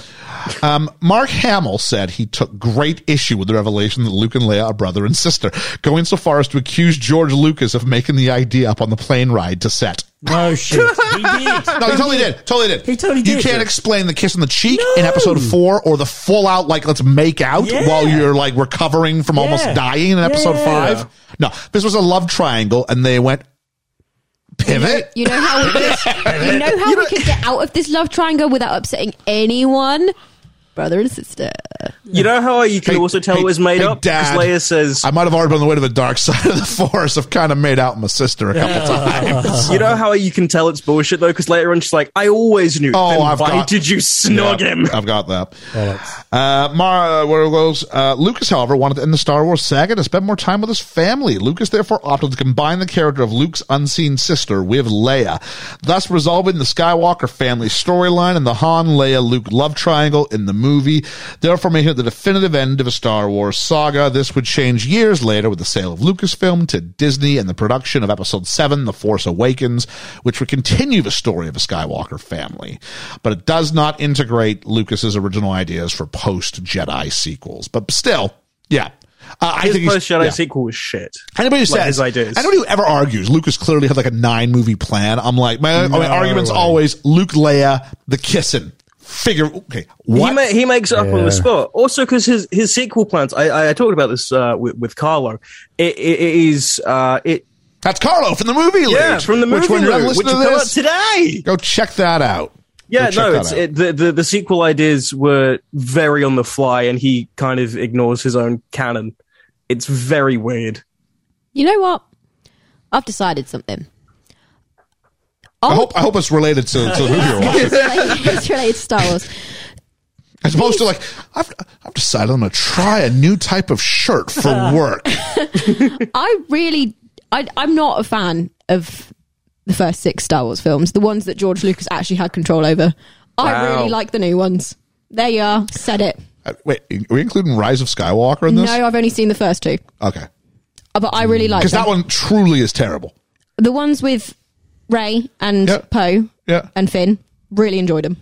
Um, Mark Hamill said he took great issue with the revelation that Luke and Leia are brother and sister, going so far as to accuse George Lucas of making the idea up on the plane ride to set. No shit. He did. No, he totally did. Totally did. He totally You did. can't explain the kiss on the cheek No. in episode four or the full out, like, let's make out Yeah. while you're, like, recovering from almost Yeah. dying in episode Yeah. five. No, this was a love triangle, and they went pivot. You know how we could, you know how we could get out of this love triangle without upsetting anyone, brother and sister. You know how you can Hey, also tell hey, it was made hey, up because Dad. Leia says, I might have already been on the way to the dark side of the force. I've kind of made out with my sister a couple times. You know how you can tell it's bullshit though, because later on she's like, "I always knew." Oh, then I've why got- did you snog Yeah, him? I've got that. Bollocks. Uh, Mara, where it goes, uh, Lucas, however, wanted to end the Star Wars saga to spend more time with his family. Lucas therefore opted to combine the character of Luke's unseen sister with Leia, thus resolving the Skywalker family storyline and the Han Leia Luke love triangle in the movie, therefore making it the definitive end of a Star Wars saga. This would change years later with the sale of Lucasfilm to Disney and the production of Episode 7, The Force Awakens, which would continue the story of a Skywalker family. But it does not integrate Lucas's original ideas for post Jedi sequels. But still, yeah. Uh, I His think he's- post Jedi yeah. sequel was shit. Anybody who Like, says his ideas. anybody who ever argues Lucas clearly had like a nine movie plan. I'm like, my, my No argument's way. always Luke, Leia, the kissing. Figure okay, what? He, ma- he makes up on Yeah. the spot. Also, because his his sequel plans, I I talked about this uh, with, with Carlo. It, it, it is uh, it That's Carlo from the movie. yeah Luke. from the movie Which when you're Luke, which listening will to come out this, today. go check that out. Go Yeah, check no, that it's out. it, the, the the sequel ideas were very on the fly, and he kind of ignores his own canon. It's very weird. You know what? I've decided something. I hope I hope it's related to, to the movie you're watching. it's related to Star Wars. As opposed to like, I've I've decided I'm gonna try a new type of shirt for work. I really, I, I'm not a fan of the first six Star Wars films, the ones that George Lucas actually had control over. I Wow. really like the new ones. There you are. Said it. Uh, Wait, are we including Rise of Skywalker in No, this? I've only seen the first two, Okay, Uh, but I really like because them. that one truly is terrible. the ones with Ray and Yeah. Poe Yeah. and Finn. Really enjoyed them.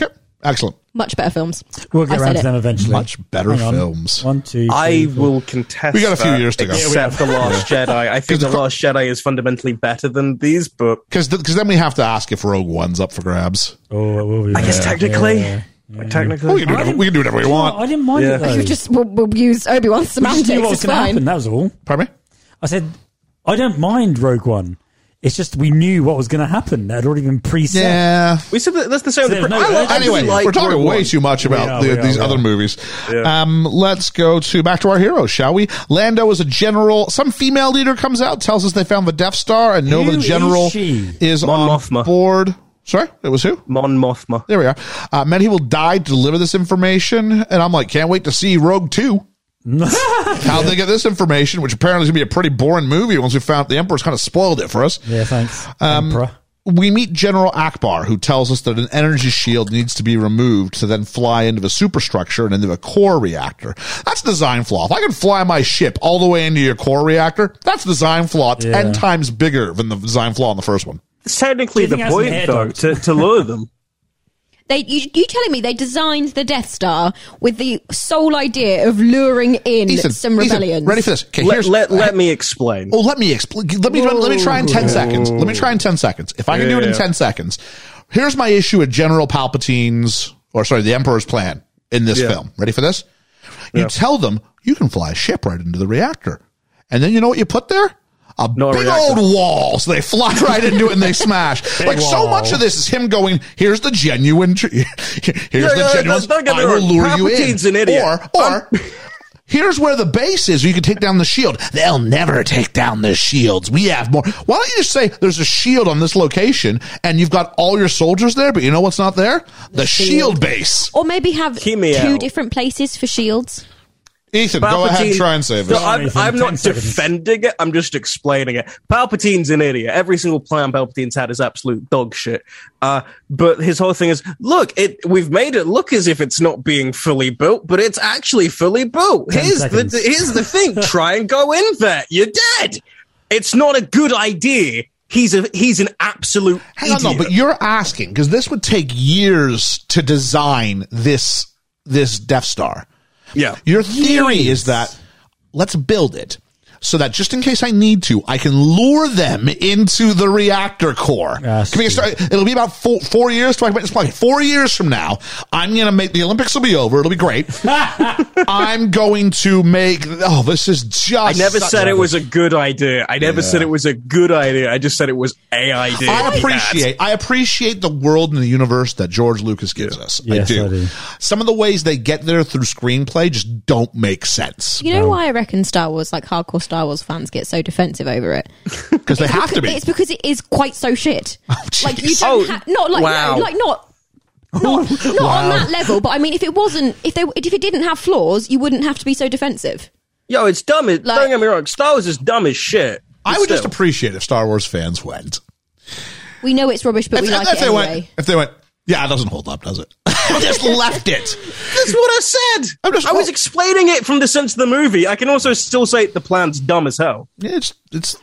Okay, excellent. Much better films. We'll I get around said to it. them eventually. Much better Hang on. films. One, two, I three, four. will contest. We got a few that, years to go. Yeah, we Except the Last Jedi. I think the Last Jedi is fundamentally better than these, but Because because then we have to ask if Rogue One's up for grabs. Oh, it will be. I guess there. technically, Yeah. Oh, we technically, can do whatever, we can do whatever we I want. didn't mind Yeah. it though. You just will we'll use Obi Wan's We just semantics. knew what was it's going to happen. fine. That was all. Pardon me. I said, I don't mind Rogue One. It's just we knew what was going to happen. That had already been preset. Yeah. we said that, that's the same. So there's no I like- I urgency. really Anyway, like we're talking Rogue way One. too much about are, the, we are, these we other are. movies. Yeah. Um, let's go to back to our heroes, shall we? Lando is a general. Some female leader comes out, tells us they found the Death Star, and Nova Who is General she? is Mon on Mothma. board. Sorry, it was who? Mon Mothma. There we are. Uh, Medhi will die to deliver this information, and I'm like, can't wait to see Rogue Two. How they get this information, which apparently is going to be a pretty boring movie once we found the Emperor's kind of spoiled it for us. Yeah, thanks. Um, Emperor. we meet General Akbar, who tells us that an energy shield needs to be removed to then fly into the superstructure and into a core reactor. That's a design flaw. If I can fly my ship all the way into your core reactor, that's a design flaw ten Yeah. times bigger than the design flaw in the first one. It's technically Do you the think it has an point, air though, duct? to, to lure them. They, you, you telling me they designed the Death Star with the sole idea of luring in Ethan, some Ethan, rebellions? ready for this? Okay, let, here's, let, let me explain. Oh, let me explain. Let me let me try in ten seconds. Let me try in ten seconds. If I can do it in Yeah. ten seconds, here's my issue with General Palpatine's or sorry, the Emperor's plan in this Yeah. film. Ready for this? You tell them you can fly a ship right into the reactor, and then you know what you put there? A a big reactor. old wall. So they fly right into it and they smash. like so wall. much of this is him going. Here's the genuine. Tr- here's the yeah, genuine. don't- don't get me I will wrong. lure you in. Palpatine's an idiot. Or or. Here's where the base is. You can take down the shield. They'll never take down the shields. We have more. Why don't you just say there's a shield on this location and you've got all your soldiers there, but you know what's not there? The shield base. Or maybe have Hear me two out. different places for shields. Ethan, go ahead and Palpatine- uh, try and save No, us. I'm, Sorry, I'm Ethan, not 10 seconds. defending it. I'm just explaining it. Palpatine's an idiot. Every single plan Palpatine's had is absolute dog shit. Uh, but his whole thing is, look, it we've made it look as if it's not being fully built, but it's actually fully built. Here's seconds. the here's the thing. Try and go in there. You're dead. It's not a good idea. He's a he's an absolute Hang on, idiot. no, but you're asking because this would take years to design this this Death Star. yeah. Your theory is that let's build it so that just in case I need to, I can lure them into the reactor core. Ah, I Can we get see. started? It'll be about four, four years. To, it's probably four years from now. I'm going to make the Olympics will be over. It'll be great. I'm going to make. Oh, this is just. I never such- said it was a good idea. I never said it was a good idea. I just said it was a idea. I appreciate I appreciate the world and the universe that George Lucas gives us. Yes, I, do. I do. Some of the ways they get there through screenplay just don't make sense You know why I reckon Star Wars, like hardcore Star Wars fans, get so defensive over it? because they have to be. It's because it is quite so shit. like you jeez. don't Oh, ha- not like wow. no, like not. Not, not on that level, but I mean, if it wasn't, if they, if it didn't have flaws, you wouldn't have to be so defensive. Yo, it's dumb. It, Like- don't get me wrong. Star Wars is dumb as shit. I But would just still. appreciate if Star Wars fans went. We know it's rubbish, but we if, like if it they anyway. went, if they went, yeah, it doesn't hold up, does it? I just left it. That's what I said. I'm just- I was explaining it from the sense of the movie. I can also still say the plan's dumb as hell. Yeah, it's it's. does-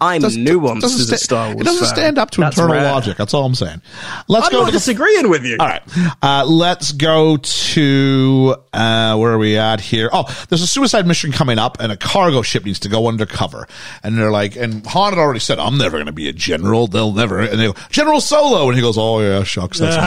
I'm does- nuanced doesn't as a sta- Star Wars It doesn't fan. stand up to That's internal rare. logic. That's all I'm saying. Let's I'm go. not To the, disagreeing with you. all right, uh, let's go to uh, where are we at here? Oh, there's a suicide mission coming up, and a cargo ship needs to go undercover. And they're like, and Han had already said, "I'm never going to be a general. They'll never." And they go, "General Solo," and he goes, "Oh yeah, shucks, that's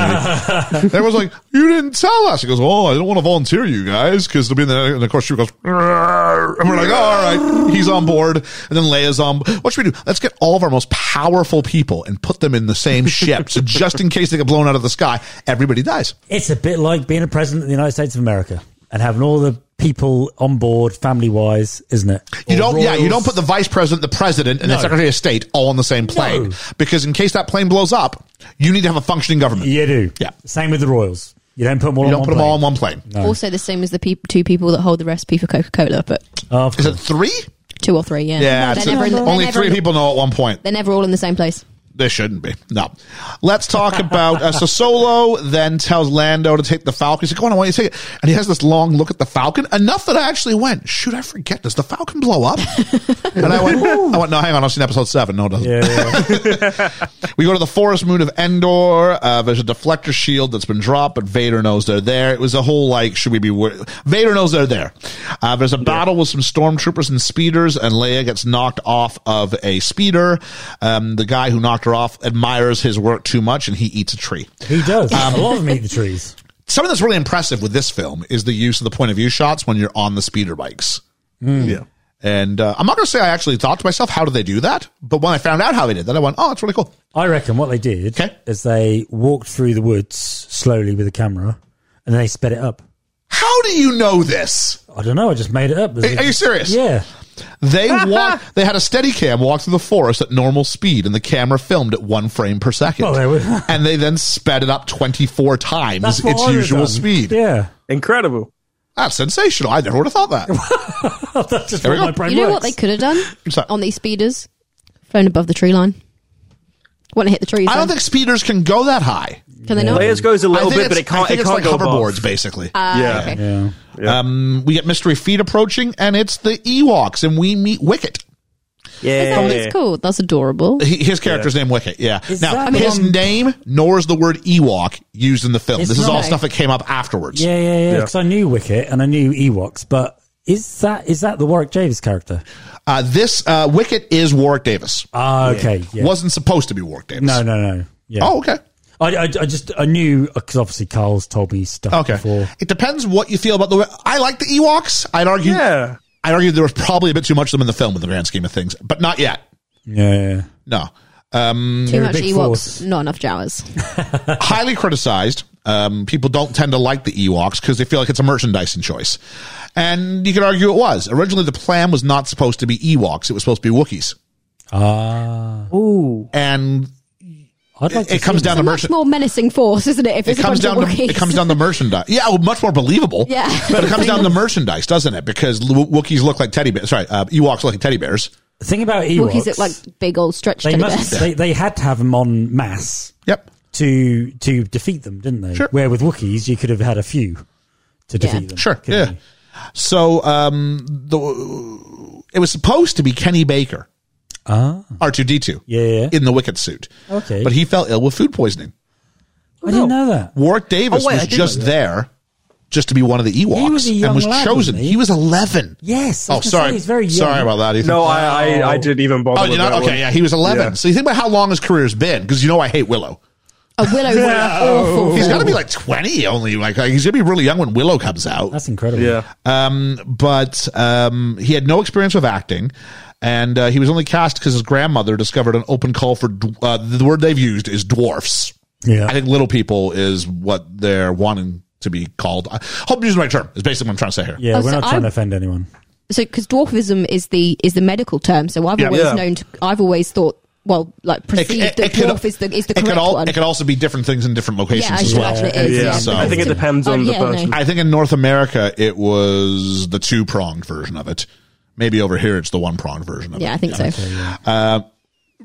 me." Everyone's like, "You didn't tell us." He goes, "Oh, I don't want to volunteer you guys because they'll be in the." And of course, she goes, "Rrrr." and we're like, oh, "All right, he's on board." And then Leia's on. What should we do? Let's get all of our most powerful people and put them in the same ship, so just in case they get blown out of the sky, everybody dies. It's a bit like being a president of the United States of America and having all the people on board, family wise, isn't it? You Or don't, yeah, you royals. don't put the vice president, the president, and the No. secretary of state all on the same plane No. because in case that plane blows up, you need to have a functioning government. You do. Yeah. Same with the royals. You don't put them all. You on don't one put them all on plane. one plane. Also, the same as the peop two people that hold the recipe for Coca Cola, but Oh, of Is course. it three? two or three, yeah. Yeah, it's- they're never in the, only they're never three in the- people know at one point. They're never all in the same place. They shouldn't be. No. Let's talk about uh, so Solo then tells Lando to take the Falcon. He's like, "Go on, I want you to take it." And he has this long look at the Falcon. Enough that I actually went, "Shoot, I forget. Does the Falcon blow up?" and I went, "I went, no, hang on. I've seen episode seven. No, it doesn't." Yeah, yeah, yeah. We go to the forest moon of Endor. Uh, there's a deflector shield that's been dropped, but Vader knows they're there. It was a whole like, should we be? Wor- Vader knows they're there. Uh, there's a battle with some stormtroopers and speeders, and Leia gets knocked off of a speeder. Um, the guy who knocked her off admires his work too much, and he eats a tree. he does. Um, a lot of meat the trees. Something that's really impressive with this film is the use of the point of view shots when you're on the speeder bikes. Yeah. And uh, I'm not going to say I actually thought to myself, how do they do that? But when I found out how they did that, I went, oh, that's really cool. I reckon what they did Okay. is they walked through the woods slowly with a camera, and then they sped it up. How do you know this? I don't know. I just made it up. Are- are you serious? Yeah. They walk. They had a steady cam walk through the forest at normal speed, and the camera filmed at one frame per second. Well, they would- and they then sped it up twenty four times That's what I its would've usual done. speed. Yeah. Incredible. That's sensational. I never would have thought that. That's just There we what go. my brain you know what works. they could have done What's that? on these speeders? Flown above the tree line. Want to hit the trees? I don't then. think speeders can go that high. Can they not? Layers goes a I little think bit, it's- but it can't. I think It it's can't like go hoverboards, above. basically. Ah, Yeah. okay. Yeah. Um, we get mystery feet approaching, and it's the Ewoks, and we meet Wicket. Is that Yeah. what it's called? That's adorable. He- His character's name Wicket. Yeah. Is now that his on- name, nor is the word Ewok used in the film. It's This is not. all stuff that came up afterwards. Yeah, yeah, yeah. Because I knew Wicket and I knew Ewoks, but is that is that the Warwick Davis character? Uh, this uh, Wicket is Warwick Davis. Ah, okay. Yeah. wasn't supposed to be Warwick Davis. No, no, no. Yeah. Oh, okay. I, I, I just I knew because obviously Carl's told me stuff Okay. before. It depends what you feel about the. I like the Ewoks. I'd argue. Yeah. I'd argue there was probably a bit too much of them in the film in the grand scheme of things, but not yet. Yeah. yeah, yeah. No. Um, Too a much big Ewoks, force. not enough Jawas. highly criticized. Um, people don't tend to like the Ewoks because they feel like it's a merchandising choice. And you could argue it was. Originally, the plan was not supposed to be Ewoks. It was supposed to be Wookiees. Ah, And I'd like it, to it comes see that. down to Much merchandise. more menacing force, isn't it? If it it's comes a bunch down of to Wookiees. it comes down to merchandise. Yeah, well, much more believable. Yeah. but it comes down to merchandise, doesn't it? Because Lu- Wookiees look like teddy bears. Sorry, uh, Ewoks look like teddy bears. The thing about Ewoks, Wookiees look like big old stretched they teddy must bears. they, they had to have them on mass Yep. to to defeat them, didn't they? Sure. Where with Wookiees, you could have had a few to defeat Yeah. them. Sure. couldn't yeah. you? So um, the it was supposed to be Kenny Baker, Ah, R two D two, yeah. yeah. in the Wicked suit. Okay. but he fell ill with food poisoning. I didn't know that. Warwick Davis Oh, wait, I was did know just that. there, just to be one of the Ewoks, was a young and was lad, chosen. wasn't he? He? was eleven. Yes. I Oh, was gonna sorry. say He's very young. Sorry about that. Ethan. No, I, I I didn't even bother. Oh, with you that know, one. okay, yeah, he was 11. Yeah. So you think about how long his career's been, because you know I hate Willow. A willow was an awful. He's form. got to be like 20 only. Like, like, he's going to be really young when Willow comes out. That's incredible. Yeah. Um, but um, he had no experience with acting, and uh, he was only cast because his grandmother discovered an open call for d- uh, the word they've used is dwarfs. Yeah. I think little people is what they're wanting to be called. I hope I'm using the right term, is basically what I'm trying to say here. Yeah, Oh, we're so not trying I- to offend anyone. so because dwarfism is the is the medical term, so I've Yeah. always Yeah. known. To, I've always thought. Well, like It- perceived it- that it could- dwarf is the is the it correct could al- one. It could also be different things in different locations yeah, as actually, well. actually it is. Yeah. Yeah. Oh, So- I think it depends on the person. I think in North America it was the two pronged version of it. Maybe over here it's the one pronged version of Yeah, I it. think so. Uh,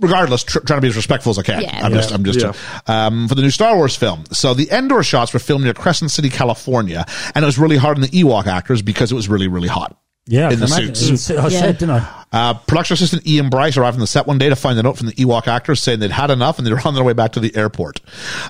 regardless, tr- trying to be as respectful as I can. Yeah. I'm just, I'm just, Yeah. um, for the new Star Wars film. So the Endor shots were filmed near Crescent City, California, and it was really hard on the Ewok actors because it was really, really hot. Yeah, I in can the imagine. suits. I Yeah. said, didn't I? Uh, production assistant Ian Bryce arrived on the set one day to find a note from the Ewok actors saying they'd had enough and they were on their way back to the airport.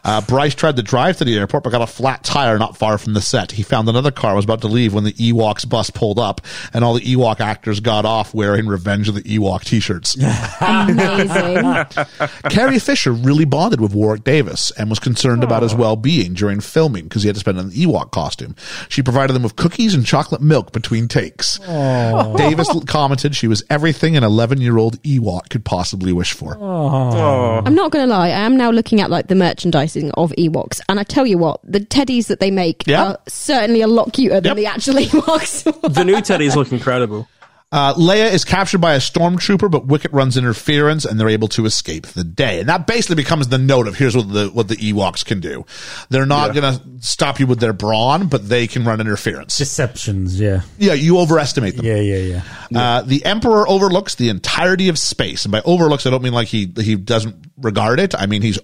Uh, Bryce tried to drive to the airport but got a flat tire not far from the set. He found another car was about to leave when the Ewoks bus pulled up and all the Ewok actors got off wearing Revenge of the Ewok t-shirts. Amazing. Carrie Fisher really bonded with Warwick Davis and was concerned about his well being during filming because he had to spend on the Ewok costume. She provided them with cookies and chocolate milk between takes. Davis commented she was everything an 11 year old Ewok could possibly wish for. I'm not going to lie. I am now looking at like the merchandising of Ewoks, and I tell you what, the teddies that they make Yeah. are certainly a lot cuter Yep. than the actual Ewoks. The new Teddies look incredible. Uh, Leia is captured by a stormtrooper, but Wicket runs interference, and they're able to escape the day. And that basically becomes the note of here's what the what the Ewoks can do. They're not going to stop you with their brawn, but they can run interference. Deceptions, yeah. yeah, you overestimate them. Yeah, yeah, yeah. Uh, the emperor overlooks the entirety of space, and by overlooks, I don't mean like he he doesn't regard it. I mean he's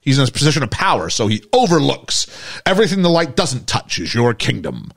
he's in a position of power, so he overlooks everything the light doesn't touch is your kingdom.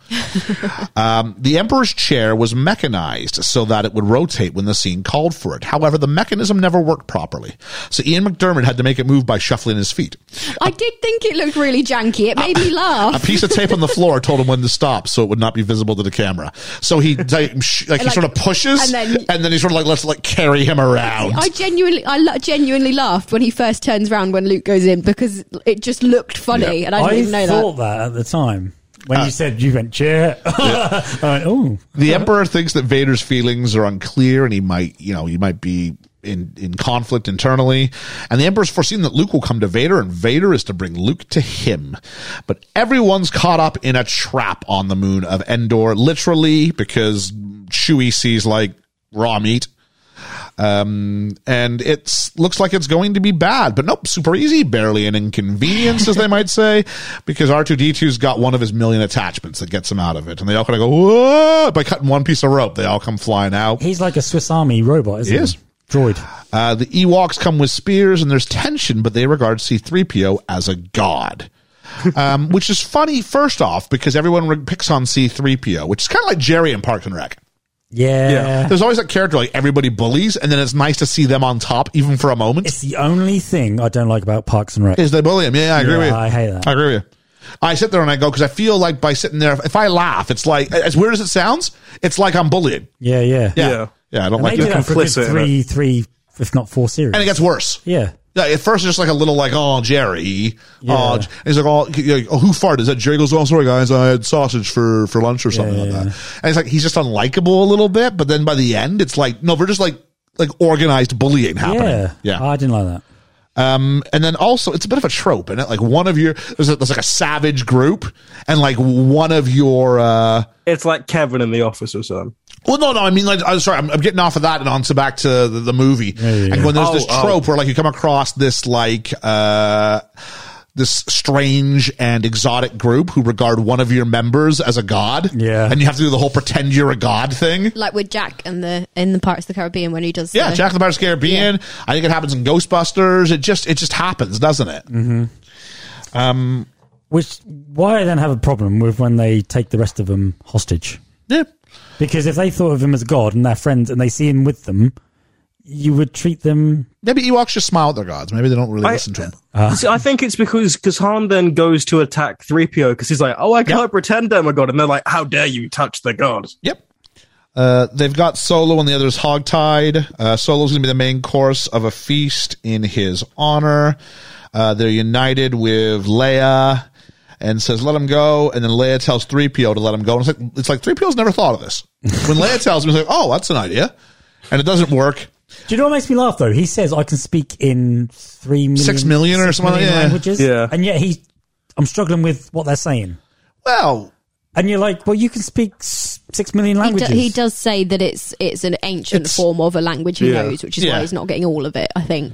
um, the emperor's chair was mechanized so that it would rotate when the scene called for it. However, the mechanism never worked properly, so Ian McDermott had to make it move by shuffling his feet. I did think it looked really janky. It made me A laugh. piece of tape on the floor told him when to stop, so it would not be visible to the camera. So he like, sh- like he Like- sort of pushes, and and then, then- he sort of like let's like carry him around. I genuinely, I lo- genuinely laughed when he first turns around when Luke goes in because it just looked funny, Yeah. and I didn't I even know thought that. at the time. Uh, When you said you went chair, I went, oh, the Emperor thinks that Vader's feelings are unclear, and he might you know he might be. In, in conflict internally, and the Emperor's foreseen that Luke will come to Vader, and Vader is to bring Luke to him. But everyone's caught up in a trap on the moon of Endor, literally, because Chewie sees like raw meat and it's looks like it's going to be bad. But nope, super easy, barely an inconvenience, as they might say, because R two D two's got one of his million attachments that gets him out of it, and they all kind of go whoa by cutting one piece of rope. They all come flying out. he's like a Swiss Army robot, isn't He he? is. Droid. Uh, the Ewoks come with spears, and there's tension, but they regard C three PO as a god. um, which is funny, first off, because everyone re- picks on C3PO, which is kind of like Jerry in Parks and Rec. Yeah. Yeah. There's always that character like everybody bullies, and then it's nice to see them on top, even for a moment. It's the only thing I don't like about Parks and Rec. is they bully him. Yeah, I agree Yeah, with you. I hate that. I agree with you. I sit there and I go because I feel like by sitting there, if I laugh, it's like as weird as it sounds, it's like I'm bullied. yeah, yeah. Yeah, yeah, Yeah. I don't And like they do it. that for a good complicit in three, three, if not four series. And it gets worse. yeah. Yeah, at first it's just like a little like, oh Jerry, oh, Yeah. J- he's like, oh, you know, oh, who farted? Is that Jerry He goes, oh sorry guys, I had sausage for for lunch or something like that. And it's like he's just unlikable a little bit, but then by the end, it's like no, we're just like like organized bullying happening. Yeah. I didn't like that. and then also it's a bit of a trope isn't it like one of your there's, a, there's like a savage group and like one of your uh It's like Kevin in The Office or something. well no no i mean like i'm sorry i'm, I'm getting off of that and on to back to the, the movie and when there's this Oh, oh. trope where like you come across this like uh this strange and exotic group who regard one of your members as a god Yeah. and you have to do the whole pretend you're a god thing that. Like with Jack and the in the parts of the Caribbean when he does. yeah, the, Jack the Pirates of the Caribbean. I think it happens in Ghostbusters. It just it just happens, doesn't it? Mm-hmm. Which, why I then have a problem with when they take the rest of them hostage. Yeah. Because if they thought of him as God and their friends and they see him with them, you would treat them. Maybe Ewoks just smile at their gods. Maybe they don't really I- listen to them. See, I think it's because because Han then goes to attack 3PO because he's like, oh, I can't pretend I'm a god. And they're like, how dare you touch the god? Yep. Uh, they've got Solo and the others hogtied. Uh, Solo's going to be the main course of a feast in his honor. Uh, they're united with Leia and says, let him go. And then Leia tells 3PO to let him go. And it's like, it's like 3PO's never thought of this. When Leia tells him, he's like, oh, that's an idea. And it doesn't work. Do you know what makes me laugh though? He says I can speak in three million, Six million or something, yeah. languages. Yeah. and yet he, I'm struggling with what they're saying. Well, And you're like, well, you can speak s- six million He, do- languages. he does say that it's it's an ancient form of a language he Yeah. knows, which is Yeah. why he's not getting all of it. I think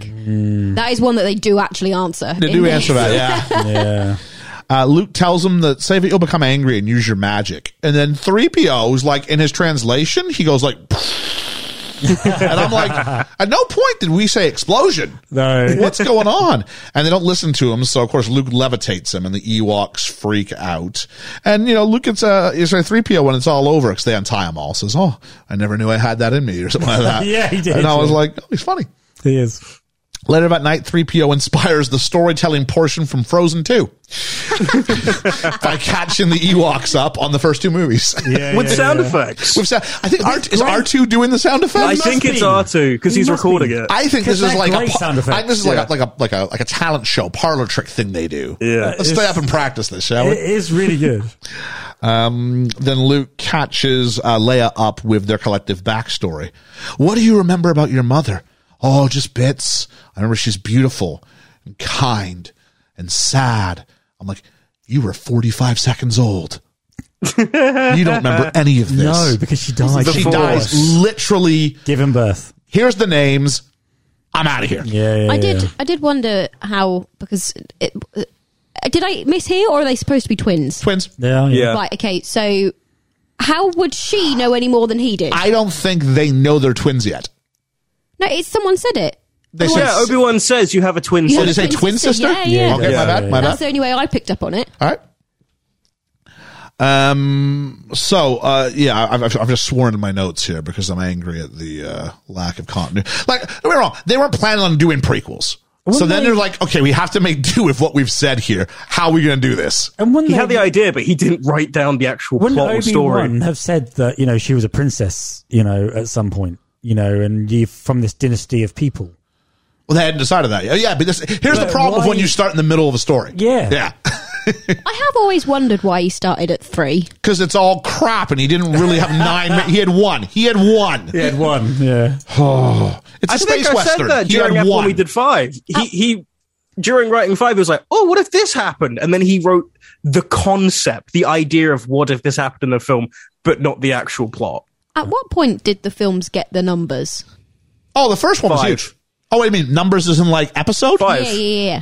that is one that they do actually answer. they in do this. answer that, yeah. Yeah, Uh, Luke tells him that say that you'll become angry and use your magic. And then 3PO's like in his translation, he goes like, and I'm like, at no point did we say explosion. No. What's going on? And they don't listen to him. So of course Luke levitates him and the Ewoks freak out. And you know, Luke gets uh, is a three PO when it's all over because they untie him all. Says, "Oh, I never knew I had that in me," or something like that. Yeah, he did. And I was like, "Oh, he's funny." He is. Later that night, 3PO inspires the storytelling portion from Frozen 2 by catching the Ewoks up on the first two movies. Yeah, with yeah, sound yeah. effects. With sa- I think R- is great. R2 doing the sound I effects? think it's be. R2 because He he's must recording be. it. I think this Because is that like a great par- sound I, this is like effects, a, like a like a like a talent show parlor trick thing they do. Yeah. Let's stay up and practice this, shall It we? is really good. Um, then Luke catches uh, Leia up with their collective backstory. What do you remember about your mother? Oh, just bits. I remember she's beautiful and kind and sad. I'm like, you were 45 seconds old. you don't remember any of this. No, because she dies. she Before. dies literally. Giving birth. Here's the names. I'm out of here. Yeah, yeah, I did. yeah. I did wonder how because it, uh, did I miss here or are they supposed to be twins? Twins. Yeah, yeah. Yeah. Right. Okay. So how would she know any more than he did? I don't think they know they're twins yet. no, it's someone said it. They Otherwise- yeah, Obi Wan says you have a twin You have Oh, they a sister. say twin sister? Yeah, yeah. Okay, my Yeah. bad, my That's bad. the only way I picked up on it. All right. Um. So, uh, yeah, I- I've, I've just sworn in my notes here because I'm angry at the uh, lack of continuity. Like, don't get me wrong, they weren't planning on doing prequels. so then they're like, okay, we have to make do with what we've said here. How are we going to do this? And wouldn't He had they- the idea, but he didn't write down the actual wouldn't plot or Obi-Wan story. have said that you know she was a princess, you know, at some point, you know, and you from this dynasty of people. Well, they hadn't decided that. yet. Yeah, but this, here's the But problem of why- when you start in the middle of a story. Yeah. yeah, I have always wondered why he started at three. because it's all crap, and he didn't really have nine. ma- he had one. He had one. He had one, yeah. It's a I space think I western. said that he during had after one. we did five. He, he during writing five, he was like, "Oh, what if this happened?" And then he wrote the concept, the idea of what if this happened in a film, but not the actual plot. At what point did the films get the numbers? oh, the first one was Five. huge. Oh, wait, I mean numbers is in like episode Five. Yeah, yeah, yeah.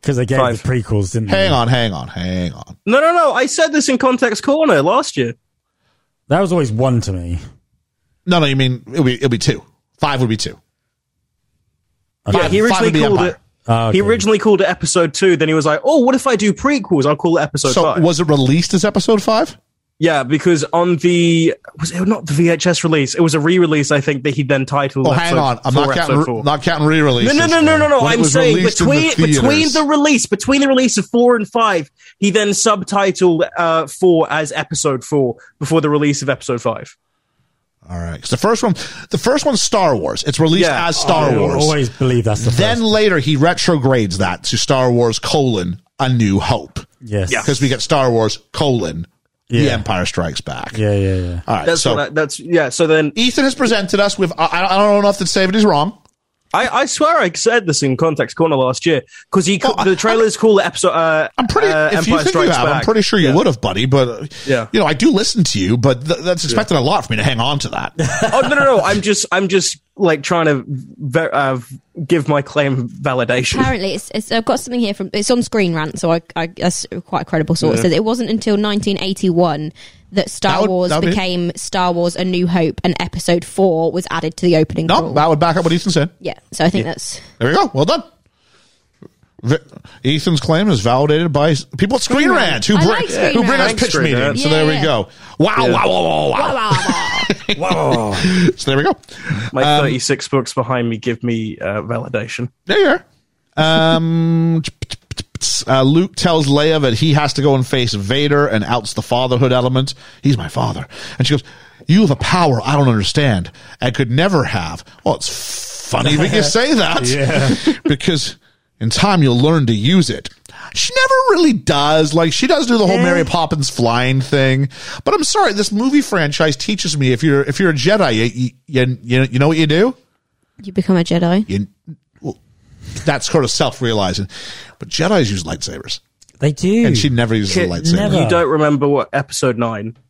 Because they gave Five. the prequels, didn't they? Hang on, hang on, hang on. No, no, no. I said this in Context Corner last year. That was always one to me. No, no, you mean it'll be it'll be two. Five would be two. Yeah, he Five would be originally called Empire. it. He originally called it episode two. Then he was like, "Oh, what if I do prequels? I'll call it episode So five. was it released as episode five? yeah, because on the was it not the VHS release? It was a re-release, I think, that he then titled. Oh, episode hang on, I'm four, not counting, episode re- four. not counting re-release. No, no, no, no, no, no. I'm saying between between the release between the release of four and five, he then subtitled uh, four as episode four before the release of episode five. all right, 'cause the first one, the first one's Star Wars. It's released Yeah. Oh, as Star I Wars. always believe that's the then first. later he retrogrades that to Star Wars colon A New Hope Yes. Yeah. because we get Star Wars colon The Yeah. Empire Strikes Back. Yeah, yeah, yeah. All right, That's so what I, that's yeah. So then Ethan has presented us with. I, I don't know if the statement is wrong. I, I swear I said this in Context Corner last year because he ca- Oh, I- the trailers call it episode. Uh, I'm pretty. uh, if you Empire think you Strikes have, I'm Back. pretty sure you Yeah. would have, buddy. But uh, Yeah. you know, I do listen to you, but th- that's expected a lot from me to hang on to that. oh no, no, no! I'm just I'm just like trying to ver- uh, give my claim validation. Apparently, it's, it's, I've got something here from it's on Screen Rant, so I, I that's quite a credible source. It says it wasn't until 1981 that Star That would- Wars that would be- became Star Wars: A New Hope, and Episode Four was added to the opening. no, crawl. that would back up what Ethan said. yeah. So I think that's There we go. Well done. Vi- Ethan's claim is validated by s- people at Screen Rant who I bring, like Screen who bring Rant. us pitch Screen meeting. Rant. So Yeah, there we yeah. go. Wow, wow, wow, wow, wow. So there we go. My Um, 36 books behind me give me uh, validation. There you are. Um, uh, Luke tells Leia that he has to go and face Vader and outs the fatherhood element. He's my father. And she goes, You have a power I don't understand and could never have. Well, it's funny that you say that. because in time you'll learn to use it. She never really does. Like, she does do the whole Mary Poppins flying thing. But I'm sorry, this movie franchise teaches me if you're, if you're a Jedi, you, you, you, you know what you do? you become a Jedi. you well, that's sort of self realizing. But Jedi's use lightsabers, They do. and she never uses a Kit, lightsaber. never. You don't remember what episode 9? Uh,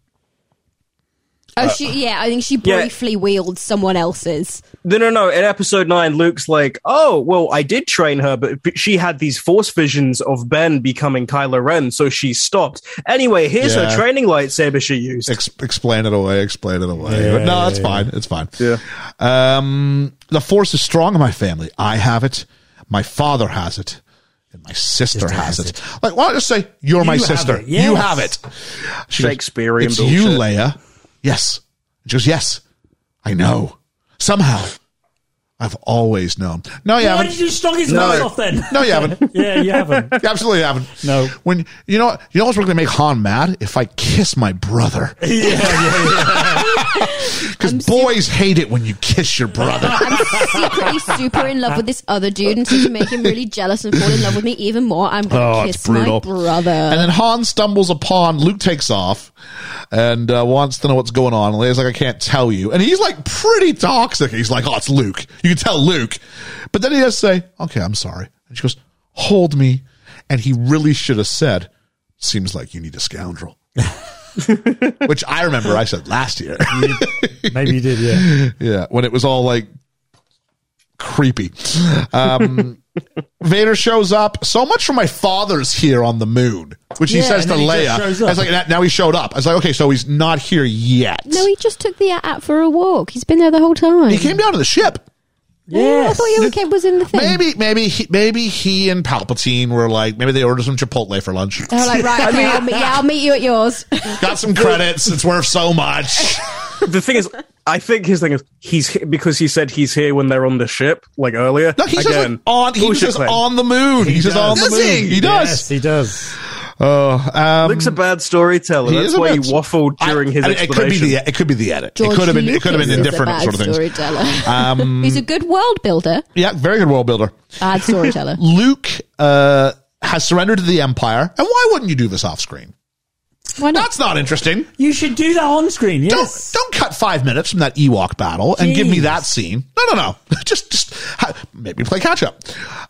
Oh, she, yeah, I think she Yeah. briefly wields someone else's. No, no, no. In episode nine, Luke's like, "Oh, well, I did train her, but but she had these force visions of Ben becoming Kylo Ren, so she stopped." Anyway, here's Yeah. her training lightsaber she used. Ex- explain it away. Explain it away. Yeah, but no, yeah, it's yeah. fine. It's fine. Yeah. Um, the force is strong in my family. I have it. My father has it. And my sister, Sister has, has it. Like, why not just say, You're my You have sister. it, yes. You have it. She goes, Shakespearean It's bullshit. you, Leia. Yes. She goes, Yes. I know. Somehow. I've always known. No, you Why haven't. did you snog his nose off then? no, you haven't. You yeah, you haven't. absolutely haven't. No. When you know what you know what's going to make Han mad if I kiss my brother. Yeah, yeah, yeah. Because boys hate it when you kiss your brother. I'm secretly super in love with this other dude, and so to make him really jealous and fall in love with me even more, I'm gonna Oh, it's kiss my brutal. brother. And then Han stumbles upon Luke takes off and uh, wants to know what's going on. And Leia's like, I can't tell you. And he's like pretty toxic. He's like, oh, it's Luke. You can tell Luke. But then he does say, okay, I'm sorry. And she goes, hold me. And he really should have said, seems like you need a scoundrel. Which I remember I said last year. Maybe you did, yeah. Yeah, when it was all like creepy. Um, Vader shows up. So much for my father's here on the moon, which he Yeah, says and to then he Leia. just I shows was up. like, "Now- now he showed up. I was like, okay, so he's not here yet. no, he just took the at out for a walk. He's been there the whole time. he came down to the ship. I Yes. thought your kid was in the thing. Maybe, maybe, he, maybe he and Palpatine were like, maybe they ordered some Chipotle for lunch. They were like, right, okay, I'll meet, yeah, I'll meet you at yours. Got some credits. It's worth so much. the thing is, I think his thing is he's he- because he said he's here when they're on the ship, like earlier. No, he says Again, like, on. He bullshit says claim. on the moon. He, says does. on the Does moon. he? He, does. Yes, he does. Oh, um, Luke's a bad storyteller. He is That's a why he bit- waffled during I- his I mean, It could explanation. be the it could be the edit. George it could have been it could have Lucas been in is a different bad sort of Um, things. Storyteller. He's a good world builder, Yeah, very good world builder. bad storyteller. Luke uh, has surrendered to the Empire, and why wouldn't you do this off screen? Why not? That's not interesting. You should do that on screen, yes. Don't don't cut five minutes from that Ewok battle and give me Jeez. that scene. No, no, no. just just ha- make me play catch up.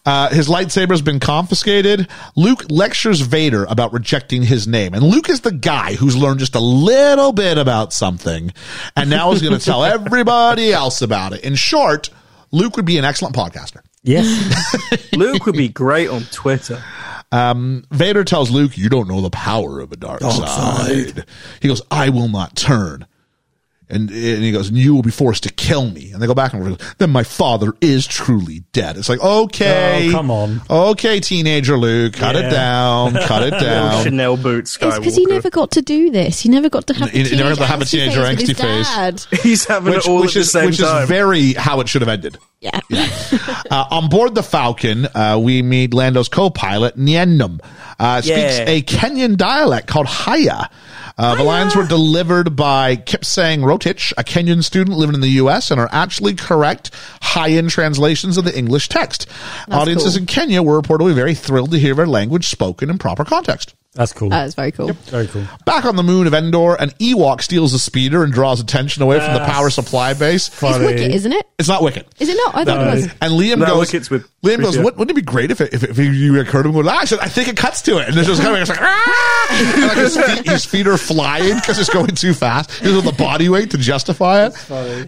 Uh, his lightsaber's been confiscated. Luke lectures Vader about rejecting his name, and Luke is the guy who's learned just a little bit about something, and now is going to tell everybody else about it. In short, Luke would be an excellent podcaster. Yes. e- Luke would be great on Twitter. Vader tells Luke, "You don't know the power of a dark, side. He goes, "I will not turn." And, and he goes, "You will be forced to kill me." And they go back and forth. Then my father is truly dead. It's like, okay, Oh, come on. okay, teenager Luke, cut it Yeah. down, cut it Little down. Chanel boots It's Skywalker. because he never got to do this. He never got to have. He- he the never got to have a teenage teenager angsty with angsty his phase. dad. He's having Which, it all which at the is same which time. is very how it should have ended. Yeah. Uh, on board the Falcon, uh, we meet Lando's co-pilot Nienum. Uh, speaks Yeah. a Kenyan dialect called Haya. Uh, the lines were delivered by Kipsang Rotich, a Kenyan student living in the U.S., and are actually correct high-end translations of the English text. Audiences cool. in Kenya were reportedly very thrilled to hear their language spoken in proper context. That's cool. That was very cool. Very cool. Back on the moon of Endor, an Ewok steals a speeder and draws attention away from the power supply base. It's wicked, isn't it? It's not Wicked. Is it not? I thought it was. And Liam No, goes, look, it's with- Liam goes, yeah. what, wouldn't it be great if, it, if, it, if you occurred to him? I said, I think it cuts to it. And it's just coming, it's like, ah! And like his, feet, his feet are flying because it's going too fast. He was with the body weight to justify it.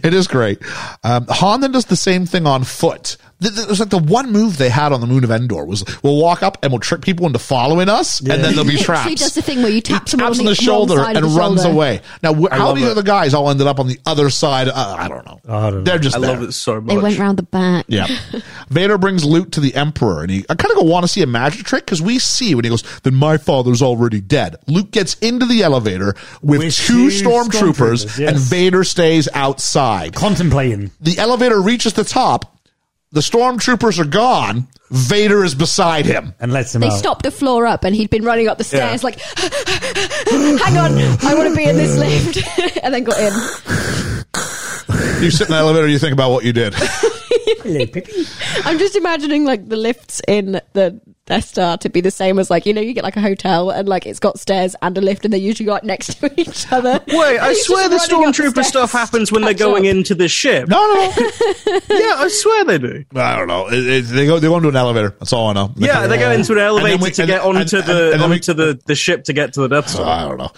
It is great. Um, Han then does the same thing on foot. Th- th- It was like the one move they had on the moon of Endor was we'll walk up and we'll trick people into following us and then they'll be trapped. She does the thing where you tap someone Taps on the, shoulder wrong side and of the runs shoulder. away. Now, wh- how love these it. other guys all ended up on the other side? Uh, I don't know. I don't know. They're just I there. love it so much. They went round the back. Yeah. Vader brings loot to the Emperor, and he, I kind of want to see a magic trick because we see when he goes, then my father's already dead. Luke gets into the elevator with, With two, two stormtroopers, stormtroopers, yes. and Vader stays outside. Contemplating. The elevator reaches the top, the stormtroopers are gone, Vader is beside him. And lets him They out. stopped the floor up, and he'd been running up the Yeah. stairs like, "Hang on, I want to be in this lift," and then got in. You sit in the elevator, you think about what you did. Hello, Pippi. I'm just imagining like the lifts in the their star to be the same as like you know you get like a hotel and like it's got stairs and a lift and they're usually like next to each other. Wait, And I he's swear the just running up the stormtrooper stairs stuff to happens when they're catch going up. into this ship. No, no, no. Yeah, I swear they do. I don't know. It- it- they go they go into an elevator. That's all I know. Yeah, they go into an elevator then we- to and get then- onto and- the and- and then we- onto the, the ship to get to the Death Star. I don't know.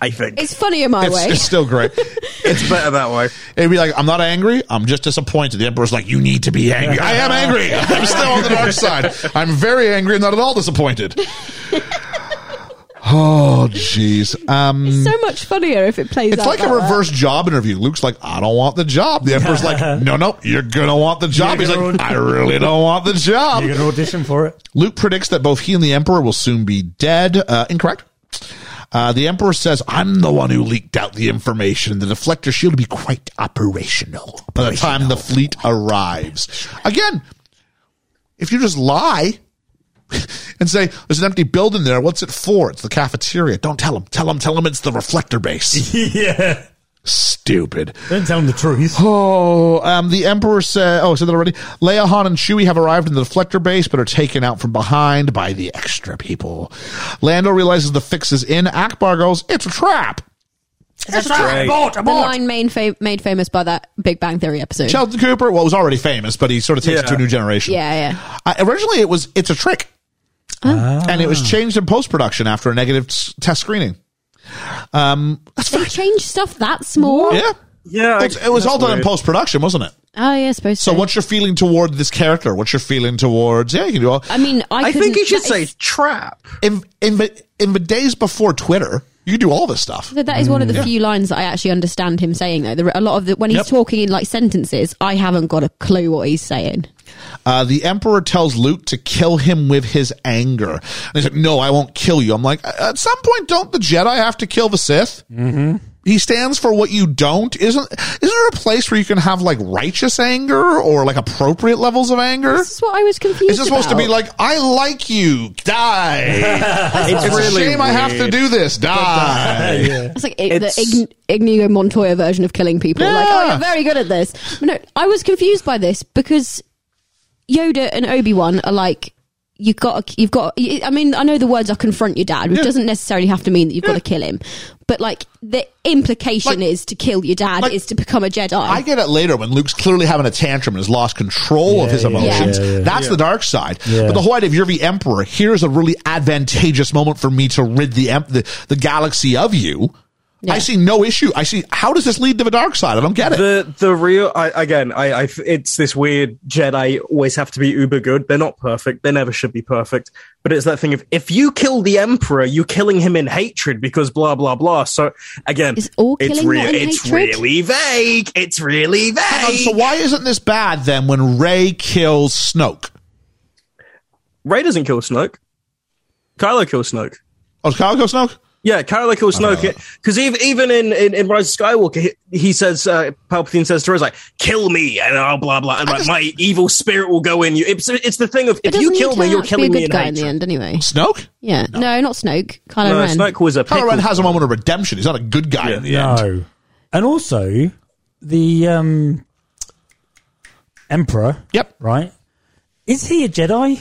I think it's, It's funnier my way. It's, it's still great. better that way. It'd be like, I'm not angry. I'm just disappointed. The Emperor's like, you need to be angry. I am angry. I'm still on the dark side. I'm very angry and not at all disappointed. Oh, jeez. Um, It's so much funnier if it plays. it's out like a that way. reverse job interview. Luke's like, I don't want the job. The Emperor's like, no, no, you're going to want the job. You're He's gonna like, want- I really don't want the job. You're going to audition for it. Luke predicts that both he and the Emperor will soon be dead. Uh, incorrect. Uh, the Emperor says, I'm the one who leaked out the information. The deflector shield will be quite operational by the time the fleet arrives. Again, if you just lie and say, there's an empty building there, what's it for? It's the cafeteria. Don't tell him. Tell him, tell him it's the reflector base. yeah. Stupid. Don't tell them the truth. Oh, um, the Emperor said, oh, I said that already. Leia, Han, and Chewie have arrived in the deflector base, but are taken out from behind by the extra people. Lando realizes the fix is in. Akbar goes, it's a trap. That's right. Abort, The abort. line main fa- made famous by that Big Bang Theory episode. Sheldon Cooper, well, was already famous, but he sort of takes it Yeah. to a new generation. yeah, Oh. yeah. Uh, originally, it was, it's a trick. Ah. And it was changed in post production after a negative s- test screening. They change stuff that small. Yeah. Yeah, I- It's- it was that's all done in weird. post production, wasn't it? Oh yeah, I suppose so. So, what's your feeling toward this character? What's your feeling towards, yeah, you can do all. I mean, I, I think couldn't- you should that say is- trap. in in the, in the days before Twitter, you could do all this stuff. that is one of the few lines that I actually understand him saying. Though There are a lot of the, when he's Mm. Yep. talking in like sentences, I haven't got a clue what he's saying. Uh, the emperor tells Luke to kill him with his anger, and he's like, "No, I won't kill you." I'm like, at some point, don't the Jedi have to kill the Sith? Mm-hmm. He stands for what you don't. Isn't isn't there a place where you can have like righteous anger or like appropriate levels of anger? This is what I was confused. Is it supposed to about. be like, I like you, die? It's, it's a shame I have to do this, die. It's like i- It's- the Ign- Inigo Montoya version of killing people. Like, oh, Yeah. you're very good at this. But no, I was confused by this because Yoda and Obi Wan are like, you got, you've got. I mean, I know the words are confront your dad, which Yeah. doesn't necessarily have to mean that you've got to kill him, but like the implication Like- is to kill your dad like- is to become a Jedi. I get it later when Luke's clearly having a tantrum and has lost control of Yeah, his yeah, emotions. yeah, yeah. That's the dark side. Yeah. But the whole idea of you're the emperor, here's a really advantageous moment for me to rid the em- the, the galaxy of you. I see no issue. I see how does this lead to the dark side? I don't get it. The the real I, again I, I it's this weird Jedi always have to be uber good. They're not perfect. They never should be perfect. But it's that thing of if you kill the Emperor, you're killing him in hatred because blah blah blah. So again, Is all killing real. not in It's hatred? really vague. It's really vague. Hang on, Um, so why isn't this bad then when Ray kills Snoke? Ray doesn't kill Snoke. Kylo kills Snoke. Oh, does Kyle kill Snoke? Yeah, Kylo kills Snoke because even even in, in in Rise of Skywalker, he, he says uh, Palpatine says to Rose like, "Kill me," and I'll blah blah, and like my evil spirit will go in you. It's it's the thing of But if you doesn't he kill turn me, you're out to be killing a good me in guy hatred. in the end, anyway. Snoke? Yeah, no, not Snoke. Kylo No, Ren. Snoke was a Kylo Ren pickle. has a moment of redemption. He's not a good guy in the end. No. And also, the um, Emperor. Yep. Right? Is he a Jedi?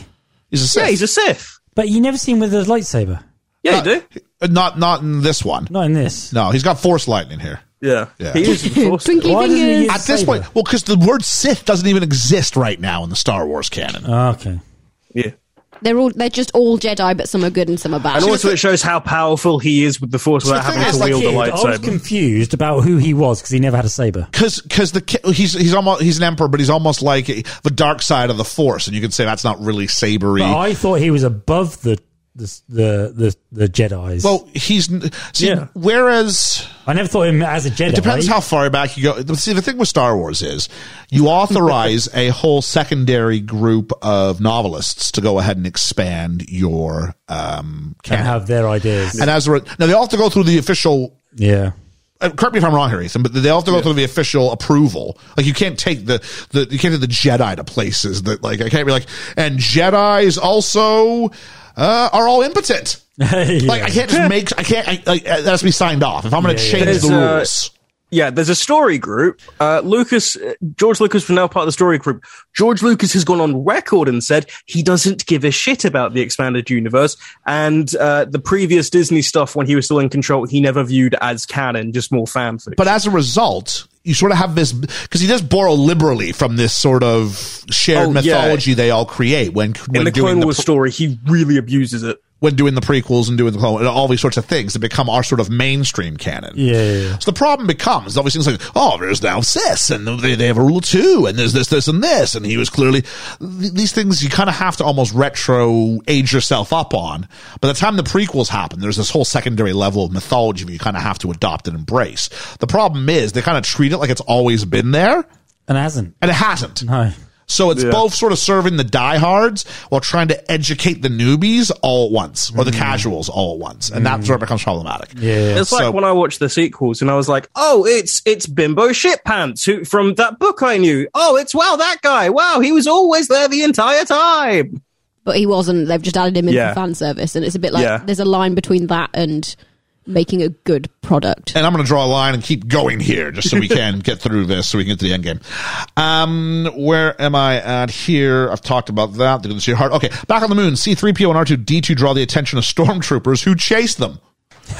He's a Sith. yeah, he's a Sith. But you never seen with a lightsaber. Yeah, you do. Not not in this one. Not in this. No, he's got force lightning here. Yeah, Yeah. he is. the Force. Twinkly Why doesn't he fingers. use- At this Saber. point, well, because the word Sith doesn't even exist right now in the Star Wars canon. Oh, okay. yeah. They're all. They're just all Jedi, but some are good and some are bad. And also, it shows how powerful he is with the Force without the thing having is, to like, wield he- a I was lightsaber. confused about who he was because he never had a saber. Because because the ki- he's he's almost he's an emperor, but he's almost like the dark side of the Force, and you could say that's not really sabery. But I thought he was above the the the the, the Jedi's. well, he's n- see, Yeah. whereas I never thought him as a Jedi. it depends how far back you go. See, the thing with Star Wars is you authorize a whole secondary group of novelists to go ahead and expand your um can canon. have their ideas. And as a re- now, they all have to go through the official yeah. uh, correct me if I'm wrong here, Ethan, but they all have to go through the official approval. Like you can't take the, the you can't take the Jedi to places that like I can't be like and Jedi's also uh, are all impotent. Yeah. Like I can't just make I can't I, like, uh, that has to be signed off. If I'm going to Yeah, yeah. change There's, the uh, rules, yeah, there's a story group. Uh, Lucas, uh, George Lucas was now part of the story group. George Lucas has gone on record and said he doesn't give a shit about the expanded universe. And uh, the previous Disney stuff, when he was still in control, he never viewed as canon, just more fanfic. But as a result, you sort of have this because he does borrow liberally from this sort of shared Oh, yeah. mythology they all create when when in the doing Clone the Wars pre- story, he really abuses it. when doing the prequels and doing the clone and all these sorts of things that become our sort of mainstream canon. Yeah, yeah, yeah. So the problem becomes obviously it's like, oh, there's now this, and they, they have a rule of two, and there's this, this, and this, and he was clearly th- these things you kind of have to almost retro age yourself up on. By the time the prequels happen, there's this whole secondary level of mythology that you kind of have to adopt and embrace. The problem is they kind of treat it like it's always been there, and it hasn't. and it hasn't. No. So it's both sort of serving the diehards while trying to educate the newbies all at once or the casuals all at once. And that's where it becomes problematic. Yeah. It's like So- when I watched the sequels and I was like, "Oh, it's it's Bimbo Shitpants who from that book I knew. Oh, it's wow that guy. Wow, he was always there the entire time." but he wasn't. They've just added him in Yeah. for fan service, and it's a bit like Yeah. there's a line between that and making a good product. And I'm going to draw a line and keep going here just so we can get through this so we can get to the end game. Um, where am I at here? I've talked about that. They're going to see hard. Okay. Back on the moon, C3PO and R2D2 draw the attention of stormtroopers who chase them.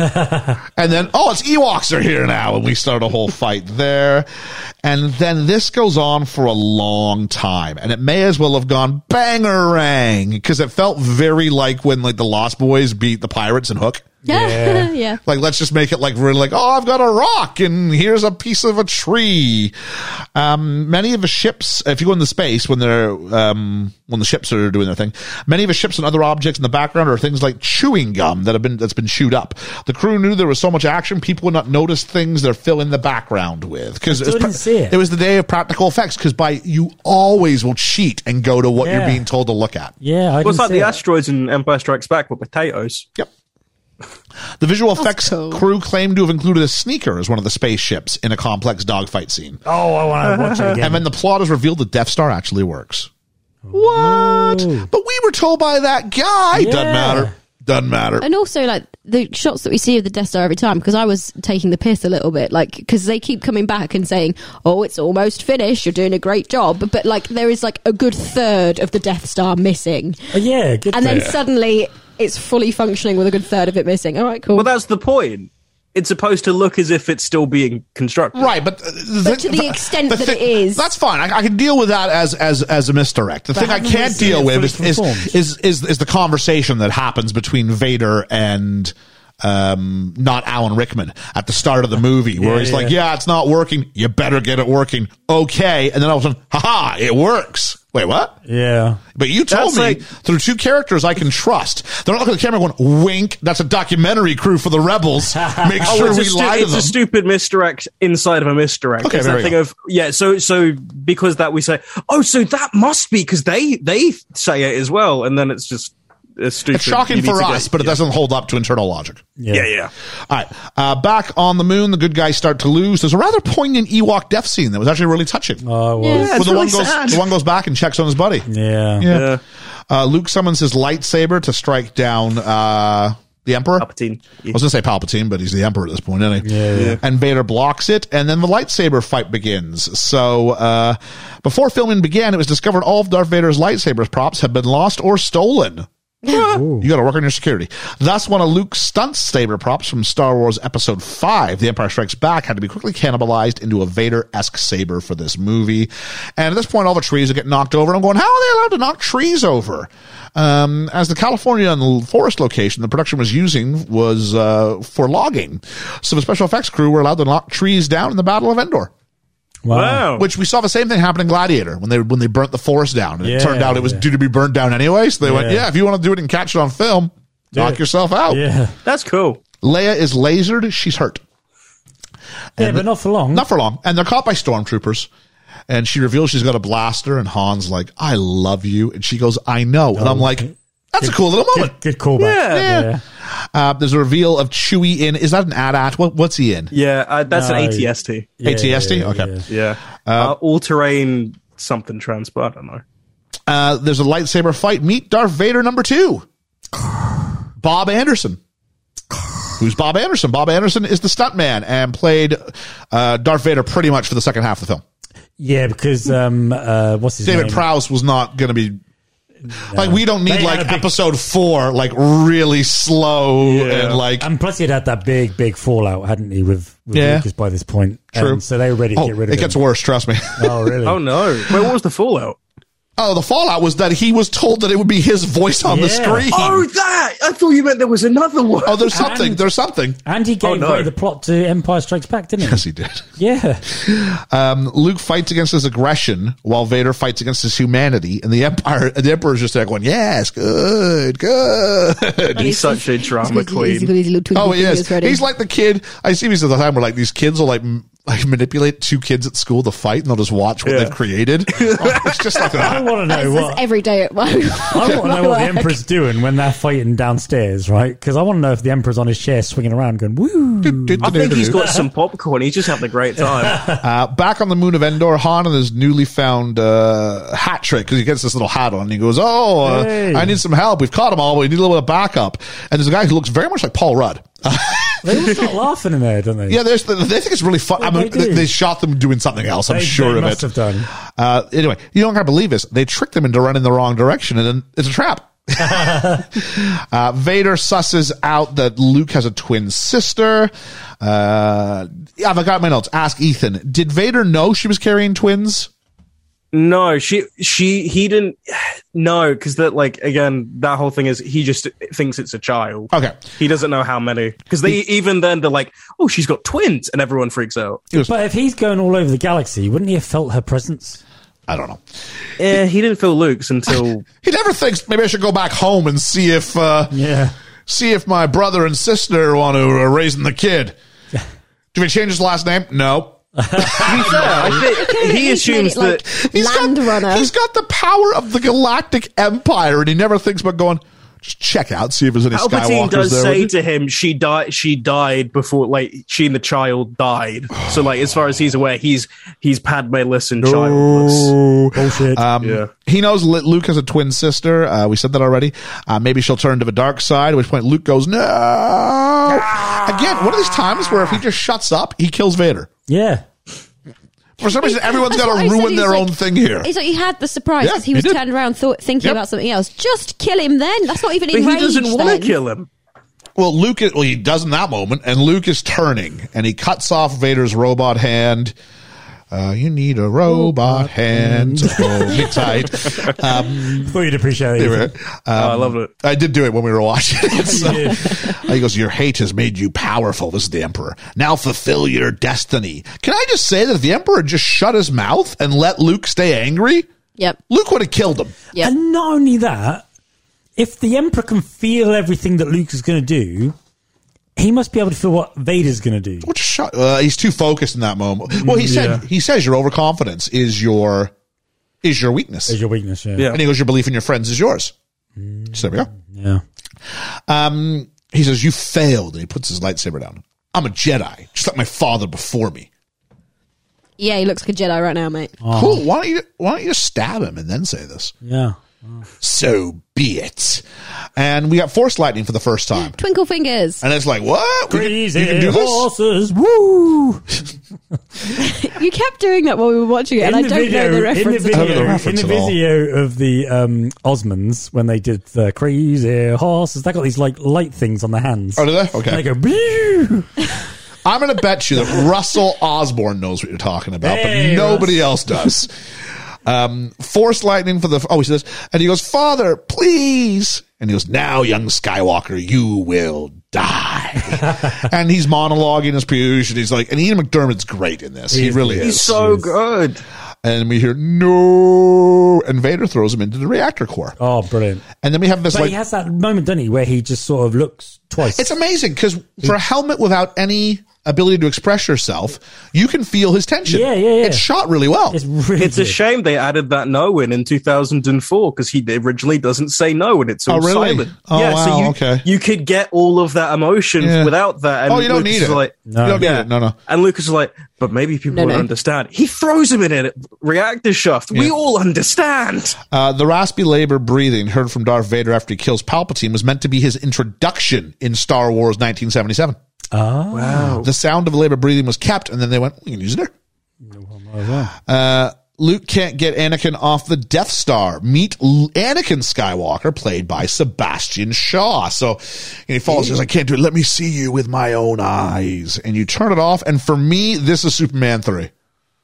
And then, oh, it's Ewoks are here now. And we start a whole fight there. And then this goes on for a long time. And it may as well have gone bangerang because it felt very like when like the Lost Boys beat the Pirates and Hook. Yeah, yeah. Like, let's just make it like really like, oh, I've got a rock and here's a piece of a tree. Um, many of the ships, if you go into space when they're, um, when the ships are doing their thing, many of the ships and other objects in the background are things like chewing gum that have been, that's been chewed up. The crew knew there was so much action, people would not notice things they're fill in the background with. Cause it was, still didn't see it. it was the day of practical effects. Cause by, you always will cheat and go to what you're Yeah. being told to look at. yeah, I It was didn't like see the it. asteroids in Empire Strikes Back were potatoes. Yep. The visual effects cool. crew claimed to have included a sneaker as one of the spaceships in a complex dogfight scene. Oh, I want to watch it again. And then the plot is revealed the Death Star actually works. What? But we were told by that guy. Doesn't Yeah. matter. Doesn't matter. And also, like the shots that we see of the Death Star every time, because I was taking the piss a little bit, like because they keep coming back and saying, "Oh, it's almost finished. You're doing a great job," but, but like there is like a good third of the Death Star missing, Oh, yeah, good. and then thing. suddenly it's fully functioning with a good third of it missing. All right, cool. Well, that's the point. It's supposed to look as if it's still being constructed. Right, but, uh, But to the extent that thing- it is. that's fine. I, I can deal with that as as as a misdirect. The thing I haven't we can't seen deal it with fully is is, conformed? is is is the conversation that happens between Vader and um not Alan Rickman at the start of the movie where Yeah, he's yeah. like, "Yeah, it's not working. You better get it working." Okay, and then all of a sudden, haha, it works. Wait, what? yeah. But you told That's me like- through two characters I can trust. They're not looking at the camera going, "Wink." That's a documentary crew for the rebels. Make Oh, sure it's, we a, stu- lie to it's them. a stupid misdirect inside of a misdirect. Okay, it's there that we thing go. of yeah. So so because that we say oh so that must be because they they say it as well, and then it's just it's stupid. It's shocking You need for to go- us, but it doesn't hold up to internal logic. Yeah. Yeah, yeah. All right. Uh, back on the moon, the good guys start to lose. There's a rather poignant Ewok death scene that was actually really touching. Oh, well, Yeah, Where it's the, one really goes, sad. the one goes back and checks on his buddy. yeah. Yeah. Uh, Luke summons his lightsaber to strike down uh, the Emperor. Palpatine. I was going to say Palpatine, but he's the Emperor at this point, isn't he? Yeah, yeah. And Vader blocks it, and then the lightsaber fight begins. So, uh, before filming began, it was discovered all of Darth Vader's lightsaber props had been lost or stolen. You got to work on your security. Thus, one of Luke's stunt saber props from Star Wars Episode Five, The Empire Strikes Back, had to be quickly cannibalized into a Vader-esque saber for this movie. And at this point, all the trees are getting knocked over. I'm going, how are they allowed to knock trees over? Um, as the California forest location the production was using was uh, for logging, so the special effects crew were allowed to knock trees down in the Battle of Endor. Wow. Which we saw the same thing happen in Gladiator when they when they burnt the forest down, and Yeah, it turned out it was yeah. due to be burnt down anyway. So they went, Yeah. "Yeah, if you want to do it and catch it on film, knock it. yourself out." Yeah. That's cool. Leia is lasered; she's hurt, Yeah, but not for long. not for long, and they're caught by stormtroopers. And she reveals she's got a blaster, and Han's like, "I love you," and she goes, "I know," and I'm Oh, like, "That's a cool little moment." Good, good callback. Yeah. Yeah. Uh, there's a reveal of Chewie in. Is that an AT-AT? What, what's he in? Yeah, uh, that's No. an ATST. Yeah, ATST? yeah, Okay. yeah. Yeah, uh, all terrain something transport. I don't know. Uh, there's a lightsaber fight. Meet Darth Vader number two, Bob Anderson. who's Bob Anderson. Bob Anderson is the stuntman and played uh, Darth Vader pretty much for the second half of the film. Yeah, because um, uh, what's his David name? Prowse was not going to be. Like we don't need They had like a big- episode four like really slow and like and plus, he'd had that big, big fallout, hadn't he, with, with Yeah. Lucas by this point? true. Um, so they were ready to Oh, get rid of it gets him. worse. Trust me. Oh, really? Oh no! Wait, what was the fallout? oh, the fallout was that he was told that it would be his voice on the Yeah. screen. Oh, that! I thought you meant there was another one. Oh, there's something. And- there's something. And he gave Oh, no. away the plot to Empire Strikes Back, didn't he? Yes, he did. Yeah. Um, Luke fights against his aggression while Vader fights against his humanity, and the Empire, the Emperor's just like going, "Yes, good, good." he's such a drama He's queen. got his little twinkle Oh yes, fingers ready. he's like the kid. I see these at the time where like these kids will like m- like manipulate two kids at school to fight, and they'll just watch what Yeah. they've created. Oh, it's just like I that. want to That's- know that's what. every day at my. I want to know what the Emperor's doing when they're fighting downstairs, right? Because I want to know if the Emperor's on his chair swinging around going, woo. I think he's got some popcorn. He's just having a great time. Uh, back on the moon of Endor, Han and his newly found uh, hat trick because he gets this little hat on and he goes, "Oh, uh, Hey. I need some help. We've caught them all, but we need a little bit of backup." And there's a guy who looks very much like Paul Rudd. They all start laughing in there, don't they? Yeah, there's the, they think it's really fun. I mean, they do. they, they shot them doing something else. I'm They- sure they of must it. have done. Uh, anyway, you don't gotta believe this. They tricked them into running the wrong direction, and then it's a trap. uh, Vader susses out that Luke has a twin sister. Uh, yeah, I've got my notes. Ask Ethan. Did Vader know she was carrying twins? no, she, she, he didn't. No, because that, like, again, that whole thing is he just thinks it's a child. Okay. He doesn't know how many. Because they even then they're like, oh, she's got twins, and everyone freaks out. But if he's going all over the galaxy, wouldn't he have felt her presence? I don't know. Eh, he didn't feel Luke's until He never thinks maybe I should go back home and see if uh, Yeah. see if my brother and sister want to uh, raising the kid. Do we change his last name? No. I think he assumes that. He's Land got, Runner. He's got the power of the Galactic Empire, and he never thinks about going. Just check out, see if there's any Skywalkers Palpatine does there. say to him, "She died. She died before, like she and the child died." so, like as far as he's aware, he's he's Padme-less and childless. Bullshit. Um, Yeah. He knows Lu- Luke has a twin sister. Uh, we said that already. Uh, maybe she'll turn to the dark side, at which point Luke goes, "No." Ah. Again, one of these times where if he just shuts up, he kills Vader. yeah. For some reason, everyone's That's got what to I said, ruin he's their like- own thing here. It's like he had the surprise Yeah, because he he was did. turned around thought, thinking Yep. about something else. Just kill him then. That's not even But in he rage. doesn't want to then. kill him. Well, Luke, well, he does in that moment, and Luke is turning, and he cuts off Vader's robot hand. Uh, you need a robot hand to hold me tight. Um, Thought you'd appreciate anyway, it. oh, I love it. I did do it when we were watching it. so. Uh, he goes, Your hate has made you powerful. This is the Emperor. Now fulfill your destiny. Can I just say that if the Emperor just shut his mouth and let Luke stay angry, Yep. Luke would have killed him. Yeah. And not only that, if the Emperor can feel everything that Luke is going to do, he must be able to feel what Vader's going to do. Well, just shut. Uh, he's too focused in that moment. Well, he said he says your overconfidence is your is your weakness, Is your weakness, yeah. Yeah. and he goes your belief in your friends is yours. So there we go. Yeah. Um, he says you failed, and he puts his lightsaber down. I'm a Jedi, just like my father before me. Yeah, he looks like a Jedi right now, mate. Oh. Cool. Why don't you Why don't you just stab him and then say this? Yeah. So be it. And we got force lightning for the first time, Twinkle fingers. and it's like what? We can- Crazy you can do this. horses. Woo! You kept doing that while we were watching it, and I don't know the in the reference. don't know the video, in reference the at all. video of the um, Osmonds when they did the crazy horses, they got these like light things on their hands. Oh, do they? Okay. And they go. "Boo!" I'm going to bet you that Russell Osborne knows what you're talking about, but Hey, nobody else does. Um, force lightning for the. Oh, he says, and he goes, Father, please. And he goes, Now, young Skywalker, you will die. and he's monologuing as per usual. He's like, and Ian McDermott's great in this. He, is really great. is. He's so good. and we hear, No. And Vader throws him into the reactor core. Oh, brilliant! And then we have this But like. he has that moment, doesn't he, where he just sort of looks twice. it's amazing because for a helmet without any ability to express yourself, you can feel his tension. Yeah, yeah, yeah. It's shot really well. It's really It's a good. shame they added that no in in 2004 because he originally doesn't say no and it's all Oh, really? silent. Oh, yeah, wow, so you, okay. you could get all of that emotion Yeah. without that. And oh, you don't Lucas need is it. Like, No. You don't need Yeah. it. No, no. And Lucas is like, but maybe people No, won't no. understand. He throws him in a reactor shaft. We all understand. Uh, the raspy labor breathing heard from Darth Vader after he kills Palpatine was meant to be his introduction in Star Wars 1977. Ah. Wow. The sound of labor breathing was kept, and then they went, we can use it there. Uh, Luke can't get Anakin off the Death Star. Meet L- Anakin Skywalker, played by Sebastian Shaw. So, and he falls, says, I can't do it. Let me see you with my own eyes. And you turn it off. And for me, this is Superman 3.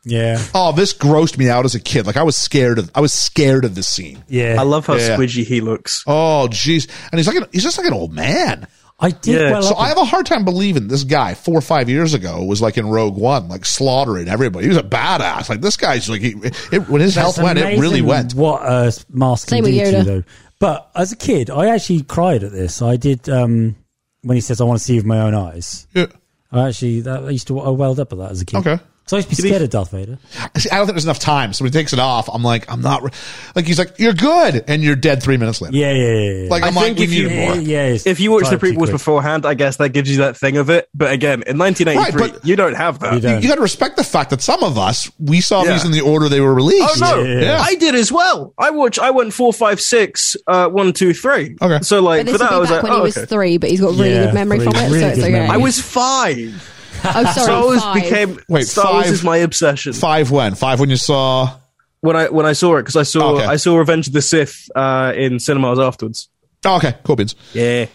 Yeah. Oh, this grossed me out as a kid. Like I was scared of, I was scared of this scene. Yeah. I love how Yeah. squidgy he looks. Oh, jeez. And he's like, an, he's just like an old man. I did Yeah. well. So up- I have a hard time believing this guy four or five years ago was like in Rogue One, like slaughtering everybody. He was a badass. Like this guy's like, he, it, when his That's health went, it really amazing went. What a s- mask can Same with do to you, Yoda. though. But as a kid, I actually cried at this. I did um, when he says, "I want to see you with my own eyes." Yeah. I actually that I used to I welled up at that as a kid. Okay. So I used to be scared of Darth Vader. See, I don't think there's enough time. So when he takes it off, I'm like, I'm not, re- like, he's like, you're good. And you're dead three minutes later. Yeah, yeah, yeah. yeah. Like, I I'm like, think we if you- needed yeah, more. yeah, it's If you watch the time too prequels quick. beforehand, I guess that gives you that thing of it. But again, in 1983, Right, but- you don't have that. You don't. You got to respect the fact that some of us, we saw Yeah. these in the order they were released. Oh no! Yeah. I did as well. I watch. I went four, five, six, uh, one, two, three. Okay. So But like this for would be that, I was back like, when oh, he was okay. three, but he's got really Yeah, good memory three- from it, really so it's good okay. memory. I was five. oh, sorry, Star Wars five. became Wait, Star Wars five- is my obsession. Five when? Five when you saw. When I when I saw it because I saw Okay. I saw Revenge of the Sith uh, in cinemas afterwards. Oh, okay, cool beans. Yeah,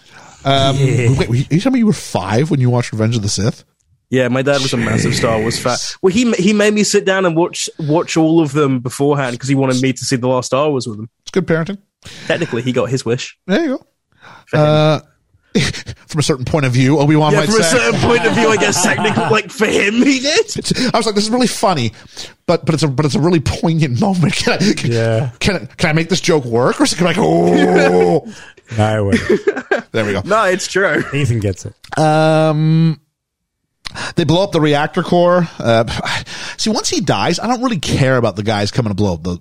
Um, Wait, were you- you tell me you were five when you watched Revenge of the Sith? yeah. My dad was a massive Star Wars fan. Well, he he made me sit down and watch watch all of them beforehand because he wanted me to see the last Star Wars with him. It's good parenting. Technically, he got his wish. There you go. Uh, from a certain point of view, Obi Wan Yeah, might from a say. certain point of view, I guess technically, like for him, he did. I was like, "This is really funny, but but it's a but it's a really poignant moment." Can I can, Yeah. can I, can I make this joke work, or is it like, oh, No, it wouldn't. there we go. No, it's true. Ethan gets it. Um, they blow up the reactor core. Uh, see, once he dies, I don't really care about the guys coming to blow up the.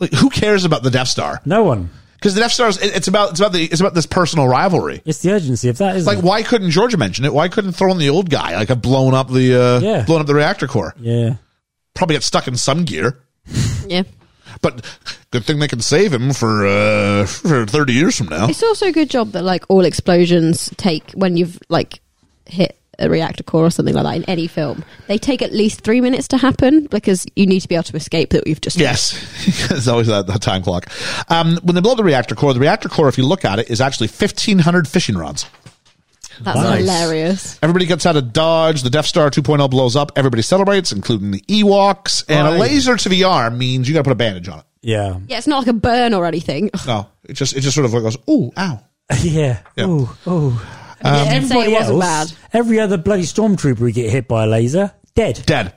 Like, who cares about the Death Star? No one. Because the Death Star is it- it's about it's about the it's about this personal rivalry. It's the urgency of that, isn't Like, it? why couldn't Georgia mention it? Why couldn't throw in the old guy? Like, I've blown up the uh, Yeah. blown up the reactor core. Yeah. Probably got stuck in some gear. Yeah. But good thing they can save him for uh, for thirty years from now. It's also a good job that like all explosions take when you've like hit a reactor core or something like that in any film. They take at least three minutes to happen because you need to be able to escape that we've just Yes, it's always that, that time clock. Um, when they blow up the reactor core, the reactor core, if you look at it, is actually fifteen hundred fishing rods. That's Nice. hilarious. Everybody gets out of dodge. The Death Star 2.0 blows up. Everybody celebrates, including the Ewoks. And a Right. laser to the arm means you got to put a bandage on it. Yeah. Yeah, it's not like a burn or anything. No, it just it just sort of goes, ooh, ow. Yeah. Yeah. Ooh, ooh. Yeah, I'd say it wasn't bad. every other bloody stormtrooper who get hit by a laser, dead. Dead.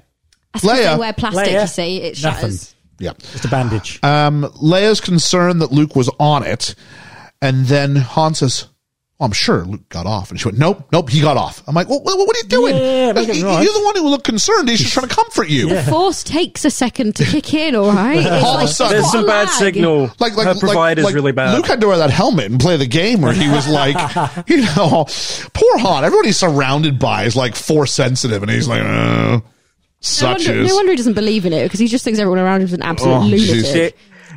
That's 'cause Leia. They wear plastic, Leia. you see. It shatters. Yeah. Just a bandage. Um, Leia's concerned that Luke was on it, and then Han says, "Well, I'm sure Luke got off." And she went, "Nope, nope, he got off." I'm like, well, "What what are you doing? Yeah, yeah, yeah, make it You- right." You're the one who looked concerned. He's just trying to comfort you." The force takes a second to kick in, all right? It's All of a like- sudden- it's got There's some a bad lag. signal. Like, like, Her like- provider's like really bad. Luke had to wear that helmet and play the game where he was like, you know, poor Han. Everybody he's surrounded by is like force sensitive, and he's like, oh, No such wonder, is. no wonder he doesn't believe in it because he just thinks everyone around him is an absolute Oh, lunatic. Jesus. Shit.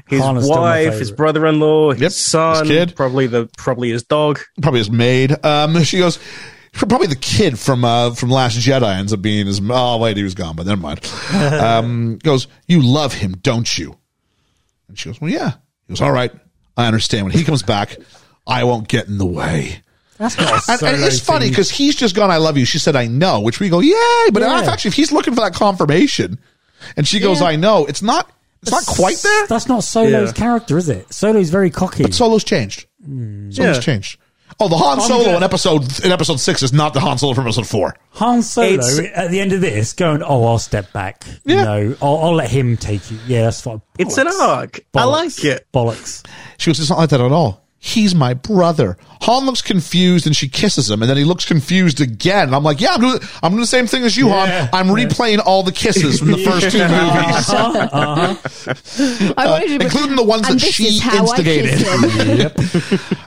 His Han is still my wife, favourite. his brother-in-law, his Yep, his son, kid. probably the probably his dog. probably his maid. Um, she goes, probably the kid from uh, from Last Jedi ends up being his. Oh wait, he was gone, but never mind. Um, goes, you love him, don't you? And she goes, well, yeah. He goes, all right, I understand. When he comes back, I won't get in the way. That's not a And, and it's solo funny thing. because he's just gone, I love you. She said, I know, which we go, yay. But Yeah. in actually, if he's looking for that confirmation and she goes, Yeah. I know, it's not, it's not quite there. That's not Solo's Yeah. character, is it? Solo's very cocky. But Solo's changed. Solo's Yeah. changed. Oh, the Han Solo gonna- in episode in episode six is not the Han Solo from episode four. Han Solo It's- at the end of this going, "Oh, I'll step back. Yeah. You know, I'll, I'll let him take you. Yeah, that's fine. It's an Bollocks. arc. I Bollocks. like it. Bollocks. She goes, it's not like that at all. He's my brother. Han looks confused and she kisses him, and then he looks confused again. And I'm like, yeah, I'm doing, I'm doing the same thing as you, Yeah. Han. I'm replaying all the kisses from the first two movies, I wanted to- including the ones and that this she is how I instigated. kiss him. yep.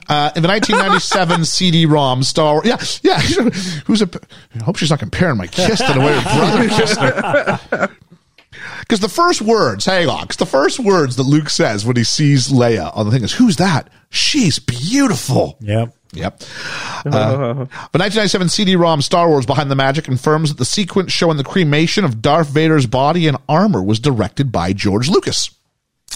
Uh, in the 1997 CD-ROM Star Wars. Yeah, yeah. Who's a? I hope she's not comparing my kiss to the way her brother kissed her. Because the first words, hang on, 'cause the first words that Luke says when he sees Leia on the thing is, "Who's that? She's beautiful." Yep. Yep. Uh, the 1997 CD-ROM Star Wars Behind the Magic confirms that the sequence showing the cremation of Darth Vader's body and armor was directed by George Lucas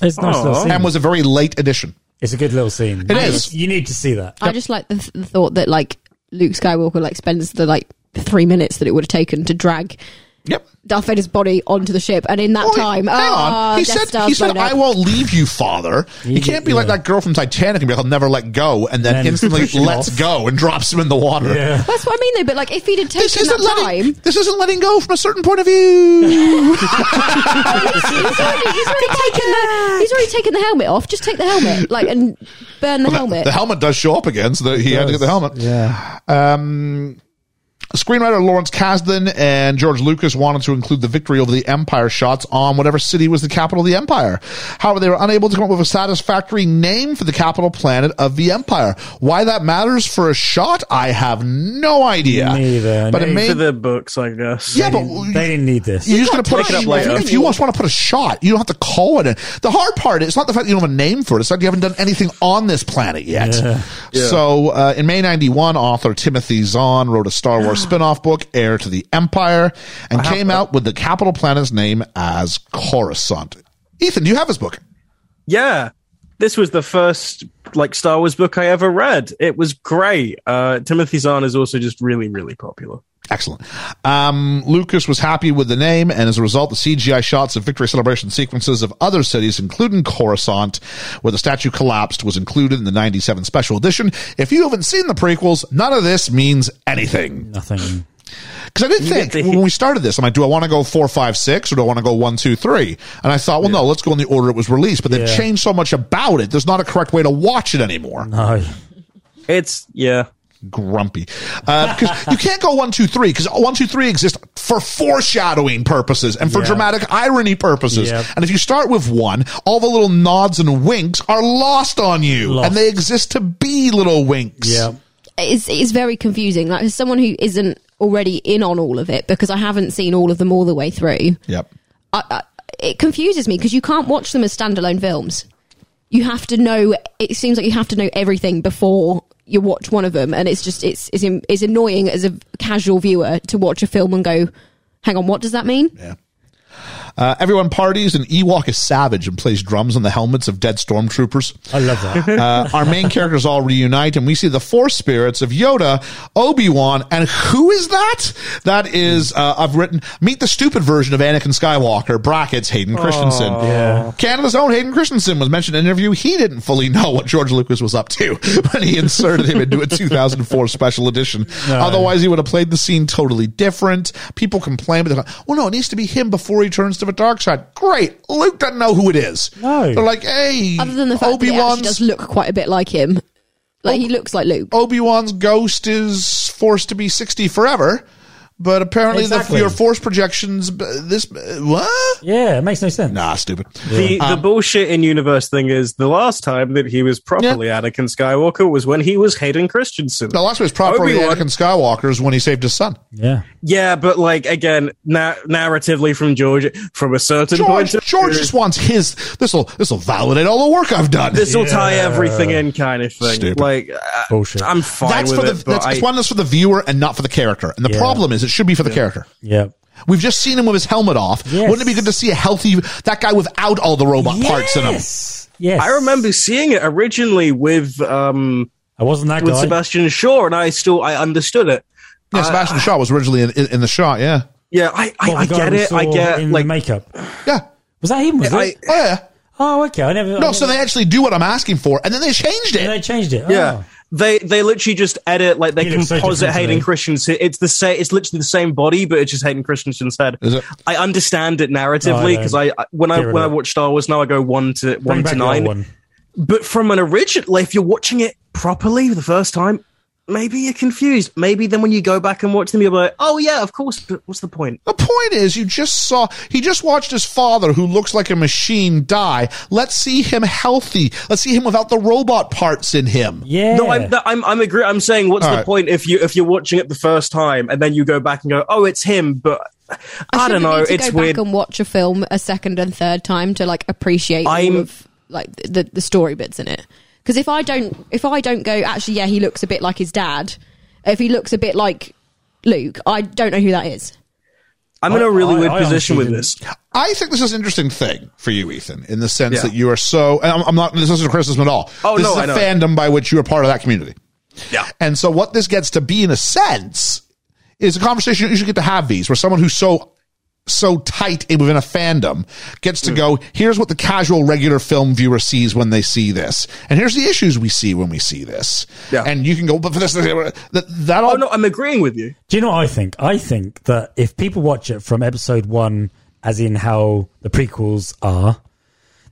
It's a nice little Aw. scene. and was a very late addition. it's a good little scene. It is. You need to see that. I just like the, th- the thought that like Luke Skywalker like spends the like three minutes that it would have taken to drag Yep. Darth Vader's body onto the ship, and in that Oh, time, hang ah, on. He Death said, Star's he said blown up. I won't leave you, father. He can't be like yeah. that girl from Titanic and be like, I'll never let go, and then, Then instantly push him lets off. go and drops him in the water. Yeah. That's what I mean, though. But like, if he'd have This taken isn't that letting. time, This isn't letting go from a certain point of view. he's already, he's already taken the he's already taken the helmet off. Just take the helmet, like, and burn the helmet. the helmet does show up again, so that he had to get the helmet. Yeah. Um, screenwriter Lawrence Kasdan and George Lucas wanted to include the victory over the Empire shots on whatever city was the capital of the Empire. However, they were unable to come up with a satisfactory name for the capital planet of the Empire. Why that matters for a shot, I have no idea. Neither. But it Name may. For the books, I guess. yeah, but. They didn't need this. You're just going to put Pick it up a, later. If you just want to put a shot, you don't have to call it. A, the hard part is not the fact that you don't have a name for it. It's like you haven't done anything on this planet yet. So uh, in May 91, author Timothy Zahn wrote a Star Wars spin-off book, Heir to the Empire, and came out with the capital planet's name as Coruscant. Ethan, do you have his book? Yeah. This was the first like Star Wars book I ever read. It was great. Uh, Timothy Zahn is also just really, really popular. Excellent. Um, Lucas was happy with the name, and as a result, the CGI shots of victory celebration sequences of other cities, including Coruscant, where the statue collapsed, was included in the 97 special edition. If you haven't seen the prequels, none of this means anything. Nothing. Because I did think the- when we started this, I'm like, do I want to go four, five, six, or do I want to go one, two, three? And I thought, well, no, let's go in the order it was released. But they've Yeah. changed so much about it. There's not a correct way to watch it anymore. No. It's yeah. grumpy Uh, because you can't go one two three because one two three exists for foreshadowing purposes and for Yeah. dramatic irony purposes Yep. and if you start with one all the little nods and winks are lost on you Lost. and they exist to be little winks Yeah. it's, it's very confusing. Like, as someone who isn't already in on all of it, because I haven't seen all of them all the way through, yep I, I, it confuses me because you can't watch them as standalone films. You have to know. It seems like you have to know everything before you watch one of them, and it's just it's it's, in- it's annoying as a casual viewer to watch a film and go, "Hang on, what does that mean?" uh, everyone parties and ewok is savage and plays drums on the helmets of dead stormtroopers I love that. uh, our main characters all reunite and we see the four spirits of Yoda, Obi-Wan, and who is that? That is, uh, I've written, meet the stupid version of Anakin Skywalker, brackets Hayden Christensen. Canada's own Hayden Christensen was mentioned in an interview. He didn't fully know what George Lucas was up to when he inserted him into a 2004 special edition. Otherwise, he would have played the scene totally different. People complain, but they're like, well, no, it needs to be him before he turns to the dark side. Great. Luke doesn't know who it is. No. They're like, hey, Other than the fact that it actually Mm. Obi-Wan's- does look quite a bit like him. Like he looks like Luke. Obi Wan's ghost is forced to be sixty forever, but apparently Exactly. the, your force projections. b- This uh, what? yeah, it makes no sense. Nah, stupid. The Um, the bullshit in universe thing is the last time that he was properly Anakin Skywalker was when he was Hayden Christensen. The last was properly Obi-Wan- Anakin Skywalker is when he saved his son. Yeah. Yeah, but like again, na- narratively from George, from a certain George, point, of George view, just wants his. This will this will validate all the work I've done. this will tie Yeah. everything in, kind of thing. Stupid. Like uh, Bullshit. I'm fine that's with for the it, but that's I, it's one that's for the viewer and not for the character. And the Yeah. problem is, it should be for the character. Yeah. We've just seen him with his helmet off. Yes. Wouldn't it be good to see a healthy that guy without all the robot parts in him? Yes. Yes. I remember seeing it originally with um I wasn't that with guy. Sebastian Shaw, and I still I understood it. Yeah, Sebastian Uh, Shaw was originally in, in, in the shot. Yeah, Yeah, I I, Well, the I guy Oh get we it. I saw get in the like makeup. yeah, Was that him? Was I- it? oh, yeah. Oh, okay. I never. I No, never- so they actually do what I'm asking for, and then they changed and they it. changed it. Oh. yeah. They they literally just edit like they He looks so composite different to Hayden me. Christensen. It's the same. It's literally the same body, but it's just Hayden Christensen's head. Is it? I understand it narratively Oh, I because I, I when I Get rid when I of it. watch Star Wars now I go one to Bring one back to the old nine. one. But from an original, like, if you're watching it properly for the first time, maybe you're confused. Maybe then when you go back and watch them, you'll be like, oh, yeah, of course, but what's the point? The point is, you just saw, he just watched his father, who looks like a machine, die. Let's see him healthy. Let's see him without the robot parts in him. Yeah. No, I'm, no, I'm, I'm agree. I'm saying, what's All the right. point if you if you're watching it the first time and then you go back and go, oh, it's him, but I, don't shouldn't know, need to it's go weird. back and watch a film a second and third time to like appreciate I'm- all of like the the story bits in it. Because if I don't, if I don't go, actually, yeah, he looks a bit like his dad. If he looks a bit like Luke, I don't know who that is. I'm in I- a really I- weird I position with honestly this. I think this is an interesting thing for you, Ethan, in the sense Yeah. that you are so, and I'm, I'm not, this isn't a criticism at all. Oh, this no, is a I know. fandom by which you are part of that community. Yeah. And so what this gets to be in a sense is a conversation you should get to have these where someone who's so so tight in- within a fandom gets Hmm. to go, here's what the casual regular film viewer sees when they see this. And here's the issues we see when we see this. Yeah. And you can go, but for this, that, that all, Oh no, I'm agreeing with you. Do you know what I think? I think that if people watch it from episode one, as in how the prequels are,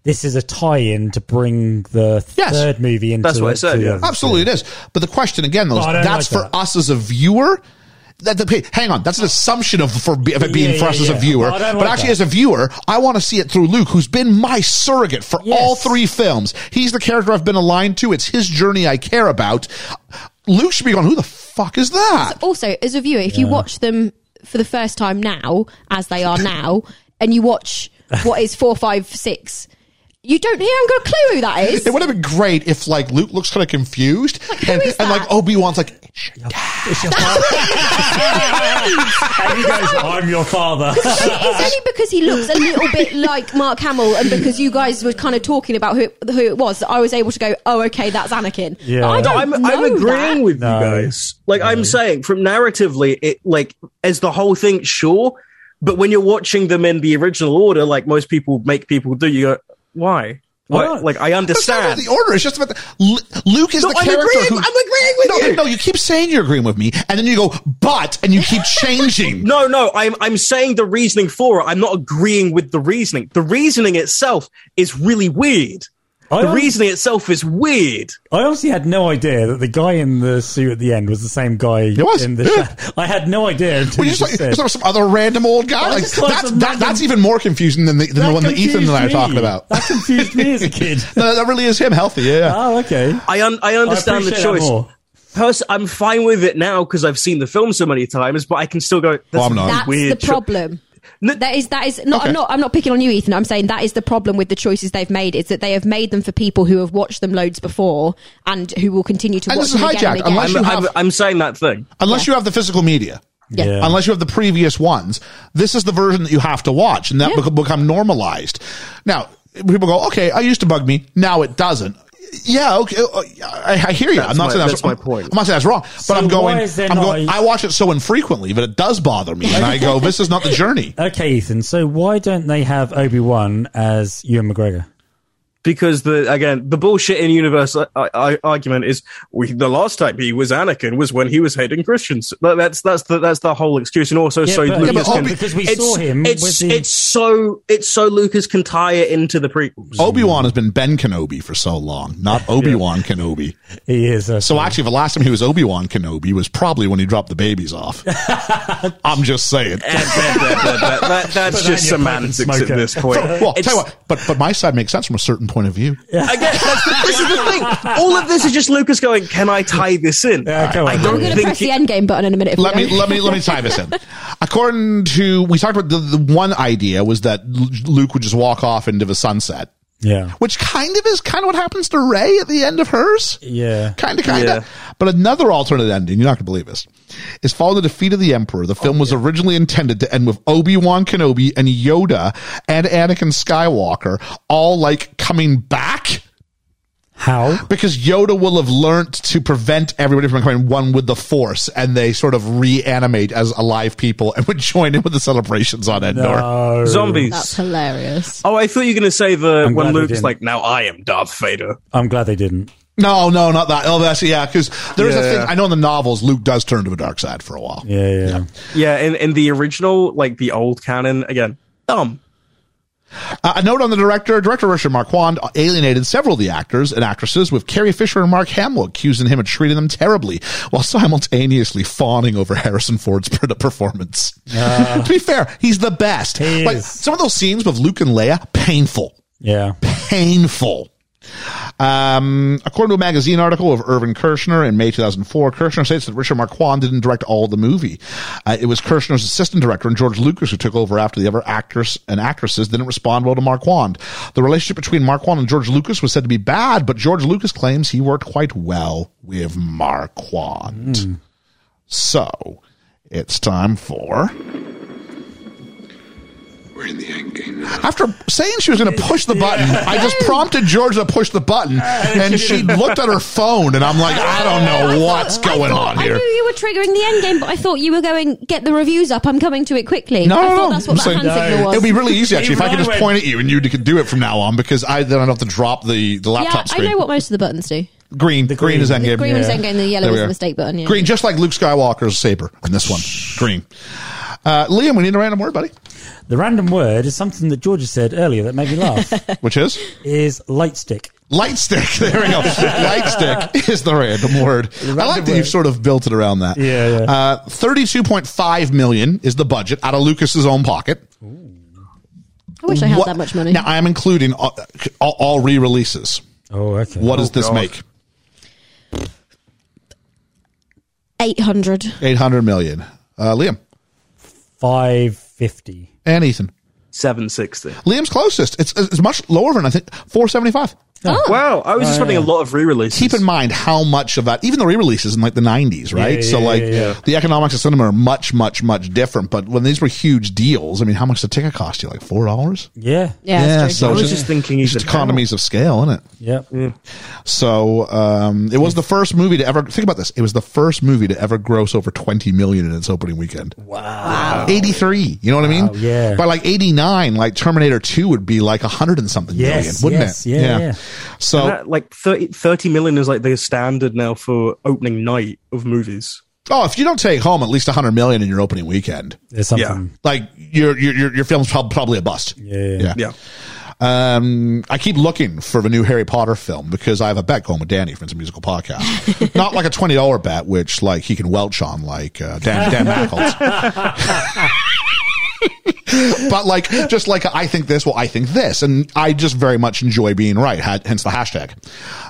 this is a tie-in to bring the Yes. third movie into. That's what I to said, the yeah. other absolutely it is. But the question again, though, is No, I don't that's like for that. us as a viewer. That the, hang on, that's an assumption of for of it being Yeah, for yeah, us as a yeah. viewer. No, I don't but like actually, that. as a viewer, I want to see it through Luke, who's been my surrogate for Yes. all three films. He's the character I've been aligned to. It's his journey I care about. Luke should be going. Who the fuck is that? Also, as a viewer, if you watch them for the first time now, as they are now, and you watch what is four, five, six, you don't. You haven't got a clue who that is. It would have been great if like Luke looks kind of confused who and, is and like that? Obi Wan's like And he goes, "I'm your father." it's only because he looks a little bit like Mark Hamill, and because you guys were kind of talking about who who it was, that I was able to go, "Oh, okay, that's Anakin." Yeah. But I No, don't I'm, know I'm agreeing that. with No. you guys. Like I'm saying, from narratively, it like as the whole thing, sure. But when you're watching them in the original order, like most people make people do, you go, why? Why? Why not? Like I It's not about understand. the order. It's just about the, Lu- Luke is No, the I'm character. agreeing- who- I'm agreeing with no, you. No, you keep saying you're agreeing with me, and then you go but, and you keep changing. No, no, I'm I'm saying the reasoning for it. I'm not agreeing with the reasoning. The reasoning itself is really weird. I The honestly- reasoning itself is weird. I honestly had no idea that the guy in the suit at the end was the same guy. It was, In yeah. the I had no idea. Until Well, you you just like, sort just said. of some other random old guy. I Like, just thought that's, some that, random- that's even more confusing than the, than the one that Ethan and I are confused talking me. about. That confused me as a kid. No, that really is him healthy. Yeah, yeah. Oh, okay. I un- I understand the appreciate that choice. more. Pers- I'm fine with it now because I've seen the film so many times, but I can still go. That's I'm not. That's weird. the problem. No- that is that is not. Okay. I'm not. I'm not picking on you, Ethan. I'm saying that is the problem with the choices they've made. Is that they have made them for people who have watched them loloads before and who will continue to And watch this is them again and hijacked, again. unless I'm, you I'm, have- I'm saying that thing. Unless you have the physical media. Yeah. Unless you have the previous ones, this is the version that you have to watch, and that Yeah. bec- become normalized. Now, people go, "Okay, I used to bug me. Now it doesn't." Yeah, okay, uh, I, I hear you. I'm That's not my- saying that's, that's my point. I'm not saying that's wrong, but So I'm going. why is there I'm not going. a- I watch it so infrequently, but it does bother me, and I go, "This is not the journey." Okay, Ethan. So why don't they have Obi Wan as Ewan McGregor? because the again the bullshit in universe uh, uh, argument is we, the last time he was Anakin was when he was hating Christians. That- That's that's the that's the whole excuse, and also Yeah, but- so yeah, Lucas but can, Obi- because we it's, saw him It's with the- it's so it's so Lucas can tie it into the prequels. Oh. Obi Wan has been Ben Kenobi for so long, not Obi Wan Kenobi. He is. A, So actually, the last time he was Obi Wan Kenobi was probably when he dropped the babies off. I'm just saying. And that- that- that- that- that- that's Put that just in your pipe and semantics at smoke it. this point. Well, It's- tell you what, but but my side makes sense from a certain point of view. Oh, I guess that's the, this is the thing. All of this is just Lucas going, "Can I tie this in?" Yeah, Uh, go on, I go on. don't I'm going to think press he- the end game button in a minute. if we Let me don't. let me let me tie this in. According to we talked about the, the one idea was that Lu- Luke would just walk off into the sunset, yeah. which kind of is kind of what happens to Ray at the end of hers. Yeah. Kind of, kind Yeah. of. But another alternate ending, you're not going to believe this, is following the defeat of the Emperor. The Oh, film was originally intended to end with Obi Wan Kenobi and Yoda and Anakin Skywalker all like coming back How? because Yoda will have learnt to prevent everybody from becoming one with the Force and they sort of reanimate as alive people and would join in with the celebrations on Endor. No. zombies. That's hilarious. Oh, I thought you were going to say the I'm when glad they Luke's didn't. like, "Now I am Darth Vader." I'm glad they didn't. No, no, not that. Oh, that's, yeah, because there is Yeah, a thing. yeah. I know in the novels, Luke does turn to the dark side for a while. Yeah. Yeah. Yeah, in, in the original, like the old canon, again, dumb. Uh, a note on the director. Director Richard Marquand alienated several of the actors and actresses, with Carrie Fisher and Mark Hamill accusing him of treating them terribly while simultaneously fawning over Harrison Ford's per- performance. to be fair, he's the best. Ah. He like, is. some of those scenes with Luke and Leia, painful Yeah. painful. Um, according to a magazine article of Irvin Kershner in May 2004, Kershner states that Richard Marquand didn't direct all the movie. Uh, it was Kershner's assistant director and George Lucas who took over after the other actors and actresses didn't respond well to Marquand. The relationship between Marquand and George Lucas was said to be bad, but George Lucas claims he worked quite well with Marquand. So it's time for. We're in the end game now. After saying she was going to push the button, I just prompted George to push the button, and she looked at her phone, and I'm like, I don't know what's going on I here. knew you were triggering the end game, but I thought you were going get the reviews up. I'm coming to it quickly. No, I no, thought no. that's what I'm that saying- hand signal was. It'd be really easy actually if I could just Right. point at you and you could do it from now on because I then I don't have to drop the, the Yeah, laptop I screen. know what most of the buttons do. green, green, green. is endgame. Green was Yeah. endgame, the yellow There we was the are. mistake button. Yeah. Green, just like Luke Skywalker's saber in this one. Green. Uh, Liam, we need a random word, buddy. The random word is something that Georgia said earlier that made me laugh. Which is is light stick. light stick. There we go. light stick is the random word. I like that word. you've sort of built it around that. Yeah, yeah. Uh, 32.5 million is the budget out of Lucas's own pocket. I wish I had What- that much money. Now I'm including all, all, all re-releases. Oh, okay. What does this make? 800. 800 million. Uh, Liam Five fifty. and Ethan. 760. Liam's closest. It's, it's much lower than I think 475. Oh. Wow, I was expecting a lot of re-releases. Keep in mind how much of that, even the re-releases in like the 90s, right? Yeah, so yeah, like yeah, yeah. the economics of cinema are much, much, much different. But when these were huge deals, I mean, how much did a ticket cost you? Like four dollars? Yeah. Yeah, that's true. so I it's was just, just thinking it's even just economies of scale, isn't it? Yeah. So um, it was the first movie to ever think about this. It was the first movie to ever gross over twenty million in its opening weekend. Wow, eighty three. You know what I mean? Wow, yeah. By like eighty nine, like Terminator Two would be like a hundred and something Yes, million, wouldn't yes, it? yeah, yeah. So That, like 30, 30 million is like the standard now for opening night of movies. oh, if you don't take home at least hundred million in your opening weekend, There's something. like your your your, your film's prob- probably a bust. Yeah. Yeah. Um, I keep looking for the new Harry Potter film because I have a bet going with Danny from the musical podcast. Not like a twenty dollar bet, which like he can welch on, like uh, Dan Dan Ackles. but like just like I think this, well, I think this, and I just very much enjoy being right. ha- Hence the hashtag.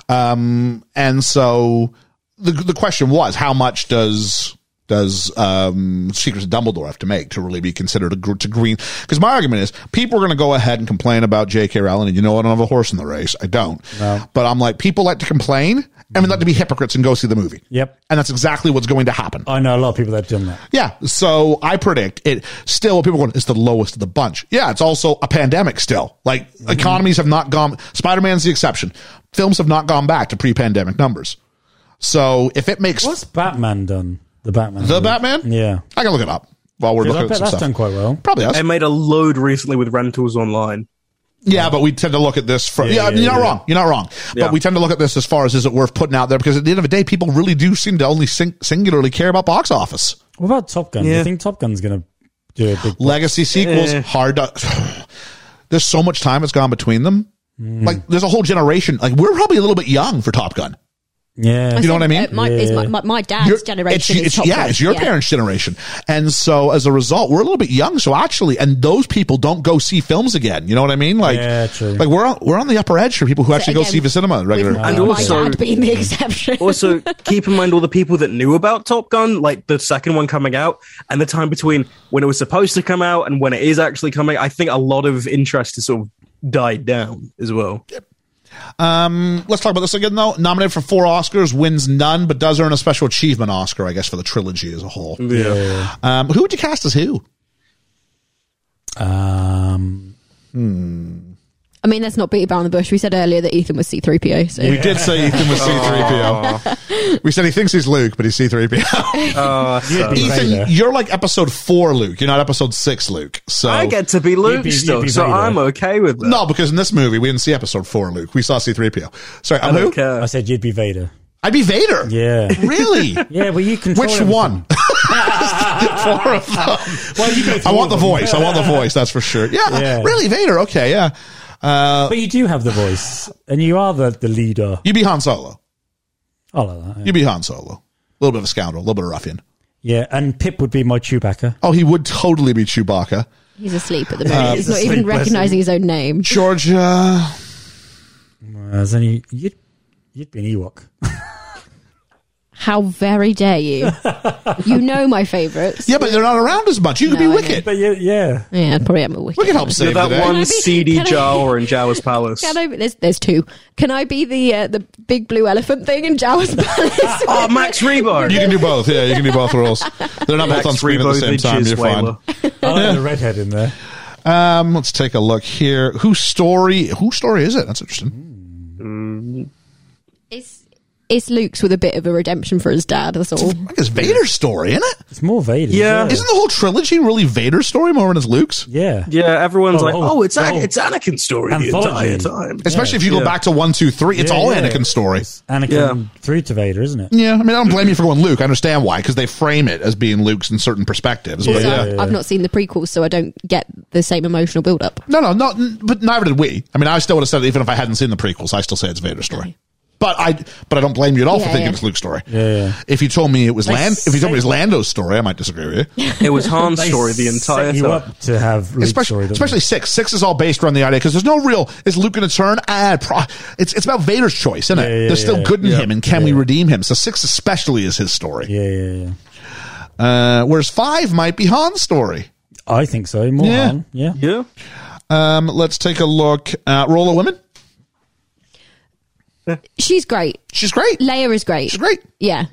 Um, and so the the question was, how much does does um, Secrets of Dumbledore have to make to really be considered a gr- to green? Because my argument is, people are going to go ahead and complain about J.K. Rowling, and you know I don't have a horse in the race. I don't. But I'm like, people like to complain, and we like to be hypocrites and go see the movie. Yep. And that's exactly what's going to happen. I know a lot of people that have done that. Yeah. So I predict it still people are going, it's the lowest of the bunch. Yeah. It's also a pandemic still. Like Mm-hmm. economies have not gone. Spider Man's the exception. Films have not gone back to pre pandemic numbers. So if it makes What's Batman done? The Batman. the movie. Batman, Yeah. I can look it up while we're 'Cause looking I at bet some that's stuff. done quite well. Probably us. I made a load recently with rentals online. Yeah, but we tend to look at this from. Yeah, Yeah, yeah, you're not yeah. wrong. You're not wrong. Yeah. But we tend to look at this as far as is it worth putting out there because at the end of the day, people really do seem to only sing- singularly care about box office. What about Top Gun? Do Yeah. you think Top Gun's going to do a big? legacy sequels Eh. hard to there's so much time that's gone between them like there's a whole generation like we're probably a little bit young for top gun Yeah. you know what i mean Uh, my, is my, my, my dad's Your- generation. it's, is it's- Top yeah Gun. it's your parents generation and so as a result we're a little bit young so actually and those people don't go see films again you know what i mean like Yeah, true. like we're on, we're on the upper edge for people who actually go again, see the cinema regularly My And also- dad being the exception. Also, keep in mind all the people that knew about Top Gun, like the second one coming out, and the time between when it was supposed to come out and when it is actually coming. I think a lot of interest has sort of died down as well. let's talk about this again though nominated for four oscars wins none but does earn a special achievement oscar i guess for the trilogy as a whole Mm-hmm. Yeah. um, who would you cast as who Um. I mean, let's not beat around the bush. We said earlier that Ethan was C3PO. So. We did say Ethan was C3PO. we said he thinks he's Luke, but he's C3PO. You'd be Ethan, Vader. you're like episode four Luke. You're not episode six Luke. So I get to be Luke be- still, you'd be so Vader. I'm okay with that. no, because in this movie we didn't see episode four Luke. We saw C3PO. Sorry, I I'm who? don't care. I said you'd be Vader. I'd be Vader. Yeah. Really? Yeah. Well, you control Which everything. one? four of them. Why do you go I want through the all of them? voice. I want the voice. That's for sure. Yeah, Yeah. really, Vader. Okay, yeah. Uh, But you do have the voice, and you are the, the leader. you be Han Solo. I like that. You be Han Solo. A little bit of a scoundrel. A little bit of a ruffian. Yeah, and Pip would be my Chewbacca. Oh, he would totally be Chewbacca. He's asleep Uh, at the moment. He's he's not even asleep, bless recognizing his own name. Georgia. Whereas Uh, any you'd you'd be an Ewok. How very dare you? you know my favourites. Yeah, but they're not around as much. You could No, be I Wicket. But yeah, yeah. Yeah, I'd probably am a wicked. Wicket one. helps save You're the that day. I be- one seedy can I- Jawa in Jawa's palace. Can I? There's, there's two. Can I be the uh, the big blue elephant thing in Jawa's palace? Oh, Max Rebo. You can do both. Yeah, you can do both roles. They're not both on screen at the same time. You're fine. I like the redhead in there. Um, let's take a look here. Whose story? Whose story is it? That's interesting. it's it's Luke's with a bit of a redemption for his dad. That's all. I think it's Vader's story, isn't it? It's more Vader. Yeah. yeah. Isn't the whole trilogy really Vader's story more than it's Luke's? yeah. Yeah, everyone's Oh, like, oh, oh, it's An- oh. it's Anakin's story Anthology. the entire time. Especially if you go back to one, two, three. It's Yeah, all yeah. Anakin's story. Anakin Yeah. through to Vader, isn't it? Yeah, I mean, I don't blame you for going Luke. I understand why, because they frame it as being Luke's in certain perspectives. But Also, yeah. I've, I've not seen the prequels, so I don't get the same emotional build up. No, no, not, but neither did we. I mean, I still would have said it even if I hadn't seen the prequels. I still say it's Vader's story. But I, but I don't blame you at all for Yeah, thinking yeah. it's Luke's story. yeah. If you told me it was They Land, if you told me it was set- Lando's story, I might disagree with you. It was Han's They story the entire set you time. up to have Luke's story, especially, don't especially six. Six is all based around the idea because there's no real. Is Luke going to turn? Ah, pro, it's it's about Vader's choice, isn't it? Yeah, yeah, there's still yeah. good in Yeah. him, and can we Yeah. redeem him? So six especially is his story. they? Yeah, yeah, yeah. Uh, whereas five might be Han's story. I think so. More Yeah. Han. Yeah. Yeah. Um, let's take a look at Roll of Women. She's great. She's great. Leia is great. She's great. Yeah,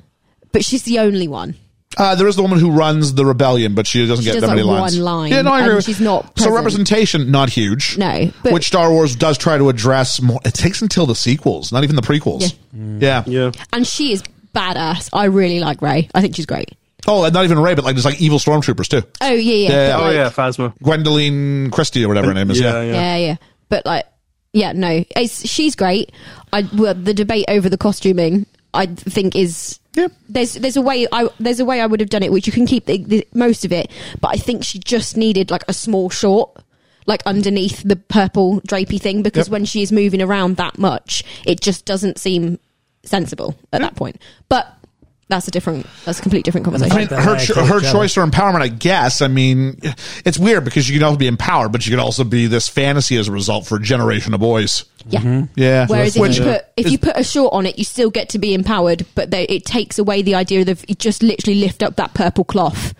but she's the only one. Uh, there is the woman who runs the rebellion, but she doesn't She get does, that many like, lines. one line, yeah, no, I and agree. with- she's not so present. representation not huge. No, but- which Star Wars does try to address more. It takes until the sequels, not even the prequels. Mm. Yeah, Yeah. and she is badass. I really like Ray. I think she's great. Oh, and not even Ray, but like there's like evil stormtroopers too. Oh yeah, yeah. Yeah, but Oh, like- yeah, Phasma. Gwendoline Christie or whatever her name is. Yeah, yeah, yeah. But like, yeah, no, it's she's great. I well, the debate over the costuming, I think is Yeah. There's there's a way I there's a way I would have done it, which you can keep the, the most of it. But I think she just needed like a small short. Like underneath the purple drapey thing, because Yep. when she is moving around that much, it just doesn't seem sensible at that point. But that's a different, that's a complete different I conversation. mean, They're her like cho- each her other. choice or empowerment, I guess. I mean, it's weird because you can also be empowered, but you can also be this fantasy as a result for a generation of boys. yeah. Yeah, Whereas if which you put if you put a short on it, you still get to be empowered, but they, it takes away the idea of you just literally lift up that purple cloth,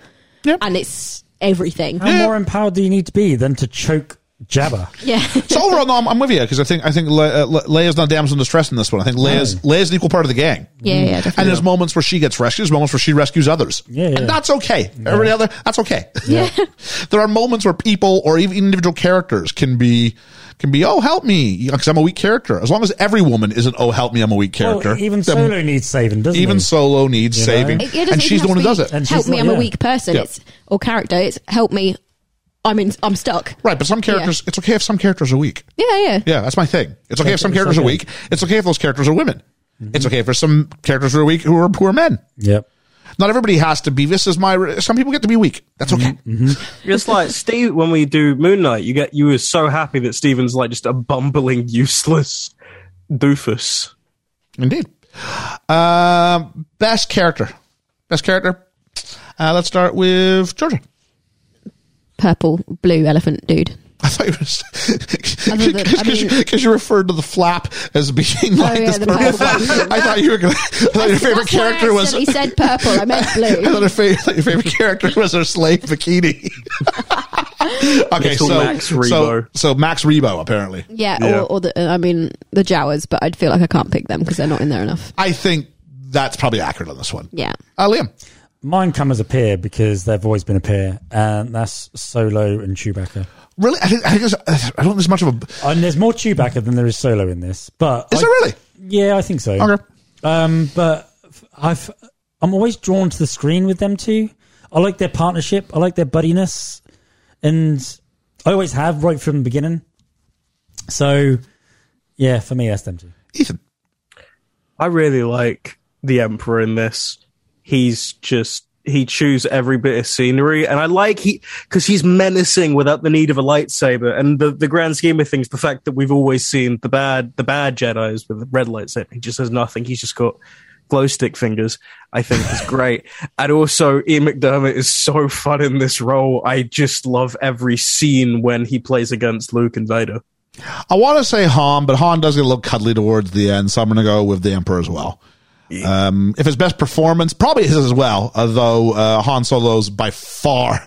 Yep. and it's everything. How more empowered do you need to be than to choke Jabba? Yeah, so overall, no, I'm, I'm with you because I think I think Le- uh, Le- Leia's not damsel in distress in this one. I think Leia's Leia's an equal part of the gang. yeah, yeah. definitely. And uh, there's moments where she gets rescued, there's moments where she rescues others. Yeah, yeah. And that's okay. Everybody other, that's okay. Yeah. there are moments where people or even individual characters can be, can be, oh, help me, because I'm a weak character. As long as every woman isn't, oh, help me, I'm a weak character. Well, even then Solo needs saving, doesn't even he? Solo needs You know? saving. It- it doesn't and even she's the have one who to does be, it. And help she's me, not- I'm a yeah. weak person. Yeah. It's or character. It's help me, I'm in, I'm stuck. Right, but some characters, it's okay if some characters are weak. Yeah, yeah. Yeah, that's my thing. It's okay if some okay, it's characters are okay. weak. It's okay if those characters are women. Mm-hmm. It's okay if there's some characters who are weak who are poor men. Yep. Not everybody has to be. This is my. Some people get to be weak. That's okay. Mm-hmm, Just like Steve, when we do Moon Knight, you get you were so happy that Steven's like just a bumbling, useless doofus. Indeed. Um, best character. Best character. Uh, let's start with Georgia. Purple, blue elephant dude. I thought you were Other than- I because mean- Oh, you, referred to the flap as being like yeah, this the purple purple flap. flap. I thought you were gonna. I thought your favorite That's why I character was. accidentally said purple. I meant I thought blue. her fa- thought your favorite character was her slave bikini. okay, Little so Max so Rebo. so Max Rebo apparently. Yeah, Yeah. Or, or the uh, I mean the Jawas, but I'd feel like I can't pick them because they're not in there enough. I think that's probably accurate on this one. Yeah. Uh, Liam. Mine come as a pair because they've always been a pair, and that's Solo and Chewbacca. Really, I think I, think it's- I don't think there's much of a. And there's more Chewbacca than there is Solo in this. But Is I- there really? Yeah, I think so. Okay. Um, but f- I've I'm always drawn to the screen with them two. I like their partnership. I like their buddiness, and I always have right from the beginning. So, yeah, for me, that's them two. Ethan. I really like the Emperor in this. He's just he chews every bit of scenery, and I like he because he's menacing without the need of a lightsaber. And the, the grand scheme of things, the fact that we've always seen the bad the bad Jedi's with the red lightsaber, he just has nothing. He's just got glow stick fingers. I think is great, and also Ian McDermott is so fun in this role. I just love every scene when he plays against Luke and Vader. I want to say Han, but Han does get a little cuddly towards the end, so I'm going to go with the Emperor as well. Um, if his best performance, probably his as well, although uh, Han Solo's by far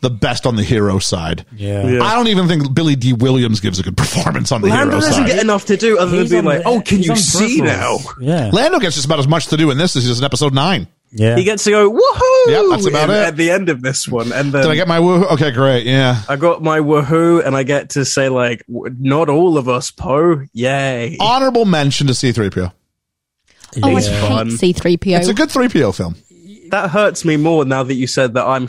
the best on the hero side. Yeah. Yeah. I don't even think Billy D. Williams gives a good performance on the Lando hero doesn't side. get enough to do other than He's being on like, the- "Oh, can he's you on see now?" peripherals. Yeah. Lando gets just about as much to do in this as he does in episode nine. Yeah. He gets to go, "Woohoo!" Yep, that's about in- it. At the end of this one, and then Did I get my woo? Okay, great. Yeah. I got my woohoo, and I get to say like, w- "Not all of us, Poe!" Yay! Honorable mention to C3PO. Oh, I He's hate fun. C3PO. It's a good 3PO film. That hurts me more now that you said that I'm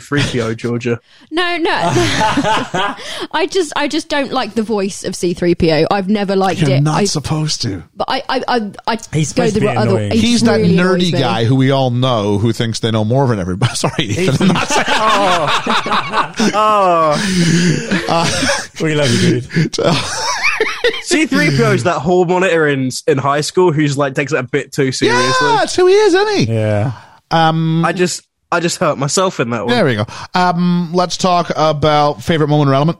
freakio, Georgia. No, no. I just I just don't like the voice of C3PO. I've never liked You're it. not I, supposed to. but I I I, I He's supposed to be annoying. it He's that really nerdy annoys me. guy who we all know who thinks they know more than everybody. Sorry, Ethan. I'm not saying- Oh, we love you, dude. C3PO is that hall monitor in in high school who's like takes it a bit too seriously. yeah, that's who he is, isn't he? Yeah. I just I just hurt myself in that one. There we go. Um, let's talk about favorite moment or element.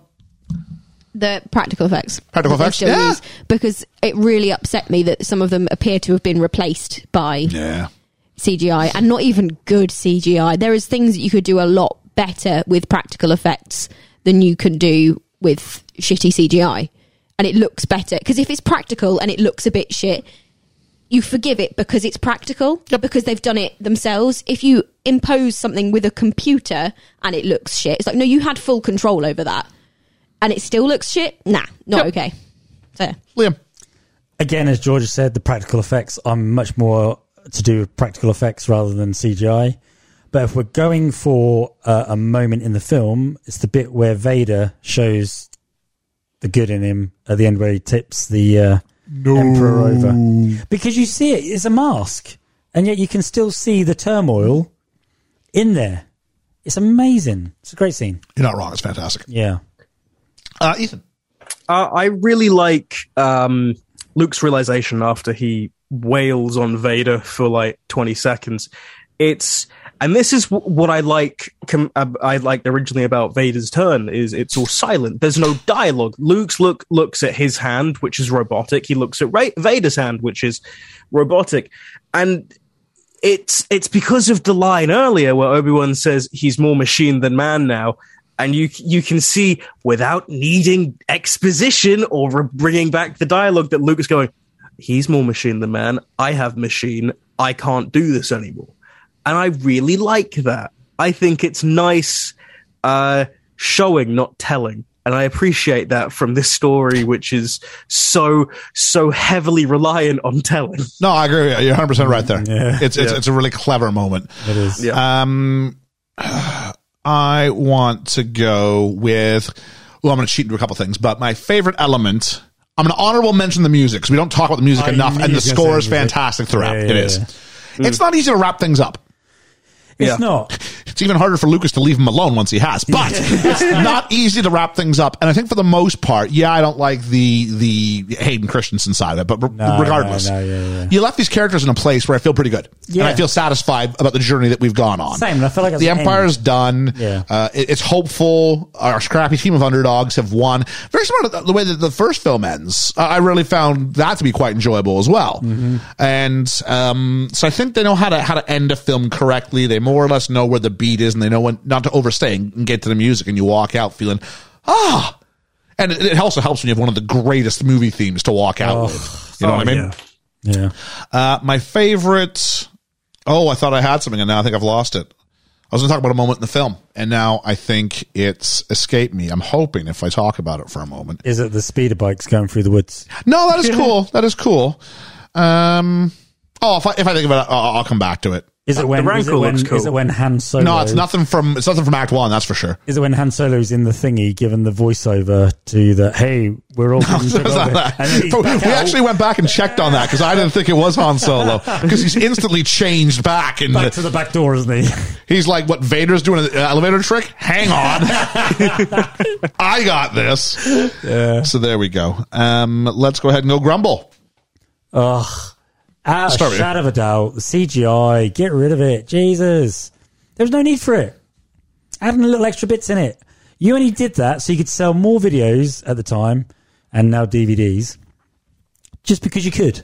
The practical effects. Practical that they effects, still yeah. use, because it really upset me that some of them appear to have been replaced by Yeah. CGI and not even good CGI. There is things that you could do a lot better with practical effects than you can do with shitty CGI. And it looks better because if it's practical and it looks a bit shit, you forgive it because it's practical because they've done it themselves. If you impose something with a computer and it looks shit, it's like no, you had full control over that, and it still looks shit. Nah, not okay. So Liam. Again, as Georgia said, the practical effects are much more to do with practical effects rather than CGI. But if we're going for uh, a moment in the film, it's the bit where Vader shows the good in him at the end, where he tips the uh, Emperor over. Because you see it, it's a mask, and yet you can still see the turmoil in there. It's amazing. It's a great scene. You're not wrong. It's fantastic. Yeah. Uh, Ethan. uh, I really like um, Luke's realization after he wails on Vader for like 20 seconds. It's and this is w- what I like. Com- uh, I liked originally about Vader's turn is it's all silent. There's no dialogue. Luke's look looks at his hand, which is robotic. He looks at Ra- Vader's hand, which is robotic, and it's it's because of the line earlier where Obi Wan says he's more machine than man now, and you you can see without needing exposition or re- bringing back the dialogue that Luke is going, he's more machine than man. I have machine. I can't do this anymore, and I really like that. I think it's nice uh, showing, not telling. And I appreciate that from this story, which is so so heavily reliant on telling. No, I agree with you. You're 100% right there. Yeah. It's, it's, it's a really clever moment. It is. Yeah. Um, I want to go with. Well, I'm going to cheat into a couple things, but my favorite element. I'm going to honorable mention the music because we don't talk about the music I enough, knew and you the were gonna score say is music. fantastic throughout. Yeah, it yeah, Mm. is. yeah. It's not easy to wrap things up. It's Yeah. not. It's even harder for Lucas to leave him alone once he has, but it's not easy to wrap things up. And I think for the most part, yeah, I don't like the the Hayden Christensen side of it, but re- No, regardless, no, no, yeah, yeah. you left these characters in a place where I feel pretty good, and I Yeah. feel satisfied about the journey that we've gone on. Same, and I feel like it's the an Empire's done. Yeah. Uh, it- it's hopeful. Our scrappy team of underdogs have won. Very similar to the- the way that the first film ends. I I really found that to be quite enjoyable as well. Mm-hmm. And um, so I think they know how to how to end a film correctly. They more or less know where the beat is, and they know when not to overstay and and get to the music. And you walk out feeling ah. And it, it also helps when you have one of the greatest movie themes to walk out with. You know Oh, what I mean? yeah. Yeah. Uh, my favorite. Oh, I thought I had something, and now I think I've lost it. I was going to talk about a moment in the film, and now I think it's escaped me. I'm hoping if I talk about it for a moment. Is it the speeder bikes going through the woods? No, that is cool. That is cool. Um, oh, if I, if I think about it, I'll, I'll come back to it. Is it when? is the it Rancor when, looks cool. is it when Han Solo? No, it's nothing from it's nothing from Act One. That's for sure. Is it when Han Solo's in the thingy, giving the voiceover to the "Hey, we're all." being It's took not over," that. and then he's But back we out. actually went back and checked on that because I didn't think it was Han Solo because he's instantly changed back and back to the back door, isn't he? he's like, "What Vader's doing an elevator trick? Hang on, I got this." So there we go. Um, let's go ahead and go grumble. Out Start of with- shadow of a doubt, the CGI, get rid of it. Jesus. There was no need for it. Adding little extra bits in it. You only did that so you could sell more videos at the time and now DVDs just because you could.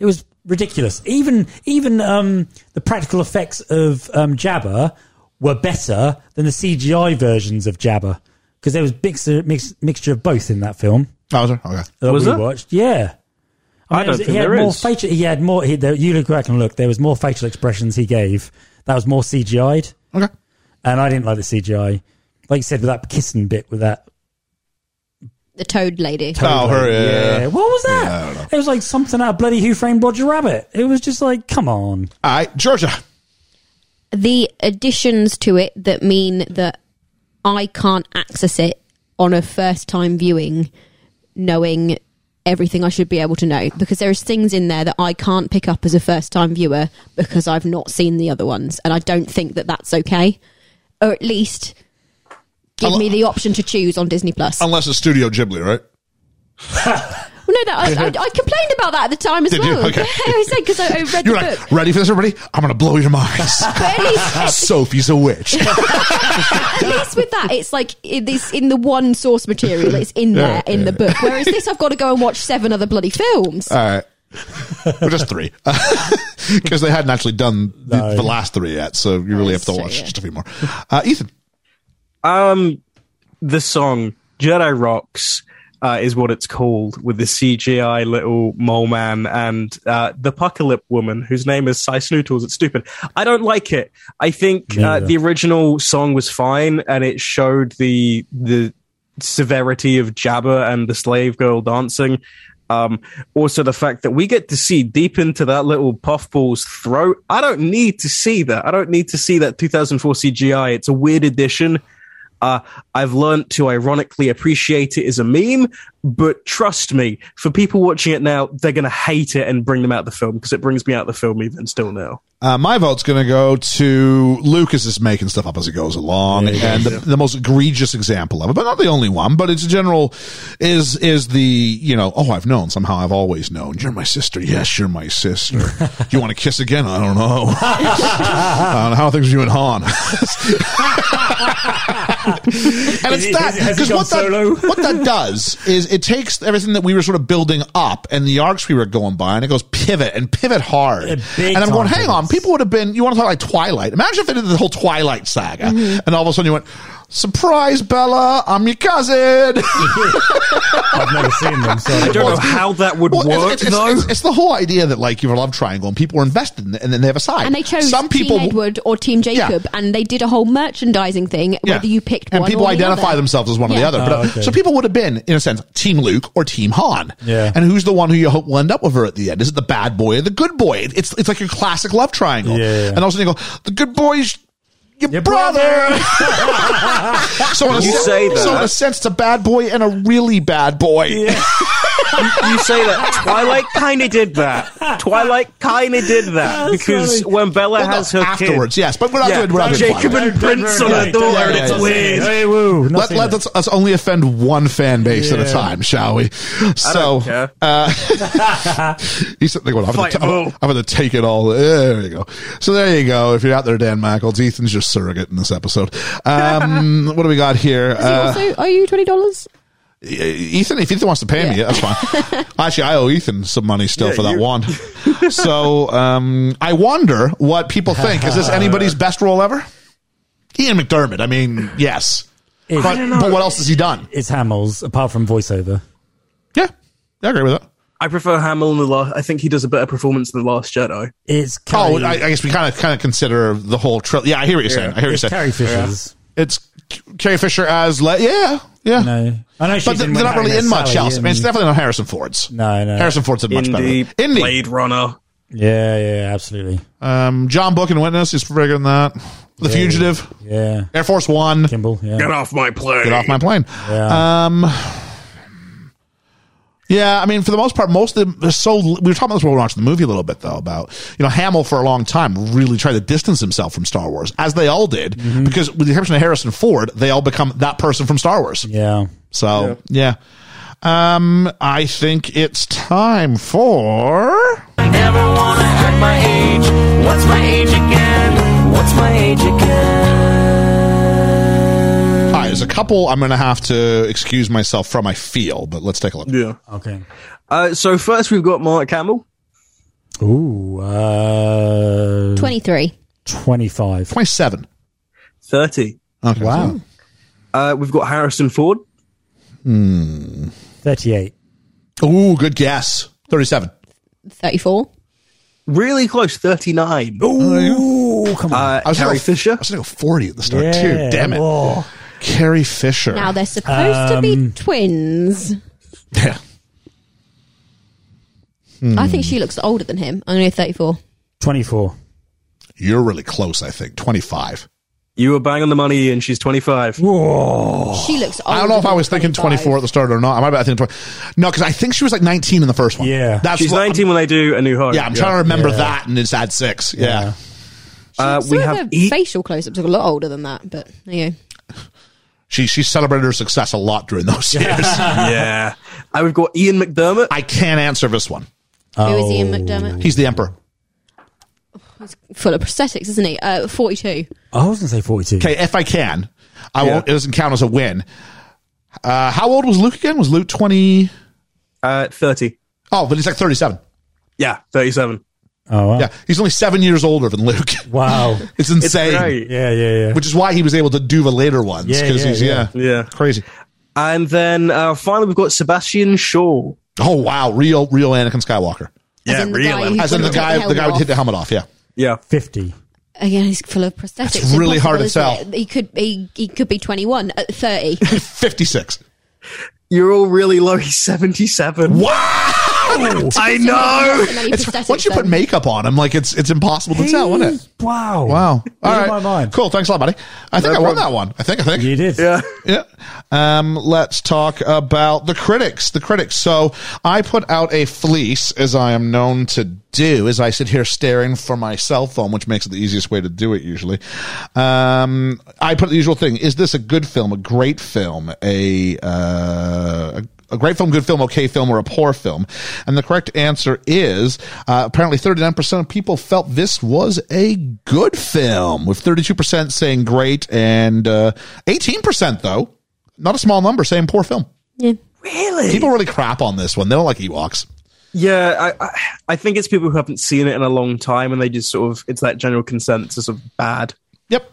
It was ridiculous. Even even um, the practical effects of um, Jabba were better than the CGI versions of Jabba because there was mix, mix, mixture of both in that film Oh, sorry. okay. that Was we there? watched. Yeah. I mean, don't it was- think he had there more is. Facial, he had more. He, there, you look back and look. There was more facial expressions he gave. That was more CGI'd, Okay. and I didn't like the CGI. Like you said, with that kissing bit, with that. The toad lady. Oh, her, yeah. What was that? Yeah, I don't know. it was like something out of bloody Who Framed Roger Rabbit. It was just like, come on. All right, Georgia. the additions to it that mean that I can't access it on a first time viewing, knowing everything I should be able to know, because there is things in there that I can't pick up as a first time viewer because I've not seen the other ones, and I don't think that that's okay, or at least give me the option to choose on Disney Plus. Well, Unless it's Studio Ghibli, right? no, that, I, I, I complained about that at the time as Did you? well. Okay. I said because I, I read You're the like, book. ready for this, everybody? I'm going to blow your minds. Ah, But at least Sophie's a witch. at least with that, it's like it is in the one source material. It's in Yeah, there in yeah. Uh, the book. Whereas this, I've got to go and watch seven other bloody films. All right. Well, just three. Because they hadn't actually done the, the last three yet. So you really have That's to true, watch yeah. just a few more. Uh, Ethan. Um, the song Jedi Rocks uh, is what it's called with the CGI little mole man and uh, the Puckalip woman, whose name is Sai Snootles. It's stupid. I don't like it. I think uh, Neither. the original song was fine and it showed the the severity of Jabba and the slave girl dancing. Um, also, the fact that we get to see deep into that little puffball's throat. I don't need to see that. I don't need to see that 2004 CGI. It's a weird addition. Uh, I've learned to ironically appreciate it as a meme, but trust me, for people watching it now, they're going to hate it and bring them out the film because it brings me out the film even still now. Uh, my vote's going to go to Lucas is making stuff up as he goes along, and the, the most egregious example of it, but not the only one. But it's a general is is the you know oh I've known somehow I've always known you're my sister yes you're my sister you want to kiss again I don't know I don't know how things you and Han and Is it's it- that has it- has because it gone what that solo? what that does is it takes everything that we were sort of building up and the arcs we were going by and it goes pivot and pivot hard Yeah, big and I'm going time hang on pivots. people people would have been you want to talk like twilight imagine if they did the whole twilight saga Mm-hmm. and all of a sudden you went surprise bella i'm your cousin I've never seen them. So I don't know how that would Well, work, it's, it's, though. it's, it's the whole idea that like you have a love triangle and people are invested in it and then they have a side And they chose some people Team Edward or Team Jacob, and they did a whole merchandising thing. Yeah. Whether you picked and one, people or the identify other. themselves as one or the Yeah. other. But, uh, Oh, okay. So people would have been, in a sense, Team Luke or Team Han. Yeah. And who's the one who you hope will end up with her at the end? Is it the bad boy or the good boy? It- It's it's like your classic love triangle. Yeah, yeah. And all of a sudden you go, the good boy's your, Your brother. brother. so in a You sen- say that. So in a sense, it's a bad boy and a really bad boy. you say that Twilight kind of did that. Twilight kind of did That's that because funny. when Bella Well, no, has her kid- afterwards, yes, but we're not Yeah, doing. We're not doing Jacob Twilight. and Prince on her door. yeah, it's yeah. weird. Hey, woo. Let, let, us let's only offend one fan base at a Yeah. time, shall we? So, care. uh, he said, "I'm going Fight to bull. take it all." There you go. So there you go. If you're out there, Dan Michaels, Ethan's your surrogate in this episode. Um, what do we got here? Is he Uh, e-, also, are you twenty dollars? Ethan, if Ethan wants to pay me, Yeah. that's fine. Actually, I owe Ethan some money still for that one. so um, I wonder what people think. Is this anybody's best role ever? Ian McDermott. I mean, yes. But, but what else has he done? It's Hamels, apart from voiceover. Yeah, I agril with that. I prefer Hamill in the last. I think he does a better performance than the Last Jedi. It's Oh, Carrie, I, I guess we kind of kind of consider the whole trilogy. Yeah, I hear what you're saying. I hear what it's you're saying. Carrie Fisher's. It's K- Carrie Fisher as Le- yeah, yeah. No, I know she's but they're, in they're When not Harry really Met in much Sally else. I mean, it's and- definitely not Harrison Ford's. No, no. Harrison Ford's a much Indy, better. Indy, Blade Runner. Yeah, yeah, absolutely. Um, John Book and Witness is bigger than that. The Fugitive, Yeah. Air Force One. Kimball, yeah. off my plane. Get off my plane. Uh, Yeah. Um, yeah, I mean, for the most part, most of them they're so. We were talking about this while we were watching the movie a little bit, though, about, you know, Hamill for a long time really tried to distance himself from Star Wars, as they all did, Mm-hmm. because with the exception of Harrison Ford, they all become that person from Star Wars. Yeah. So, yeah. Um, I think it's time for. ah, I never wanna act my age. What's my age again? What's my age again? Hi, there's a couple I'm going to have to excuse myself from, I feel, but let's take a look. Yeah. Okay. Uh, so first we've got Mark Hamill. Ooh, uh, 23. 25. 27. 30. Okay. Wow. Uh, we've got Harrison Ford. 38. Ooh, good guess. 37. 34. Really close, 39. Ooh, come on. Uh, I was gonna Carrie go- I Fisher. was going to go 40 at the start, Yeah. too. Damn it. Whoa. Carrie Fisher. Now they're supposed to be Um, twins. yeah. hmm. I think she looks older than him. I'm going to go 34. 24. You're really close, I think. 25. You were bang on the money, and she's 25. She looks older. Oh, I don't know if I than was thinking 25. 24 at the start or not. I might have been thinking 20. No, because I think she was like 19 in the first one. Yeah. That's She's what- 19 when they do A New Hope. Yeah, I'm trying to remember that, and it's at six. Yeah. Uh, Some we of have her E- facial close-ups look a lot older than that, but there you go. She she celebrated her success a lot during those years. yeah. Uh, we've got Ian McDermott. I can't answer this one. Who is Oh. Ian McDermott? He's the emperor. Full of prosthetics, isn't he? Uh, 42. I was going to say 42. Okay, if I can, I Yeah. won't. It doesn't count as a win. Uh, how old was Luke again? Was Luke 20? Uh, 30. Oh, but he's like 37. Yeah, 37. Oh, wow. Yeah, he's only seven years older than Luke. Wow. It's It's insane. great. Yeah, yeah, yeah. Which is why he was able to do the later ones. Yeah, 'cause yeah, he's, yeah, yeah. Yeah. Crazy. And then uh, finally, we've got Sebastian Shaw. Oh, wow. Real, real Anakin Skywalker. Yeah, in the guy who- As in the Wouldn't take guy, the the helmet guy would hit off. the helmet off. Yeah. Yeah. 50. Again, he's full of prosthetics. That's really Impossible, hard to isn't tell. it? He could he, he could be 21 at 30. 56. You're all really low. He's 77. Wow. I know. It's, once you put makeup on him, like it's it's impossible to tell, isn't it? Wow. Wow. All Blew right. my mind. Cool. Thanks a lot, buddy. I think I won problem. that one. I think. I think. You did. Yeah. Yeah. Um, let's talk about the critics. The critics. So I put out a fleece, as I am known to do, as I sit here staring for my cell phone, which makes it the easiest way to do it usually. Um, I put the usual thing: Is this a good film? A great film? A uh, a a great film, good film, okay film, or a poor film? And the correct answer is uh, apparently 39% of people felt this was a good film, with 32% saying great and uh, 18%, though, not a small number, saying poor film. Really? People really crap on this one. They don't like Ewoks. Yeah. I, I, I think it's people who haven't seen it in a long time and they just sort of, it's that general consensus of bad. Yep.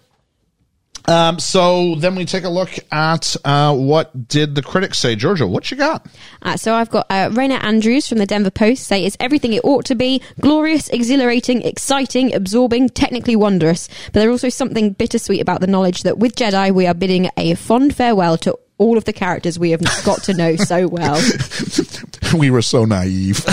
Um, so then we take a look at uh, what did the critics say. Georgia, what you got? Uh, so I've got uh, Raina Andrews from the Denver Post say it's everything it ought to be: glorious, exhilarating, exciting, absorbing, technically wondrous. But there's also something bittersweet about the knowledge that with Jedi we are bidding a fond farewell to all of the characters we have got to know so well. we were so naive.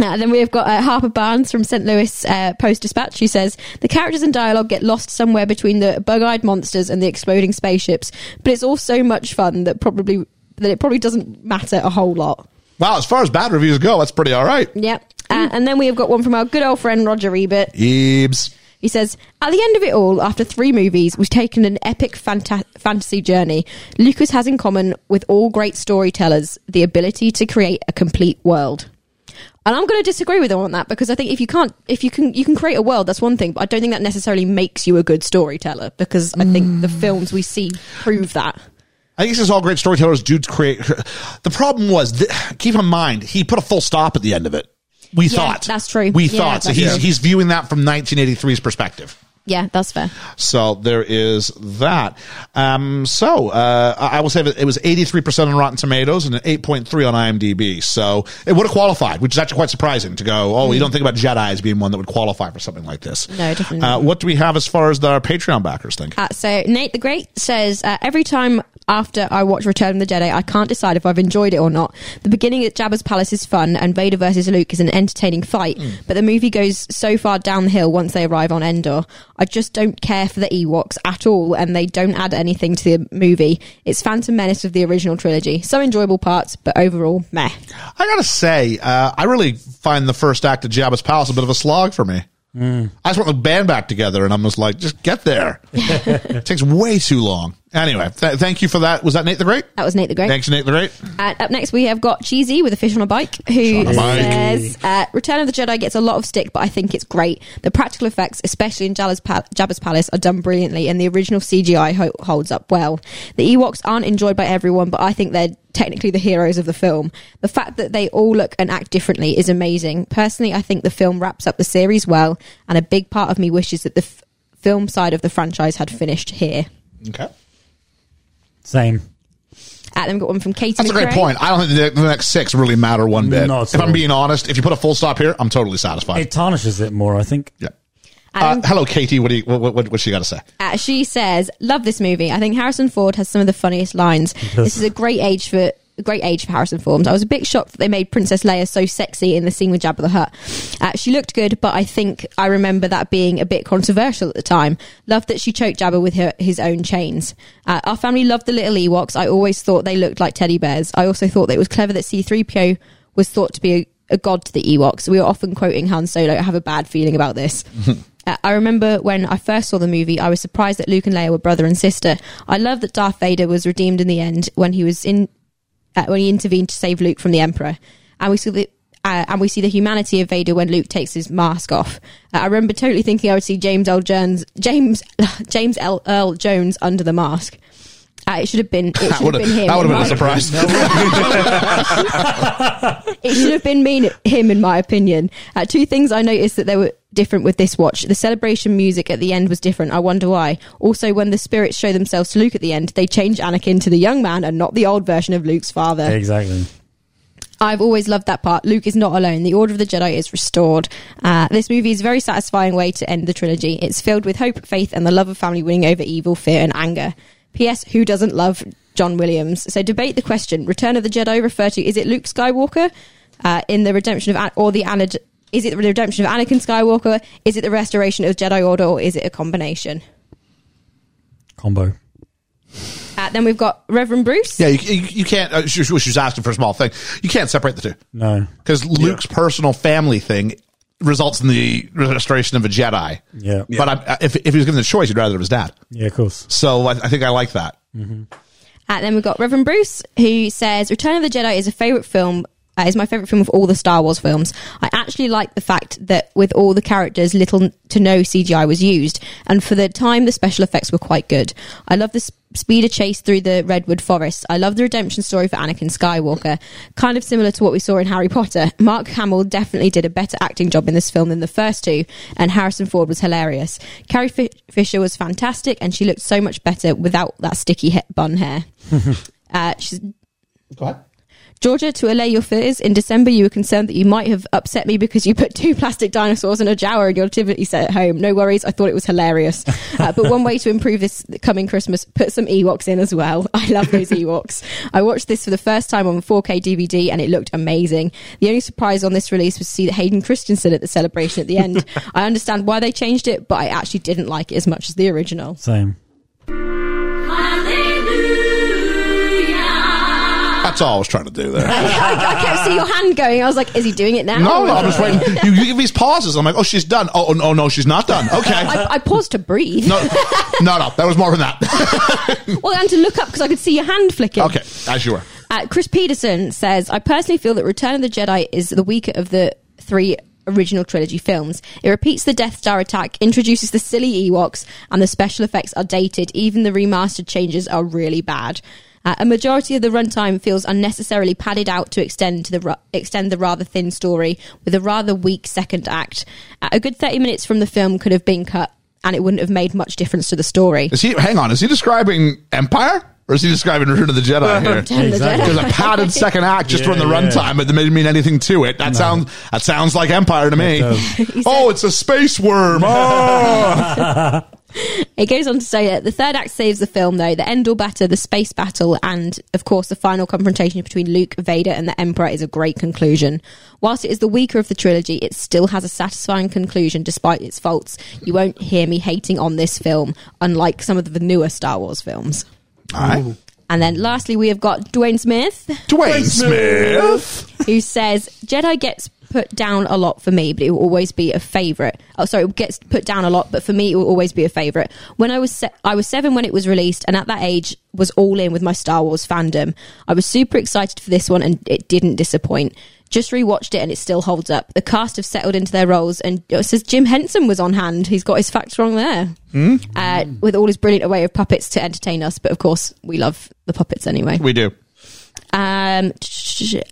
Uh, then we've got uh, Harper Barnes from St. Louis uh, Post Dispatch who says the characters and dialogue get lost somewhere between the bug-eyed monsters and the exploding spaceships, but it's all so much fun that probably that it probably doesn't matter a whole lot. wow, as far as bad reviews go, that's pretty all right. Yep. Uh, and then we have got one from our good old friend Roger Ebert. Ebs. He says, At the end of it all, after three movies, we've taken an epic fanta- fantasy journey. Lucas has in common with all great storytellers the ability to create a complete world. And I'm going to disagree with him on that because I think if you can't, if you can, you can create a world. That's one thing, but I don't think that necessarily makes you a good storyteller because I think the films we see prove that. I guess it's all great storytellers do create. The problem was, th- keep in mind, he put a full stop at the end of it. We Yeah, thought that's true. We Yeah, thought so. that's He's true. he's viewing that from 1983's perspective. Yeah, that's fair. So there is that. Um, so uh, I I will say that it was 83% on Rotten Tomatoes and an 8.3 on IMDb. So it would have qualified, which is actually quite surprising to go, oh, you don't think about Jedi as being one that would qualify for something like this. Hmm. No, definitely Uh, not. what do we have as far as our Patreon backers think? Uh, so Nate the Great says uh, every time after I watch Return of the Jedi, I can't decide if I've enjoyed it or not. The beginning at Jabba's palace is fun, and Vader versus Luke is an entertaining fight, but the movie goes so far down the hill once they arrive on Endor. I just don't care for the Ewoks at all, and they don't add anything to the movie. It's Phantom Menace of the original trilogy. Some enjoyable parts, but overall, meh. I gotta say, uh, I really find the first act of Jabba's Palace a bit of a slog for me. I just want the band back together, and I'm just like, just get there. it takes way too long. Anyway, th- thank you for that. Was that Nate the Great? That was Nate the Great. Thanks, Nate the Great. Uh, up next, we have got Cheesy with a fish on a bike, Fish on who a bike. says, uh, "Return of the Jedi gets a lot of stick, but I think it's great. The practical effects, especially in Jabba's, pal- Jabba's palace, are done brilliantly, and the original CGI ho- holds up well. The Ewoks aren't enjoyed by everyone, but I think they're." Technically, the heroes of the film. The fact that they all look and act differently is amazing. Personally, I think the film wraps up the series well, and a big part of me wishes that the f- film side of the franchise had finished here. Okay. Same. At them got one from Katie. That's a great McRae. point. I don't think the, the next six really matter one bit. Not at if I'm all. being honest, if you put a full stop here, I'm totally satisfied. It tarnishes it more, I think. yeah. Uh, Adam- hello, Katie. What do you, what, what, what, she got to say? Uh, she says, "Love this movie. I think Harrison Ford has some of the funniest lines. This is a great age for." a Great age for Harrison Ford. I was a bit shocked that they made Princess Leia so sexy in the scene with Jabba the Hutt. Uh, she looked good, but I think I remember that being a bit controversial at the time. Loved that she choked Jabba with her, his own chains. Uh, our family loved the little Ewoks. I always thought they looked like teddy bears. I also thought that it was clever that C3PO was thought to be a, a god to the Ewoks. We were often quoting Han Solo. I have a bad feeling about this. Uh, I remember when I first saw the movie, I was surprised that Luke and Leia were brother and sister. I love that Darth Vader was redeemed in the end when he was in uh, when he intervened to save Luke from the Emperor, and we saw the. Uh, and we see the humanity of Vader when Luke takes his mask off. Uh, I remember totally thinking I would see James L. Jones, James James L. Earl Jones under the mask. Uh, it should have been. It should That have would have been him. that would in have been a my- surprise. it should have been mean him, in my opinion. Uh, two things I noticed that they were different with this watch. The celebration music at the end was different. I wonder why. Also, when the spirits show themselves to Luke at the end, they change Anakin to the young man and not the old version of Luke's father. Exactly. I've always loved that part. Luke is not alone. The Order of the Jedi is restored. Uh, this movie is a very satisfying way to end the trilogy. It's filled with hope, faith, and the love of family winning over evil, fear, and anger. P.S. Who doesn't love John Williams? So debate the question. Return of the Jedi refer to is it Luke Skywalker uh, in the redemption of An- or the Anad? Is it the redemption of Anakin Skywalker? Is it the restoration of Jedi Order, or is it a combination? Combo. Uh, then we've got Reverend Bruce. Yeah, you, you, you can't. Uh, she, she was asking for a small thing. You can't separate the two No. because Luke's personal family thing results in the restoration of a Jedi. Yeah. But I, if if he was given the choice, he'd rather it was dad. Yeah, of course. So I, I think I like that. And Uh, then we've got Reverend Bruce, who says Return of the Jedi is a favourite film. Uh, is my favourite film of all the Star Wars films. I actually like the fact that with all the characters, little to no CGI was used, and for the time, the special effects were quite good. I love the sp- speeder chase through the redwood forest. I love the redemption story for Anakin Skywalker, kind of similar to what we saw in Harry Potter. Mark Hamill definitely did a better acting job in this film than the first two, and Harrison Ford was hilarious. Carrie Fi- Fisher was fantastic, and she looked so much better without that sticky he- bun hair. Uh, she's, Go ahead. Georgia, to allay your fears, in December you were concerned that you might have upset me because you put two plastic dinosaurs in a jar in your nativity set at home. No worries, I thought it was hilarious. Uh, but one way to improve this coming Christmas, put some Ewoks in as well. I love those Ewoks. I watched this for the first time on 4K DVD and it looked amazing. The only surprise on this release was to see that Hayden Christensen at the celebration at the end. I understand why they changed it, but I actually didn't like it as much as the original. Same. That's all I was trying to do there. I, I kept seeing your hand going. I was like, is he doing it now? No, no, I'm just waiting. You, you give these pauses. I'm like, oh, she's done. Oh, oh, no, she's not done. Okay. I, I paused to breathe. No, no, no. That was more than that. Well, and to look up because I could see your hand flicking. Okay, as you were. Uh, Chris Peterson says, I personally feel that Return of the Jedi is the weaker of the three original trilogy films. It repeats the Death Star attack, introduces the silly Ewoks, and the special effects are dated. Even the remastered changes are really bad. Uh, a majority of the runtime feels unnecessarily padded out to extend to the ru- extend the rather thin story with a rather weak second act. Uh, a good thirty minutes from the film could have been cut, and it wouldn't have made much difference to the story. Is he? Hang on. Is he describing Empire or is he describing Return of the Jedi here? Return of the Exactly. Jedi. There's a padded second act just Yeah, during the yeah. runtime, but it didn't mean anything to it. That sounds that sounds like Empire to me. does. oh, it's a space worm. Oh. It goes on to say that the third act saves the film, though. The end all better, the space battle, and, of course, the final confrontation between Luke, Vader, and the Emperor is a great conclusion. Whilst it is the weaker of the trilogy, it still has a satisfying conclusion despite its faults. You won't hear me hating on this film, unlike some of the newer Star Wars films. All right. And then lastly, we have got Dwayne Smith, Dwayne Smith. who says Jedi gets put down a lot for me, but it will always be a favorite. Oh, sorry, it gets put down a lot, but for me, it will always be a favorite. When I was se- I was seven when it was released, and at that age, was all in with my Star Wars fandom. I was super excited for this one, and it didn't disappoint. Just rewatched it, and it still holds up. The cast have settled into their roles, and it says Jim Henson was on hand. He's got his facts wrong there, uh, with all his brilliant array of puppets to entertain us. But of course, we love the puppets anyway. We do. Um,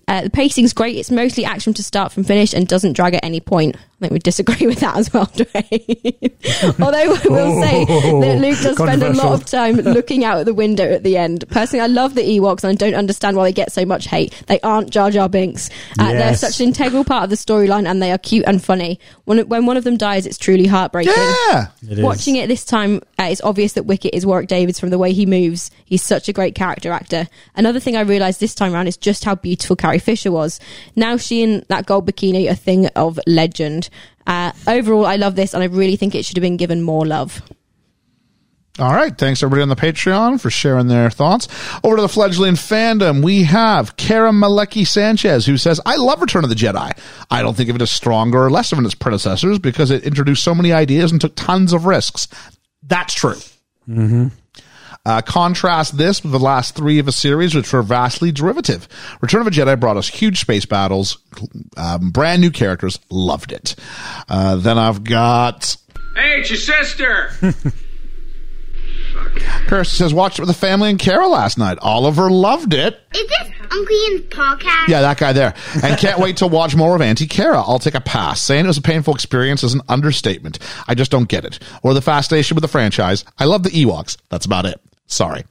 uh, the pacing's great. It's mostly action to start from finish and doesn't drag at any point. I think we disagree with that as well, Dwayne. Although I will say that Luke does spend a lot of time looking out at the window at the end. Personally, I love the Ewoks and I don't understand why they get so much hate. They aren't Jar Jar Binks. Uh, Yes. They're such an integral part of the storyline and they are cute and funny. When, when one of them dies, it's truly heartbreaking. Yeah. Watching it this time, uh, it's obvious that Wicket is Warwick Davids from the way he moves. He's such a great character actor. Another thing I realised this time around is just how beautiful Carrie Fisher was. Now she and that gold bikini are thing of legend. Uh, overall, I love this, and I really think it should have been given more love. All right. Thanks everybody on the Patreon for sharing their thoughts. Over to the fledgling fandom, we have Kara Malecki Sanchez who says, I love Return of the Jedi. I don't think of it as stronger or lesser than its predecessors because it introduced so many ideas and took tons of risks. That's true. Uh, contrast this with the last three of a series, which were vastly derivative. Return of a Jedi brought us huge space battles, um, brand new characters, loved it. Uh, then I've got Hey, it's your sister! Paris says, watched it with the family and Carol last night. Oliver loved it. Is this Uncle Ian's podcast? Yeah, that guy there. And can't wait to watch more of Auntie Kara. I'll take a pass. Saying it was a painful experience is an understatement. I just don't get it. Or the fascination with the franchise. I love the Ewoks. That's about it. Sorry.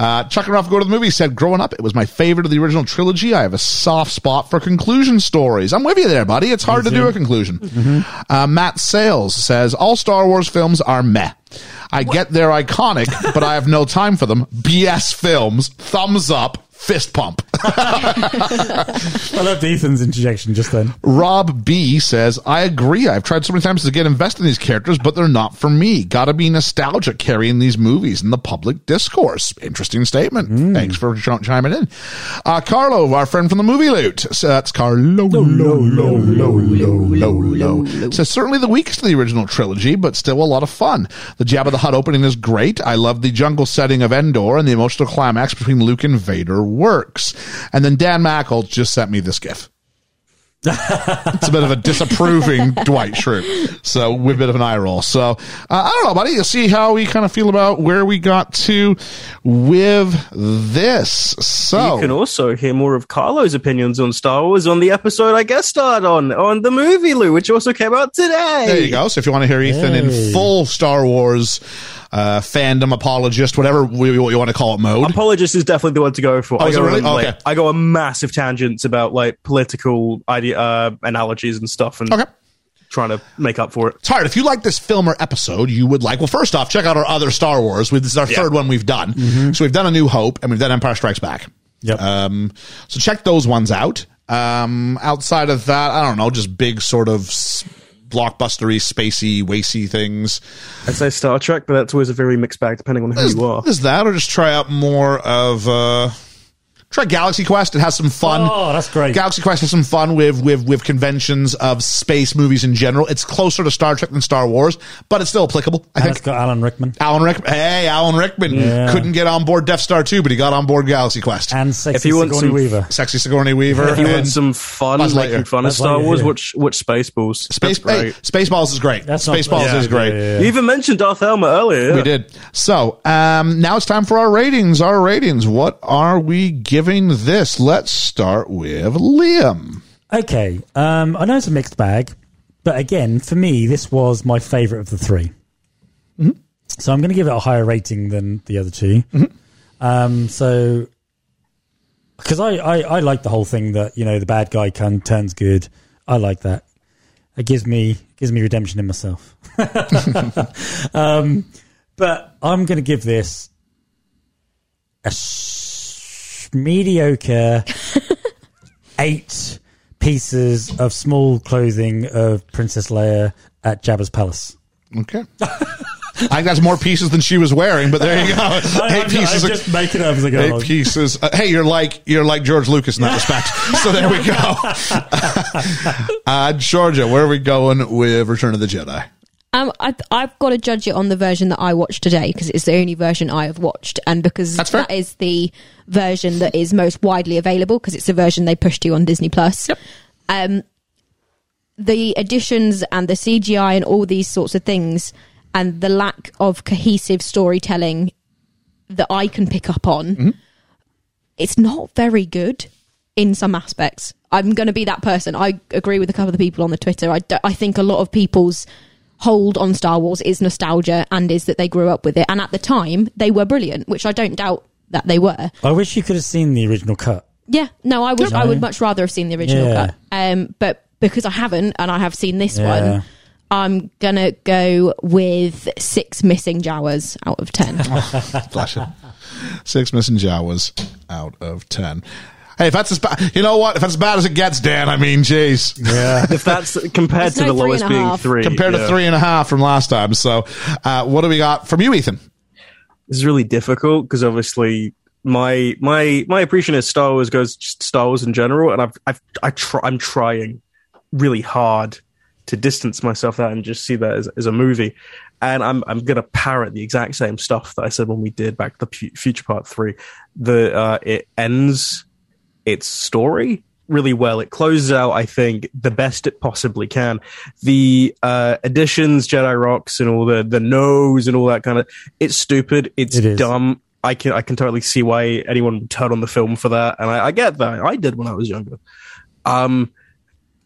uh, Chuck and Ralph Go to the Movie said, Growing up, it was my favorite of the original trilogy. I have a soft spot for conclusion stories. I'm with you there, buddy. It's hard to do a conclusion. Uh, Matt Sales says, All Star Wars films are meh. I get they're iconic, but I have no time for them. BS films. Thumbs up. Fist pump. I loved Ethan's interjection just then. Rob B says, I agree. I've tried so many times to get invested in these characters, but they're not for me. Gotta be nostalgic carrying these movies in the public discourse. Interesting statement. Thanks for ch- chiming in. Uh, Carlo, our friend from the movie loot. So that's Carlo. Low, low, low, low, low, low, low. Says, certainly the weakest of the original trilogy, but still a lot of fun. The Jabba the Hutt opening is great. I love the jungle setting of Endor and the emotional climax between Luke and Vader works. And then Dan Mackle just sent me this gif it's a bit of a disapproving Dwight Schrute. So with a bit of an eye roll. So uh, I don't know, buddy. You'll see how we kind of feel about where we got to with this. So You can also hear more of Carlo's opinions on Star Wars on the episode I guest starred on, on the movie Lou, which also came out today. there you go. So if you want to hear Ethan in full Star Wars uh, fandom apologist, whatever we, what you want to call it, mode. Apologist is definitely the one to go for. Oh, I is it go really? on, like, Okay. I go on massive tangents about like political idea uh, analogies and stuff, and Okay. trying to make up for it. It's hard. If you like this film or episode, you would like. Well, first off, check out our other Star Wars. We, this is our Yeah. Mm-hmm. third one we've done. So we've done A New Hope and we've done Empire Strikes Back. Yep. Um, so check those ones out. Um, outside of that, I don't know, just big sort of s- blockbustery, spacey, wacy things. I'd say Star Trek, but that's always a very mixed bag depending on who Is, you are. is that, or just try out more of uh, try Galaxy Quest? It has some fun. Oh, that's great. Galaxy Quest has some fun with with with conventions of space movies in general. It's closer to Star Trek than Star Wars, but it's still applicable. I and think it's got Alan Rickman Alan Rickman. Hey, Alan Rickman Yeah. couldn't get on board Death Star 2, but he got on board Galaxy Quest. and sexy If you want Sigourney some- Weaver. Sexy Sigourney Weaver. If you and want some fun Buzz making Lightyear. fun of Buzz Star Lightyear, Wars, yeah. watch watch Spaceballs. Space, That's great. hey, Spaceballs is great. That's not- Spaceballs yeah, is yeah, great. yeah, You even mentioned Darth Helmet earlier. We did. So um, now it's time for our ratings. Our ratings. What are we giving this? Let's start with Liam. Okay, um, I know it's a mixed bag, but again, for me, this was my favourite of the 3 So I'm going to give it a higher rating than the other 2 Um, so, because I, I, I like the whole thing that you know the bad guy can turns good. I like that. It gives me gives me redemption in myself. um, but I'm going to give this a s- mediocre eight pieces of small clothing of Princess Leia at Jabba's palace. Okay. I think that's more pieces than she was wearing, but there you go. I- I'm eight just- pieces. I'm just making up as I go Eight along. pieces. Uh, hey, you're like you're like George Lucas in that respect. So there we go. uh, Georgia, where are we going with Return of the Jedi? Um, I, I've got to judge it on the version that I watched today because it's the only version I have watched, and because That's fair. that is the version that is most widely available because it's the version they pushed you on Disney Plus. Um, the additions and the CGI and all these sorts of things, and the lack of cohesive storytelling that I can pick up on, it's not very good in some aspects. I'm going to be that person. I agree with a couple of the people on the Twitter. I, do- I think a lot of people's hold on Star Wars is nostalgia and is that they grew up with it. And at the time, they were brilliant, which I don't doubt that they were. I wish you could have seen the original cut. Yeah, no, I would. Yeah. I would much rather have seen the original Yeah. cut. Um, but because I haven't, and I have seen this Yeah. one, I'm gonna go with six missing Jawas out of ten. Flash it. Six missing Jawas out of ten. Hey, if that's as bad, you know what? If that's as bad as it gets, Dan. I mean, jeez. Yeah. If that's There's compared to no the three lowest and a being half. three, Compared yeah. to three and a half from last time. So, uh, what do we got from you, Ethan? This is really difficult because obviously my my my appreciation of Star Wars goes just Star Wars in general, and I've I've I try, I'm trying really hard to distance myself out and just see that as, as a movie. And I'm I'm gonna parrot the exact same stuff that I said when we did back the Fu- Future Part Three. The uh, it ends its story really well. It closes out, I think, the best it possibly can. The uh, additions, Jedi rocks, and all the the nose and all that kind of it's stupid. It's It is. dumb. I can I can totally see why anyone would turn on the film for that, and I, I get that. I did when I was younger. Um,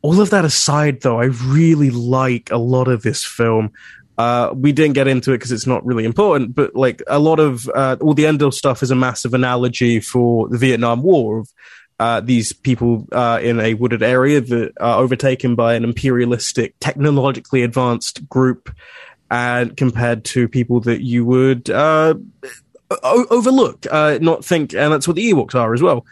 all of that aside, though, I really like a lot of this film. Uh, we didn't get into it because it's not really important, but like a lot of uh, all the end of stuff is a massive analogy for the Vietnam War of uh, these people uh, in a wooded area that are overtaken by an imperialistic, technologically advanced group, and compared to people that you would uh, o- overlook, uh, not think, and that's what the Ewoks are as well.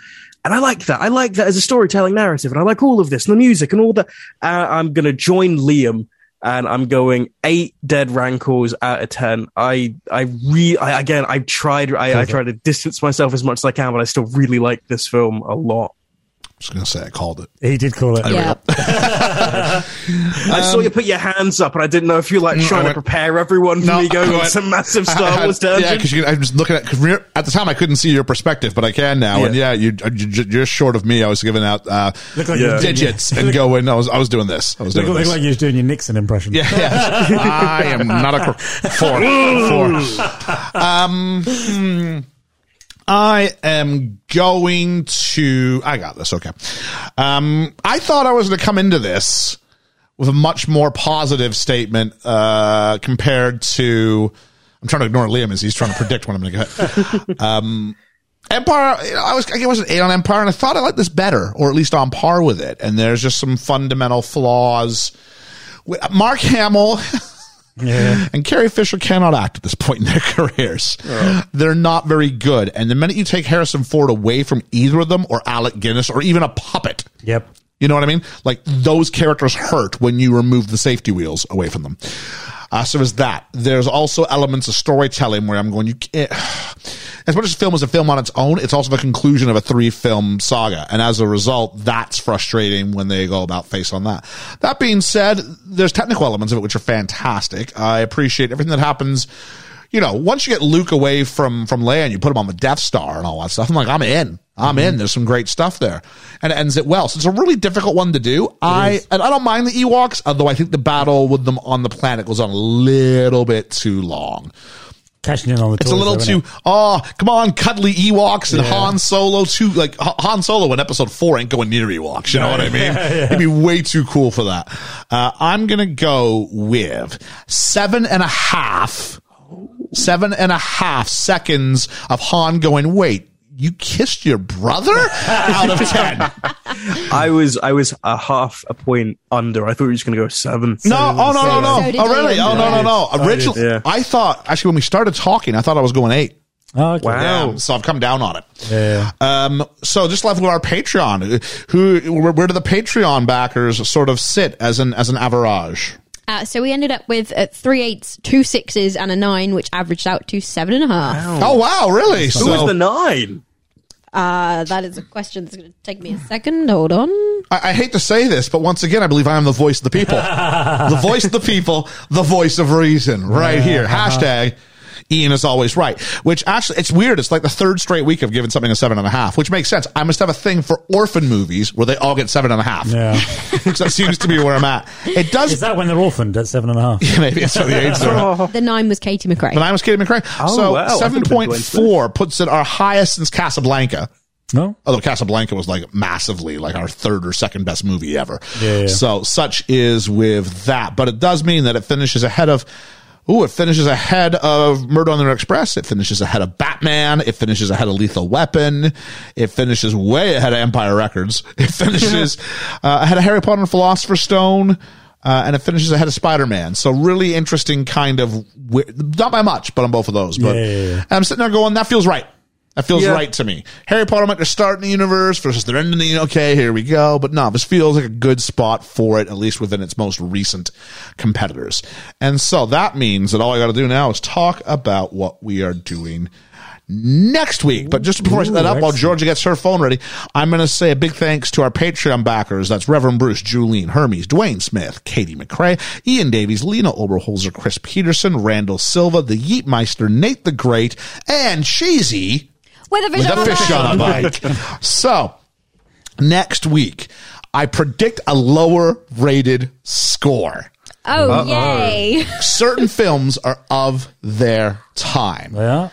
And I like that. I like that as a storytelling narrative, and I like all of this and the music and all that. Uh, I'm gonna join Liam, and I'm going eight dead rancors out of ten. I I re I, again I tried I, I tried to distance myself as much as I can, but I still really like this film a lot. just gonna say I called it. He did call it. yeah, I saw you put your hands up, and I didn't know if you were like Um, Mm, trying I went- to prepare everyone for me going I on went- some massive I- I Star had- Wars Yeah, tangent. because I'm just looking at 'cause we're- at the time I couldn't see your perspective, but I can now. And yeah, Yeah. you, uh, you you're short of me. I was giving out uh, Look like you did, digits yeah. and going. I was I was doing this. I was Look, doing look this. like you was doing your Nixon impression. yeah, yeah. I am not a cor- four. four. Um, hmm. I am going to. I got this. Okay. Um, I thought I was going to come into this with a much more positive statement uh, compared to. I'm trying to ignore Liam as he's trying to predict when I'm going to get. Um, Empire. you know, I was. I was an eight on Empire, and I thought I liked this better, or at least on par with it. And there's just some fundamental flaws. With- uh, Mark Hamill Yeah. and Carrie Fisher cannot act at this point in their careers. They're not very good. And the minute you take Harrison Ford away from either of them or Alec Guinness or even a puppet, Yep. you know what I mean? Like those characters hurt when you remove the safety wheels away from them. Uh, so there's that. There's also elements of storytelling where I'm going, you can't, as much as the film is a film on its own, it's also the conclusion of a three film saga. And as a result, that's frustrating when they go about face on that. That being said, there's technical elements of it which are fantastic. I appreciate everything that happens you know, once you get Luke away from from Leia and you put him on the Death Star and all that stuff, I'm like, I'm in. I'm in. There's some great stuff there, and it ends it well. So it's a really difficult one to do. I and I don't mind the Ewoks, although I think the battle with them on the planet goes on a little bit too long. Cashing in on the It's a tours, little though, too innit? oh come on, cuddly Ewoks and Yeah. Han Solo too. Like H- Han Solo in Episode Four ain't going near Ewoks. You know what I mean? Yeah, yeah. It'd be way too cool for that. Uh, I'm gonna go with seven and a half, seven and a half seconds of Han going. Wait, you kissed your brother out of 10. I was I was a half a point under. I thought we were just gonna go seven. No, oh no, no, So no! did oh really? you. Oh no, no, no! So did- Originally, yeah. I thought actually when we started talking, I thought I was going eight. Oh, okay. Wow. Um, so I've come down on it. Yeah. Um, so just left with our Patreon. Who, where, where do the Patreon backers sort of sit as an as an average? Uh, so we ended up with uh, three eights, two sixes, and a nine, which averaged out to seven and a half. Oh wow, really? Who so was the nine? Uh, that is a question that's going to take me a second. Hold on. I, I hate to say this, but once again, I believe I am the voice of the people, the voice of the people, the voice of reason, right here. Hashtag. Ian is always right, which actually, it's weird. It's like the third straight week I've given something a seven and a half, which makes sense. I must have a thing for orphan movies where they all get seven and a half. Yeah. so that seems to be where I'm at. It does. Is that when they're orphaned at seven and a half? maybe it's for the age they're at. Oh. The nine was Katie McRae. But I was Katie McRae. Oh, so wow. I would've been going to 7.4 puts it our highest since Casablanca. No. Although Casablanca was like massively like our third or second best movie ever. Yeah, yeah. So such is with that. But it does mean that it finishes ahead of, ooh, it finishes ahead of Murder on the Orient Express. It finishes ahead of Batman. It finishes ahead of Lethal Weapon. It finishes way ahead of Empire Records. It finishes uh, ahead of Harry Potter and Philosopher's Stone. Uh, and it finishes ahead of Spider-Man. So really interesting kind of, wi- not by much, but on both of those. But Yeah, yeah, yeah. I'm sitting there going, that feels right. That feels Yeah. right to me. Harry Potter might just start in the universe versus they're ending the okay, here we go. But no, this feels like a good spot for it, at least within its most recent competitors. And so that means that all I gotta do now is talk about what we are doing next week. But just before I set that up, while Georgia gets her phone ready, I'm going to say a big thanks to our Patreon backers. That's Reverend Bruce, Julene, Hermes, Dwayne Smith, Katie McCrae, Ian Davies, Lena Oberholzer, Chris Peterson, Randall Silva, the Yeetmeister, Nate the Great, and Cheesy with a fish, with on, a a fish bone. on a bike. so next week, I predict a lower rated score Oh, yay. certain films are of their time. Yeah.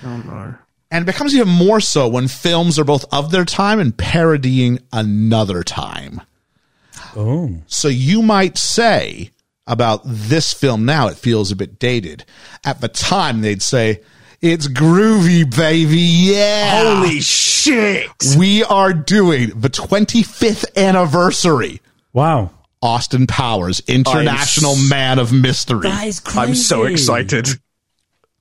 And it becomes even more so when films are both of their time and parodying another time. Oh. So you might say about this film now, it feels a bit dated. At the time, they'd say, it's groovy, baby. Yeah. Holy shit! We are doing the 25th anniversary. Wow. Austin Powers, International I'm s- Man of Mystery. is crazy. I'm so excited.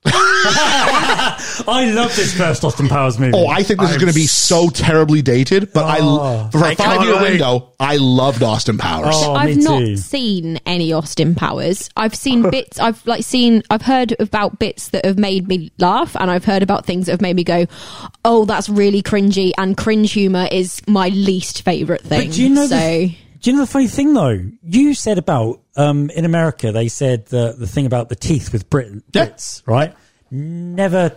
I love this first Austin Powers movie. Oh, I think this is I'm going to be so terribly dated, but I Oh. for a I five can't year wait. window, I loved Austin Powers. Oh, I've me not too. seen any Austin Powers. I've seen bits. I've like seen. I've heard about bits that have made me laugh, and I've heard about things that have made me go, "Oh, that's really cringy." And cringe humor is my least favorite thing. But do you know? so The, do you know the funny thing though? You said about um, in America they said the the thing about the teeth with Brit- Yeah. Brits, right? Never.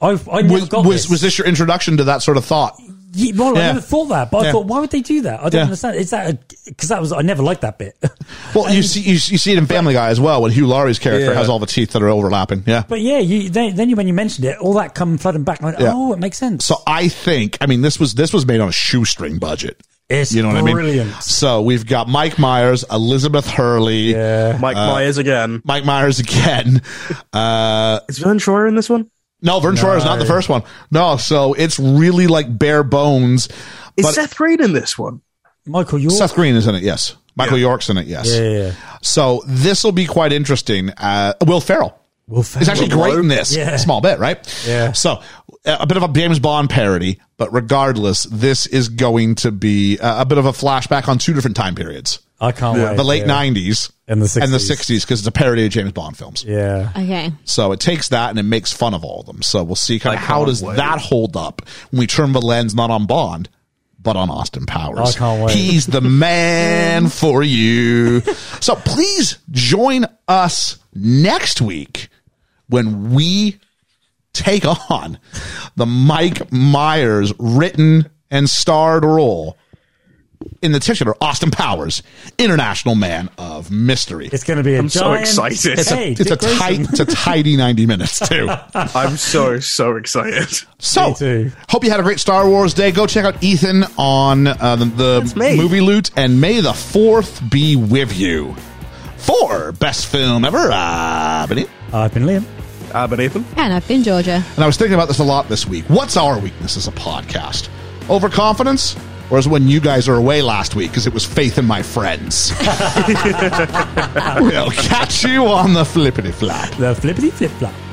I've, I never was got was, this. was this your introduction to that sort of thought? Ye- well, Yeah. I never thought that, but Yeah. I thought, why would they do that? I don't Yeah. understand. Is that because that was I never liked that bit. Well, you see, you, you see it in Family Guy as well, when Hugh Laurie's character Yeah. has all the teeth that are overlapping. Yeah. but yeah, you then, then you, when you mentioned it, all that come flooding back. and I went, Yeah. Oh, it makes sense. So I think, I mean, this was this was made on a shoestring budget. It's you know what I mean? brilliant. So we've got Mike Myers, Elizabeth Hurley, Mike Uh, Myers again. Mike Myers again. Uh, Is Vern Troyer in this one? no, Vern Troyer is not the first one. No, so it's really like bare bones. Is But- Seth Green in this one? Michael, you're Seth Green is in it, yes. Michael York's in it, yes. yeah, yeah. So this will be quite interesting. Uh, Will Ferrell Will is Ferrell. actually great in this Yeah. small bit, right? Yeah. So uh, a bit of a James Bond parody, but regardless, this is going to be uh, a bit of a flashback on two different time periods: I can't wait. the late yeah. '90s And the and the 60s. '60s, because it's a parody of James Bond films. Yeah. okay. So it takes that and it makes fun of all of them. So we'll see kind I of how can't does wait. that hold up when we turn the lens not on Bond, but on Austin Powers. I can't wait. He's the man for you. So please join us next week when we take on the Mike Myers written and starred role in the titular Austin Powers, International Man of Mystery. It's going to be a I'm so giant- excited. It's a- Hey, It's a Dick Grayson. tight, it's a tidy ninety minutes too. I'm so so excited. So, Me too. hope you had a great Star Wars day. Go check out Ethan on uh, the, the That's me. movie loot, and may the fourth be with you. For best film ever, uh, I've been Ian. I've been Liam. I've been Ethan. And I've been Georgia. And I was thinking about this a lot this week. What's our weakness as a podcast? Overconfidence? Whereas when you guys are away last week, because it was faith in my friends. we'll catch you on the flippity flap. The flippity flip flop.